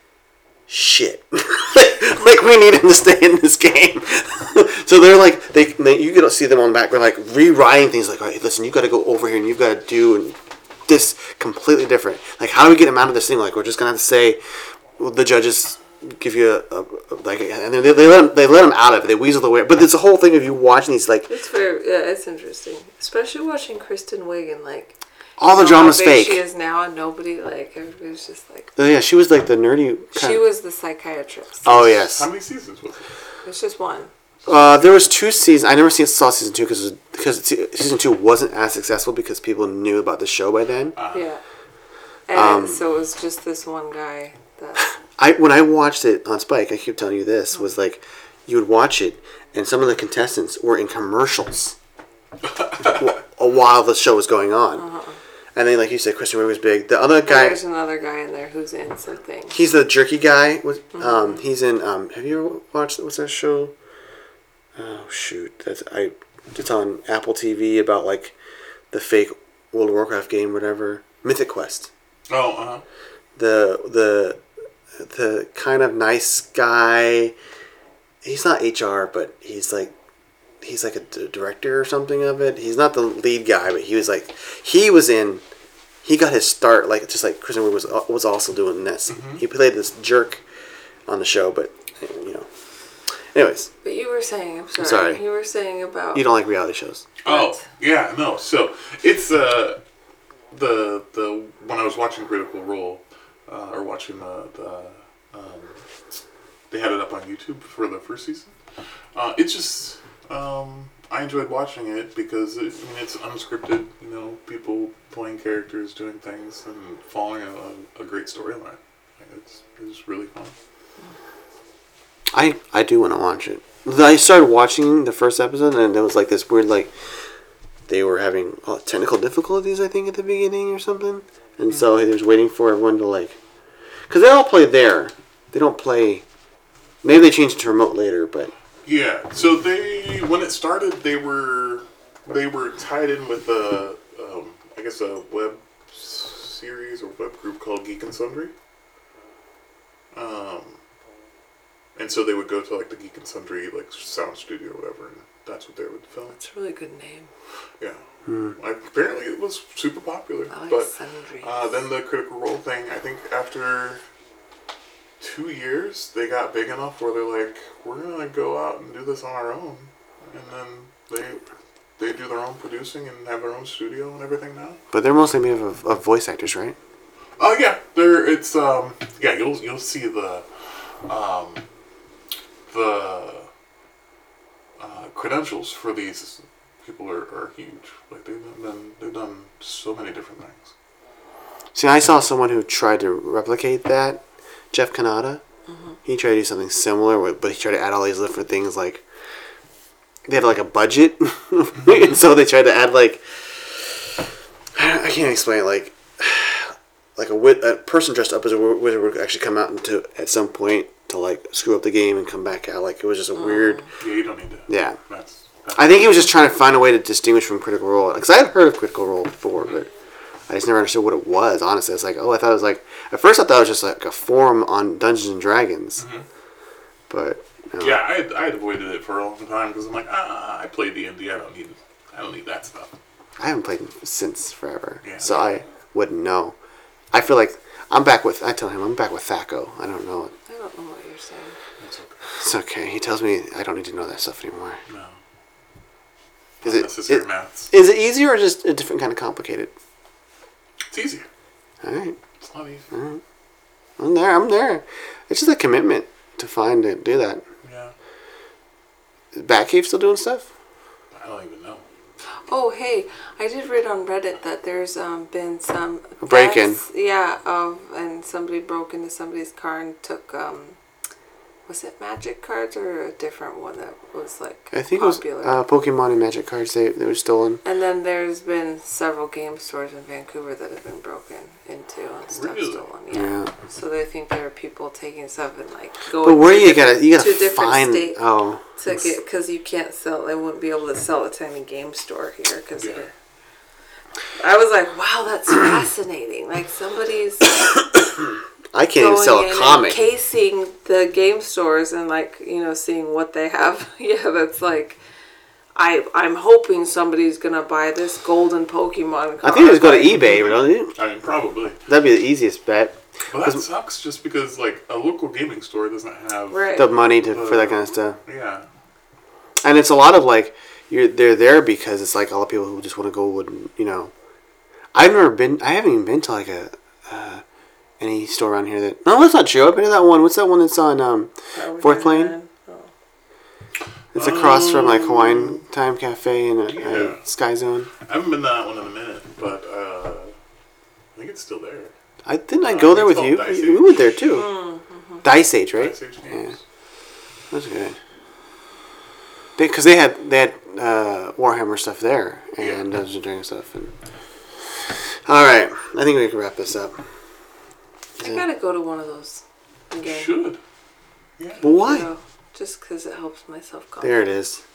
S1: "Shit! like we need him to stay in this game." so they're like, they, they you can see them on the back. They're like rewriting things. Like, all right, listen, you got to go over here and you've got to do and this completely different. Like, how do we get him out of this thing? Like, we're just gonna have to say well, the judges give you a, a like, and they, they let him, they let him out of it. They weasel their way. But it's a whole thing of you watching these like
S3: It's very, yeah, it's interesting. Especially watching Kristen Wiig and like.
S1: all the
S3: how
S1: drama's
S3: big
S1: fake.
S3: Oh, She is now, and nobody like everybody's just like.
S1: Oh, yeah, she was like the nerdy. Kind
S3: She
S1: of-
S3: was the psychiatrist.
S1: Oh yes.
S2: How many seasons was it?
S3: It's just one.
S1: Uh, there was two seasons. I never seen saw season two because because season two wasn't as successful because people knew about the show by then.
S3: Yeah. And
S1: Um.
S3: so it was just this one guy that.
S1: I when I watched it on Spike, I keep telling you this was like you would watch it, and some of the contestants were in commercials wh- while the show was going on, and then like you said, Christian Wiig was big. The other guy,
S3: There's another guy in there who's in something.
S1: he's the jerky guy. Was um, he's in um, have you ever watched what's that show? Oh shoot, that's I. It's on Apple TV about like the fake World of Warcraft game, whatever. Mythic Quest.
S2: Oh, uh-huh.
S1: the the the kind of nice guy. He's not HR, but he's like he's like a d- director or something of it. He's not the lead guy, but he was like he was in. He got his start like just like Kristen Wiig was uh, was also doing this. He played this jerk on the show, but you know. Anyways,
S3: But you were saying, I'm sorry.
S1: sorry.
S3: You were saying about.
S1: you don't like reality shows.
S2: Oh,
S3: What?
S2: yeah, no. So it's uh, the the when I was watching Critical Role uh, or watching the, the um, they had it up on YouTube for the first season. Uh, it just um, I enjoyed watching it because it, I mean, it's unscripted. You know, people playing characters, doing things, and following a, a, a great storyline. Like, It's it's really fun.
S1: I I do want to watch it. I started watching the first episode, and there was like this weird like they were having uh, technical difficulties, I think, at the beginning or something, and so he was waiting for everyone to like, because they all play there. They don't play. Maybe they changed it to remote later, but
S2: Yeah. So they, when it started, they were they were tied in with a, um, I guess a web series or web group called Geek and Sundry. Um, and so they would go to like the Geek and Sundry like sound studio or whatever, and that's what they would film.
S3: It's a really good name.
S2: Yeah. Like, apparently, it was super popular.
S3: Oh, I like
S2: but
S3: Sundry.
S2: uh, then the Critical Role thing, I think after two years, they got big enough where they're like, we're going to go out and do this on our own. And then they they do their own producing and have their own studio and everything now.
S1: but they're mostly made of, of voice actors, right?
S2: Oh yeah, there it's um yeah you'll you'll see the um the uh, credentials for these people are, are huge. Like they've done they've done so many different things.
S1: See, I saw someone who tried to replicate that, Jeff Kanata. He tried to do something similar, with- but he tried to add all these different things. Like they had like a budget, and so they tried to add like I don't- I can't explain it, like like a, wit, a person dressed up as a wi- wizard would actually come out into at some point to like screw up the game and come back out. Like it was just a weird,
S2: Yeah, you don't need to.
S1: yeah.
S2: That's,
S1: I think he was just trying to find a way to distinguish from Critical Role because I had heard of Critical Role before, but I just never understood what it was. Honestly, it's like oh, I thought it was like at first I thought it was just like a forum on Dungeons and Dragons, but no.
S2: Mm-hmm. yeah, I had, I had avoided it for a long time because I'm like ah I play D and I don't need I don't need that stuff.
S1: I haven't played since forever,
S2: Yeah.
S1: so I wouldn't know. I feel like I'm back with. I tell him I'm back with Thaco. I don't know.
S3: I don't know what you're saying.
S2: That's okay.
S1: It's okay. He tells me I don't need to know that stuff anymore.
S2: No.
S1: Is it,
S2: Unnecessary
S1: it
S2: maths.
S1: is it easier or just a different kind of complicated?
S2: It's easier.
S1: All right,
S2: It's not easy.
S1: Mm-hmm. I'm there. I'm there. It's just a commitment to find to do that.
S2: Yeah.
S1: Is Batcave still doing stuff?
S2: I don't even know.
S3: Oh hey, I did read on Reddit that there's um, been some
S1: A break-in.
S3: thefts, Yeah, of and somebody broke into somebody's car and took um, was it magic cards or a different one that was like
S1: I think
S3: popular.
S1: it was uh, Pokemon and Magic cards. They they were stolen.
S3: and then there's been several game stores in Vancouver that have been broken into and stuff
S2: Really?
S3: stolen. Yeah.
S1: Yeah.
S3: So they think there are people taking stuff and like going.
S1: But where
S3: to
S1: you
S3: different-
S1: gotta you
S3: to
S1: gotta
S3: different
S1: find
S3: state
S1: oh
S3: to get because you can't sell. They wouldn't be able to sell at any game store here because
S2: Yeah.
S3: they're. I was like, wow, that's fascinating. Like somebody's
S1: I can't even
S3: going
S1: sell
S3: in
S1: a
S3: and
S1: comic.
S3: casing the game stores and like you know seeing what they have. yeah, that's like. I, I'm hoping somebody's gonna buy this golden Pokemon card.
S1: I think it was go to
S3: Like,
S1: eBay, don't you?
S2: I mean, probably.
S1: That'd be the easiest bet.
S2: Well, that sucks just because, like, a local gaming store doesn't have.
S3: Right.
S1: The money to, for that kind of stuff,
S2: Yeah.
S1: and it's a lot of like you're they're there because it's like all the people who just want to go and you know. I've never been. I haven't even been to like a uh, any store around here that. No, that's not true. I've been to that one. What's that one that's on? Um,
S3: Are we
S1: Fourth
S3: doing
S1: lane?
S3: that? Oh.
S1: it's across from like Hawaiian
S3: Mm.
S1: Time Cafe and uh
S2: Yeah.
S1: uh, Sky Zone.
S2: I haven't been to that one in a minute, but uh, I think it's still there.
S1: I didn't I
S2: Uh,
S1: go there with
S2: it's called
S1: you.
S2: Dice
S1: We
S2: Age.
S1: went there too. Dice Age, right?
S2: Dice Age
S1: Yeah,
S2: Games.
S1: that's good. Because they, had they had uh, Warhammer stuff there and
S2: Yeah.
S1: Dungeons and Dragons stuff. And all right, I think we can wrap this up.
S3: I gotta go to one of those again.
S2: Should. Yeah.
S1: But why?
S3: You know, just because it helps my self confidence.
S1: There it is.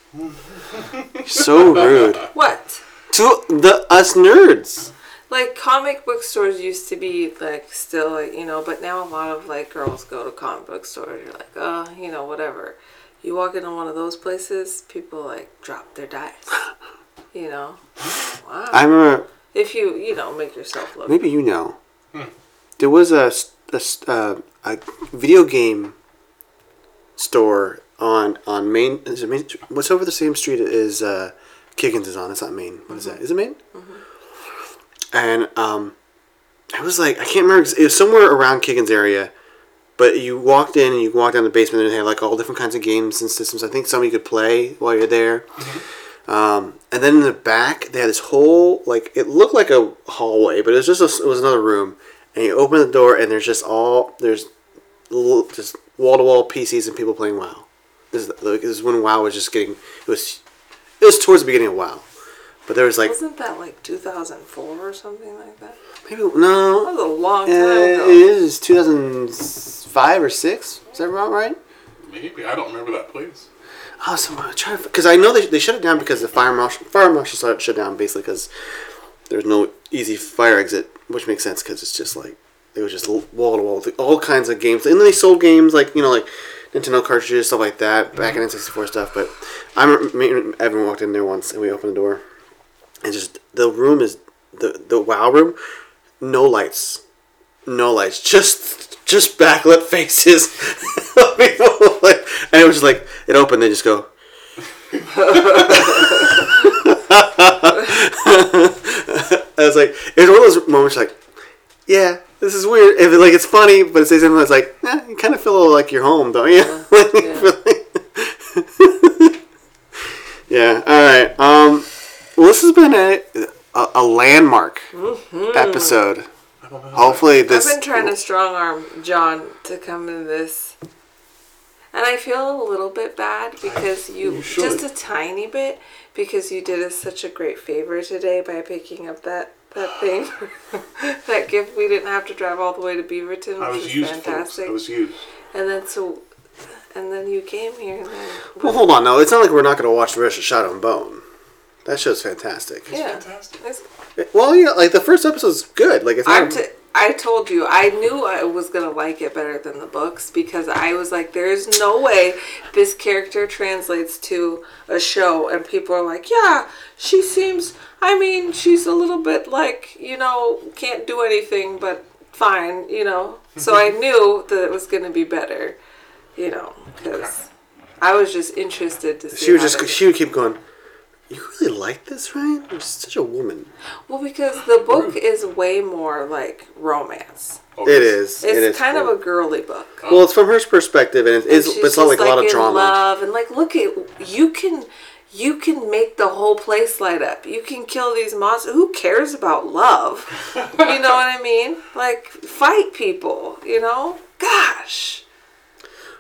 S1: so rude
S3: What?
S1: to the us nerds.
S3: Like comic book stores used to be like still like, you know, but now a lot of like girls go to comic book stores. You're like, uh, you know, whatever. You walk into one of those places, people like drop their dice. You know, wow.
S1: I remember
S3: if you you know make yourself look.
S1: Maybe you know. There was a, s- a s- uh, a video game store on on Main. Is it Main? What's over the same street is uh, Kiggins is on. It's not Main. What is that? Is it Main? And um, I was like, I can't remember. It was somewhere around Kiggins area. But you walked in and you walked down the basement and they had like all different kinds of games and systems. I think some you could play while you're there. Um, and then in the back, they had this whole like it looked like a hallway, but it was just a, it was another room. And you open the door, and there's just all there's l- just wall to wall PCs and people playing WoW. This is, like, this is when WoW was just getting it was it was towards the beginning of WoW, but there was like
S3: Wasn't that like 2004 or something like that?
S1: maybe no
S3: That was a long time
S1: Uh, it
S3: ago.
S1: is 2005 or 6. Is that about right?
S2: Maybe. I don't remember that place.
S1: Oh, so I'm trying because I know they, they shut it down because the fire marshal fire marshal started shut down basically because there's no easy fire exit, which makes sense because it's just like it was just wall to wall, all kinds of games, and then they sold games like you know like Nintendo cartridges stuff like that back in N64 stuff. But I remember me and Evan walked in there once and we opened the door and just the room is the the wow room, no lights, no lights, just just backlit faces. People, like- and it was just like it opened, they just go. I was like, it was one of those moments like, yeah, this is weird. If it, like it's funny, but it's something that's like, eh, you kind of feel like you're home, don't you? Like, you
S3: yeah.
S1: feel like- yeah. All right. Um, well, this has been a a, a landmark episode.
S2: I don't know.
S1: Hopefully, this.
S3: Mm-hmm. I've been trying to strong arm John to come in this. And I feel a little bit bad because you,
S2: You should.
S3: just a tiny bit, because you did us such a great favor today by picking up that that thing, that gift. We didn't have to drive all the way to Beaverton, which
S2: I was
S3: was
S2: used, folks.
S3: fantastic.
S2: I was used.
S3: and then so, and then you came here. And then,
S1: Well, hold on. No, it's not like we're not going to watch the rest of Shadow and Bone. That show's fantastic.
S3: yeah,
S2: fantastic.
S3: It's-
S1: Well, yeah, like the first episode's good. Like it's not.
S3: I'm t- I told you, I knew I was going to like it better than the books because I was like, there's no way this character translates to a show. And people are like, yeah, she seems, I mean, she's a little bit like, you know, can't do anything, but fine, you know. So I knew that it was going to be better, you know, because I was just interested to see.
S1: She would
S3: how
S1: just
S3: they-
S1: she would keep going. You really like this, Ryan? You're such a woman.
S3: well, because the book is way more like romance.
S2: Oh,
S1: It is.
S3: It's
S1: it is
S3: kind
S1: cool.
S3: of a girly book.
S1: well. It's from her perspective, and it is.
S3: And she's
S1: But it's not like,
S3: just,
S1: a lot of
S3: in
S1: drama.
S3: Love and like, look at you can, you can make the whole place light up. You can kill these monsters. Who cares about love? you know what I mean? Like, fight people. You know? Gosh.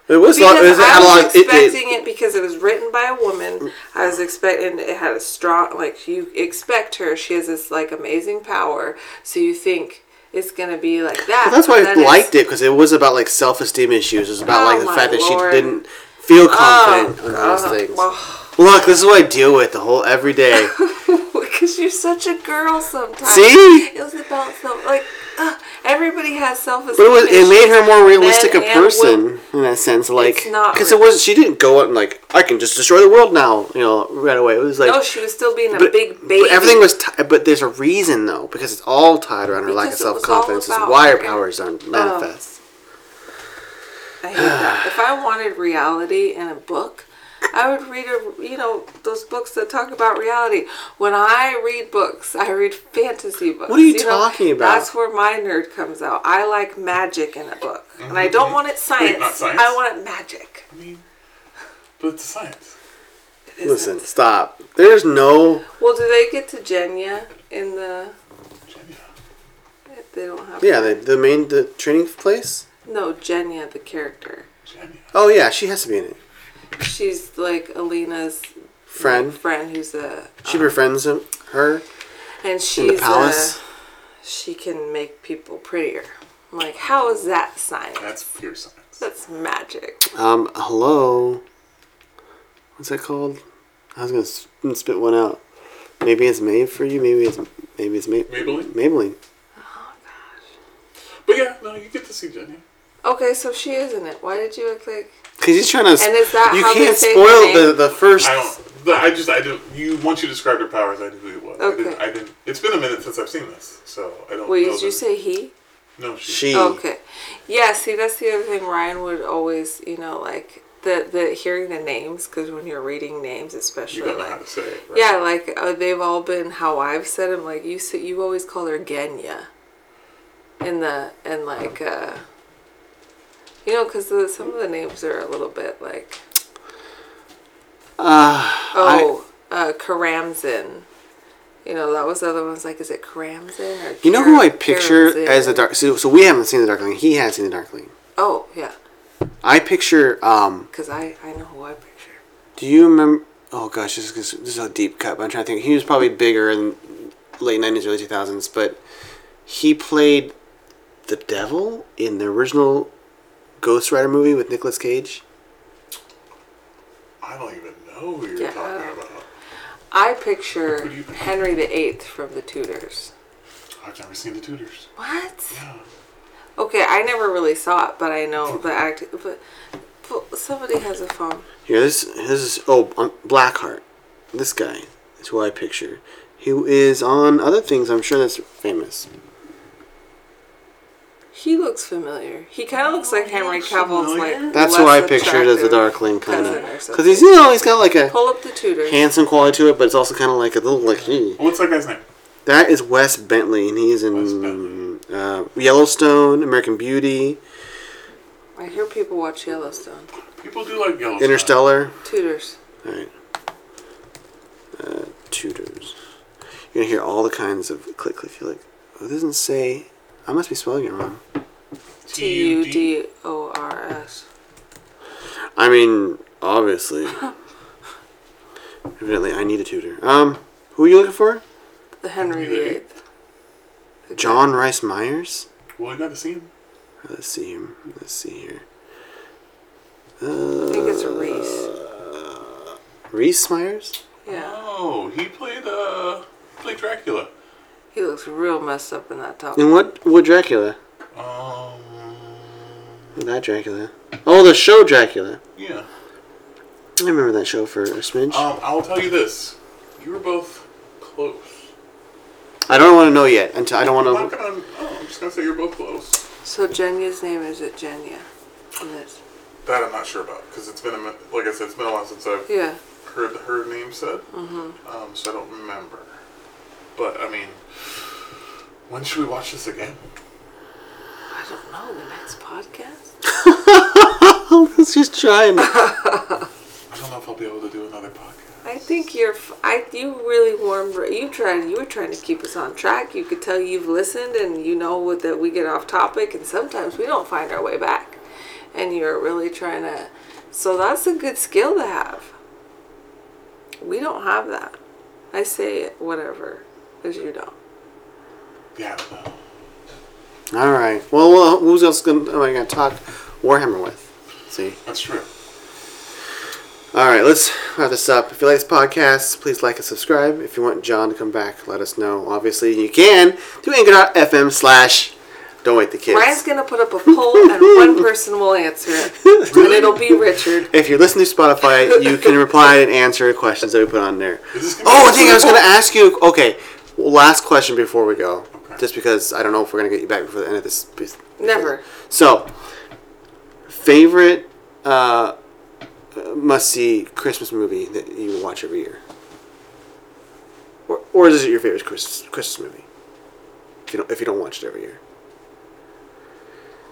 S1: It was. a lot, it
S3: Because
S1: was
S3: I
S1: a lot
S3: was
S1: of, it, it-
S3: expecting it, because it was written by a woman. I was expecting it had a strong like you expect her. She has this like amazing power, so you think it's gonna be like that.
S1: That's why
S3: but
S1: I
S3: then it's-
S1: liked it because it was about like self-esteem issues. It was about
S3: Oh
S1: like the
S3: my
S1: fact
S3: lord.
S1: that she didn't feel
S3: Oh,
S1: confident in those
S3: God.
S1: things.
S3: Well,
S1: Look, this is what I deal with the whole every day.
S3: because you're such a girl sometimes.
S1: See?
S3: it was about self like uh, everybody has self
S1: But
S3: esteem.
S1: it was it made her more realistic a
S3: men and
S1: person in that sense, like
S3: It's not
S1: because it
S3: real.
S1: was not she didn't go out and like I can just destroy the world now, you know, right away. It was like
S3: No, she was still being a
S1: but-
S3: big baby.
S1: But everything was, ti but there's a reason though, because it's all tied around her lack of
S3: Because it
S1: self
S3: was
S1: confidence.
S3: all
S1: Is
S3: about
S1: why her
S3: her-
S1: powers aren't manifest.
S3: I hate that. If I wanted reality in a book, I would read a you know those books that talk about reality. When I read books, I read fantasy books.
S1: What are you
S3: know?
S1: talking about?
S3: That's where my nerd comes out. I like magic in a book, and I don't want it science.
S2: not science?
S3: I want it magic.
S2: I mean, but it's science.
S3: It
S1: Listen,
S3: isn't.
S1: stop. There's no.
S3: Well, do they get to Jenya in the?
S2: Jenny.
S3: They don't have.
S1: Yeah, the, the main the training place.
S3: No, Jenya, the character.
S2: Jenny.
S1: Oh yeah, she has to be in it.
S3: She's like Alina's
S1: Friend.
S3: friend, who's a uh,
S1: She befriends him, her in
S3: and
S1: the
S3: she's uh, a.
S1: palace.
S3: she can make people prettier. I'm like, how is that science?
S2: That's pure science.
S3: That's magic.
S1: Um, hello. What's that called? I was gonna s- spit one out. Maybe it's made for you. Maybe it's maybe it's made.
S2: Maybelline.
S1: Maybelline.
S3: Oh,
S2: But yeah, no, you get to see Jenny.
S3: Okay, so she is in it. Why did you look like?
S1: Cause he's trying to.
S3: And is that
S1: you
S3: how they
S1: can't
S3: say
S1: spoil
S3: her name?
S1: the the first.
S2: I don't. but I just. I don't. You once you described her powers, I knew who it was. I didn't.
S3: Okay.
S2: I didn't. It's been a minute since I've seen this, so I don't.
S3: Wait,
S2: know
S3: did you
S2: that-
S3: say he?
S2: No, she.
S1: She.
S3: Okay, yeah. See, that's the other thing. Ryan would always, you know, like the the hearing the names because when you're reading names,
S2: you
S3: especially
S2: don't know how
S3: like.
S2: to say it. Right?
S3: Yeah, like uh, they've all been how I've said them. Like you, say, you always call her Genya. In the and like, uh, you know, because some of the names are a little bit like
S1: Uh,
S3: Oh, uh, Karamzin. You know, that was the other one's like, is it Karamzin or
S1: you know who I
S3: Kar-
S1: picture
S3: Karamzin?
S1: as the dark. So, so we haven't seen the Darkling. He has seen the Darkling.
S3: Oh, yeah.
S1: I picture. Um.
S3: Because I, I know who I picture.
S1: Do you remember? Oh gosh, this is, this is a deep cut. But I'm trying to think. He was probably bigger in late '90s, early 2000s. But he played the devil in the original Ghost Rider movie with Nicolas Cage.
S2: I don't even know who you're
S3: Yeah.
S2: talking about.
S3: I picture
S2: Who do you picture?
S3: Henry VIII from the Tudors.
S2: I've never seen the Tudors.
S3: What?
S2: Yeah.
S3: Okay, I never really saw it, but I know the act. But, but somebody has a phone.
S1: Here, this this is oh um, Blackheart. This guy is who I picture. He is on other things. I'm sure that's famous.
S3: He looks familiar. He kind of looks like Henry
S2: looks
S3: Cavill's
S2: familiar.
S3: like.
S1: That's
S3: less
S1: who I pictured as the
S3: attractive
S1: Darkling kind
S3: cousin or
S1: of, because
S3: something.
S1: he's you know he's got like a
S3: Pull up the Tudors.
S1: handsome quality to it, but it's also kind of like a little like he.
S2: What's that guy's name?
S1: That is Wes Bentley, and he's
S2: Wes
S1: in
S2: Bentley.
S1: uh, Yellowstone, American Beauty,
S3: I hear people watch Yellowstone.
S2: People do like Yellowstone.
S1: Interstellar.
S3: Tudors.
S1: All right, uh, Tudors. You're gonna hear all the kinds of click click. You're like, oh, it doesn't say. I must be spelling it wrong.
S3: T U D O R S.
S1: I mean, obviously. Evidently, I need a tutor. Um, who are you looking for?
S3: The Henry
S2: Henry
S3: VIII.
S1: John Rice Myers.
S2: Well, I got to see him.
S1: Let's see here. Let's see here.
S3: I think it's Reese.
S1: Reese Myers.
S3: Yeah.
S2: Oh, he played uh played Dracula
S3: He looks real messed up in that top.
S1: And what what Dracula?
S2: Um,
S1: Not Dracula. Oh, the show Dracula.
S2: yeah.
S1: I remember that show for a smidge.
S2: Um, I'll tell you this. You were both close.
S1: I don't want to know yet until I don't
S3: Um,
S2: I'm
S1: want
S2: not
S1: to.
S2: gonna, oh, I'm just going to say you're both close.
S3: So Jenya's name is it Jenya? And it's-
S2: That I'm not sure about because it's been a min- like I said, it's been a while since I've
S3: Yeah.
S2: heard her name said. Mm-hmm. Um, so I don't remember. But I mean, when should we watch this again?
S3: I don't know, the next podcast?
S1: Oh, let's just try and.
S2: I don't know if I'll be able to do another podcast.
S3: I think you're. f- I you really warmed. You tried. You were trying to keep us on track. You could tell you've listened, and you know what, that we get off topic, and sometimes we don't find our way back. And you're really trying to. So that's a good skill to have. We don't have that. I say it, whatever, because you don't.
S2: Yeah, I don't know.
S1: All right. Well, well who's else gonna, am I going to talk Warhammer with? Let's see.
S2: That's true.
S1: All right, let's wrap this up. If you like this podcast, please like and subscribe. If you want John to come back, let us know. Obviously, you can do anchor.fm slash don't wait the kids.
S3: Ryan's gonna put up a poll, and one person will answer it, and it'll be Richard.
S1: If you're listening to Spotify, you can reply and answer questions that we put on there.
S2: Is this gonna be
S1: Oh, I
S2: a
S1: think I was going to
S2: sequel?
S1: ask you. Okay, well, last question before we go.
S2: Okay.
S1: Just because I don't know if we're going to get you back before the end of this. piece-
S3: Never.
S1: So, favorite uh, must see Christmas movie that you watch every year? Or, or is it your favorite Christmas, Christmas movie? If you, don't, if you don't watch it every year.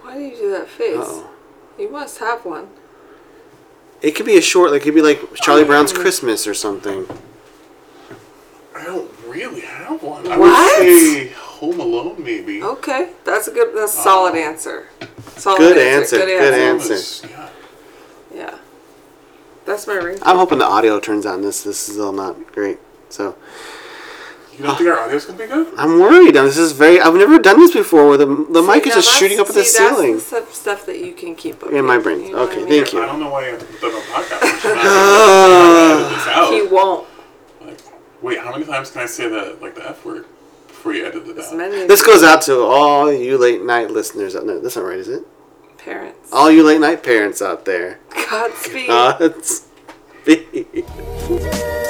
S3: Why do you do that face?
S1: Uh-oh.
S3: You must have one.
S1: It could be a short, like, it could be like Charlie Brown's Christmas or something.
S2: I don't really have one. I
S3: What? Oh.
S2: would say Home Alone, maybe.
S3: Okay, that's a good, that's a solid answer. Solid
S1: Good answer, good
S2: Home
S1: answer.
S2: is- yeah.
S3: Yeah, that's my ring.
S1: I'm hoping the audio turns on this. This is all not great. So,
S2: You don't think our audio's gonna be good?
S1: I'm worried. This is very, I've never done this before where the, the mic is just shooting up at the
S3: see,
S1: ceiling.
S3: That's the stuff- stuff that you can keep up
S1: In my
S3: with,
S1: brain.
S3: you know what
S1: Okay,
S3: I mean?
S1: thank you.
S2: I don't know why you have to put that on podcast. I'm not gonna
S3: He
S2: edit this
S3: won't.
S2: out. Like, wait, how many times can I say that like the F word before you edit it
S3: As
S2: out?
S3: many
S1: This goes out to all you late night listeners out there. That's not right, is it?
S3: parents.
S1: All you Uh, late night parents out there.
S3: Godspeed.
S1: Uh, it's-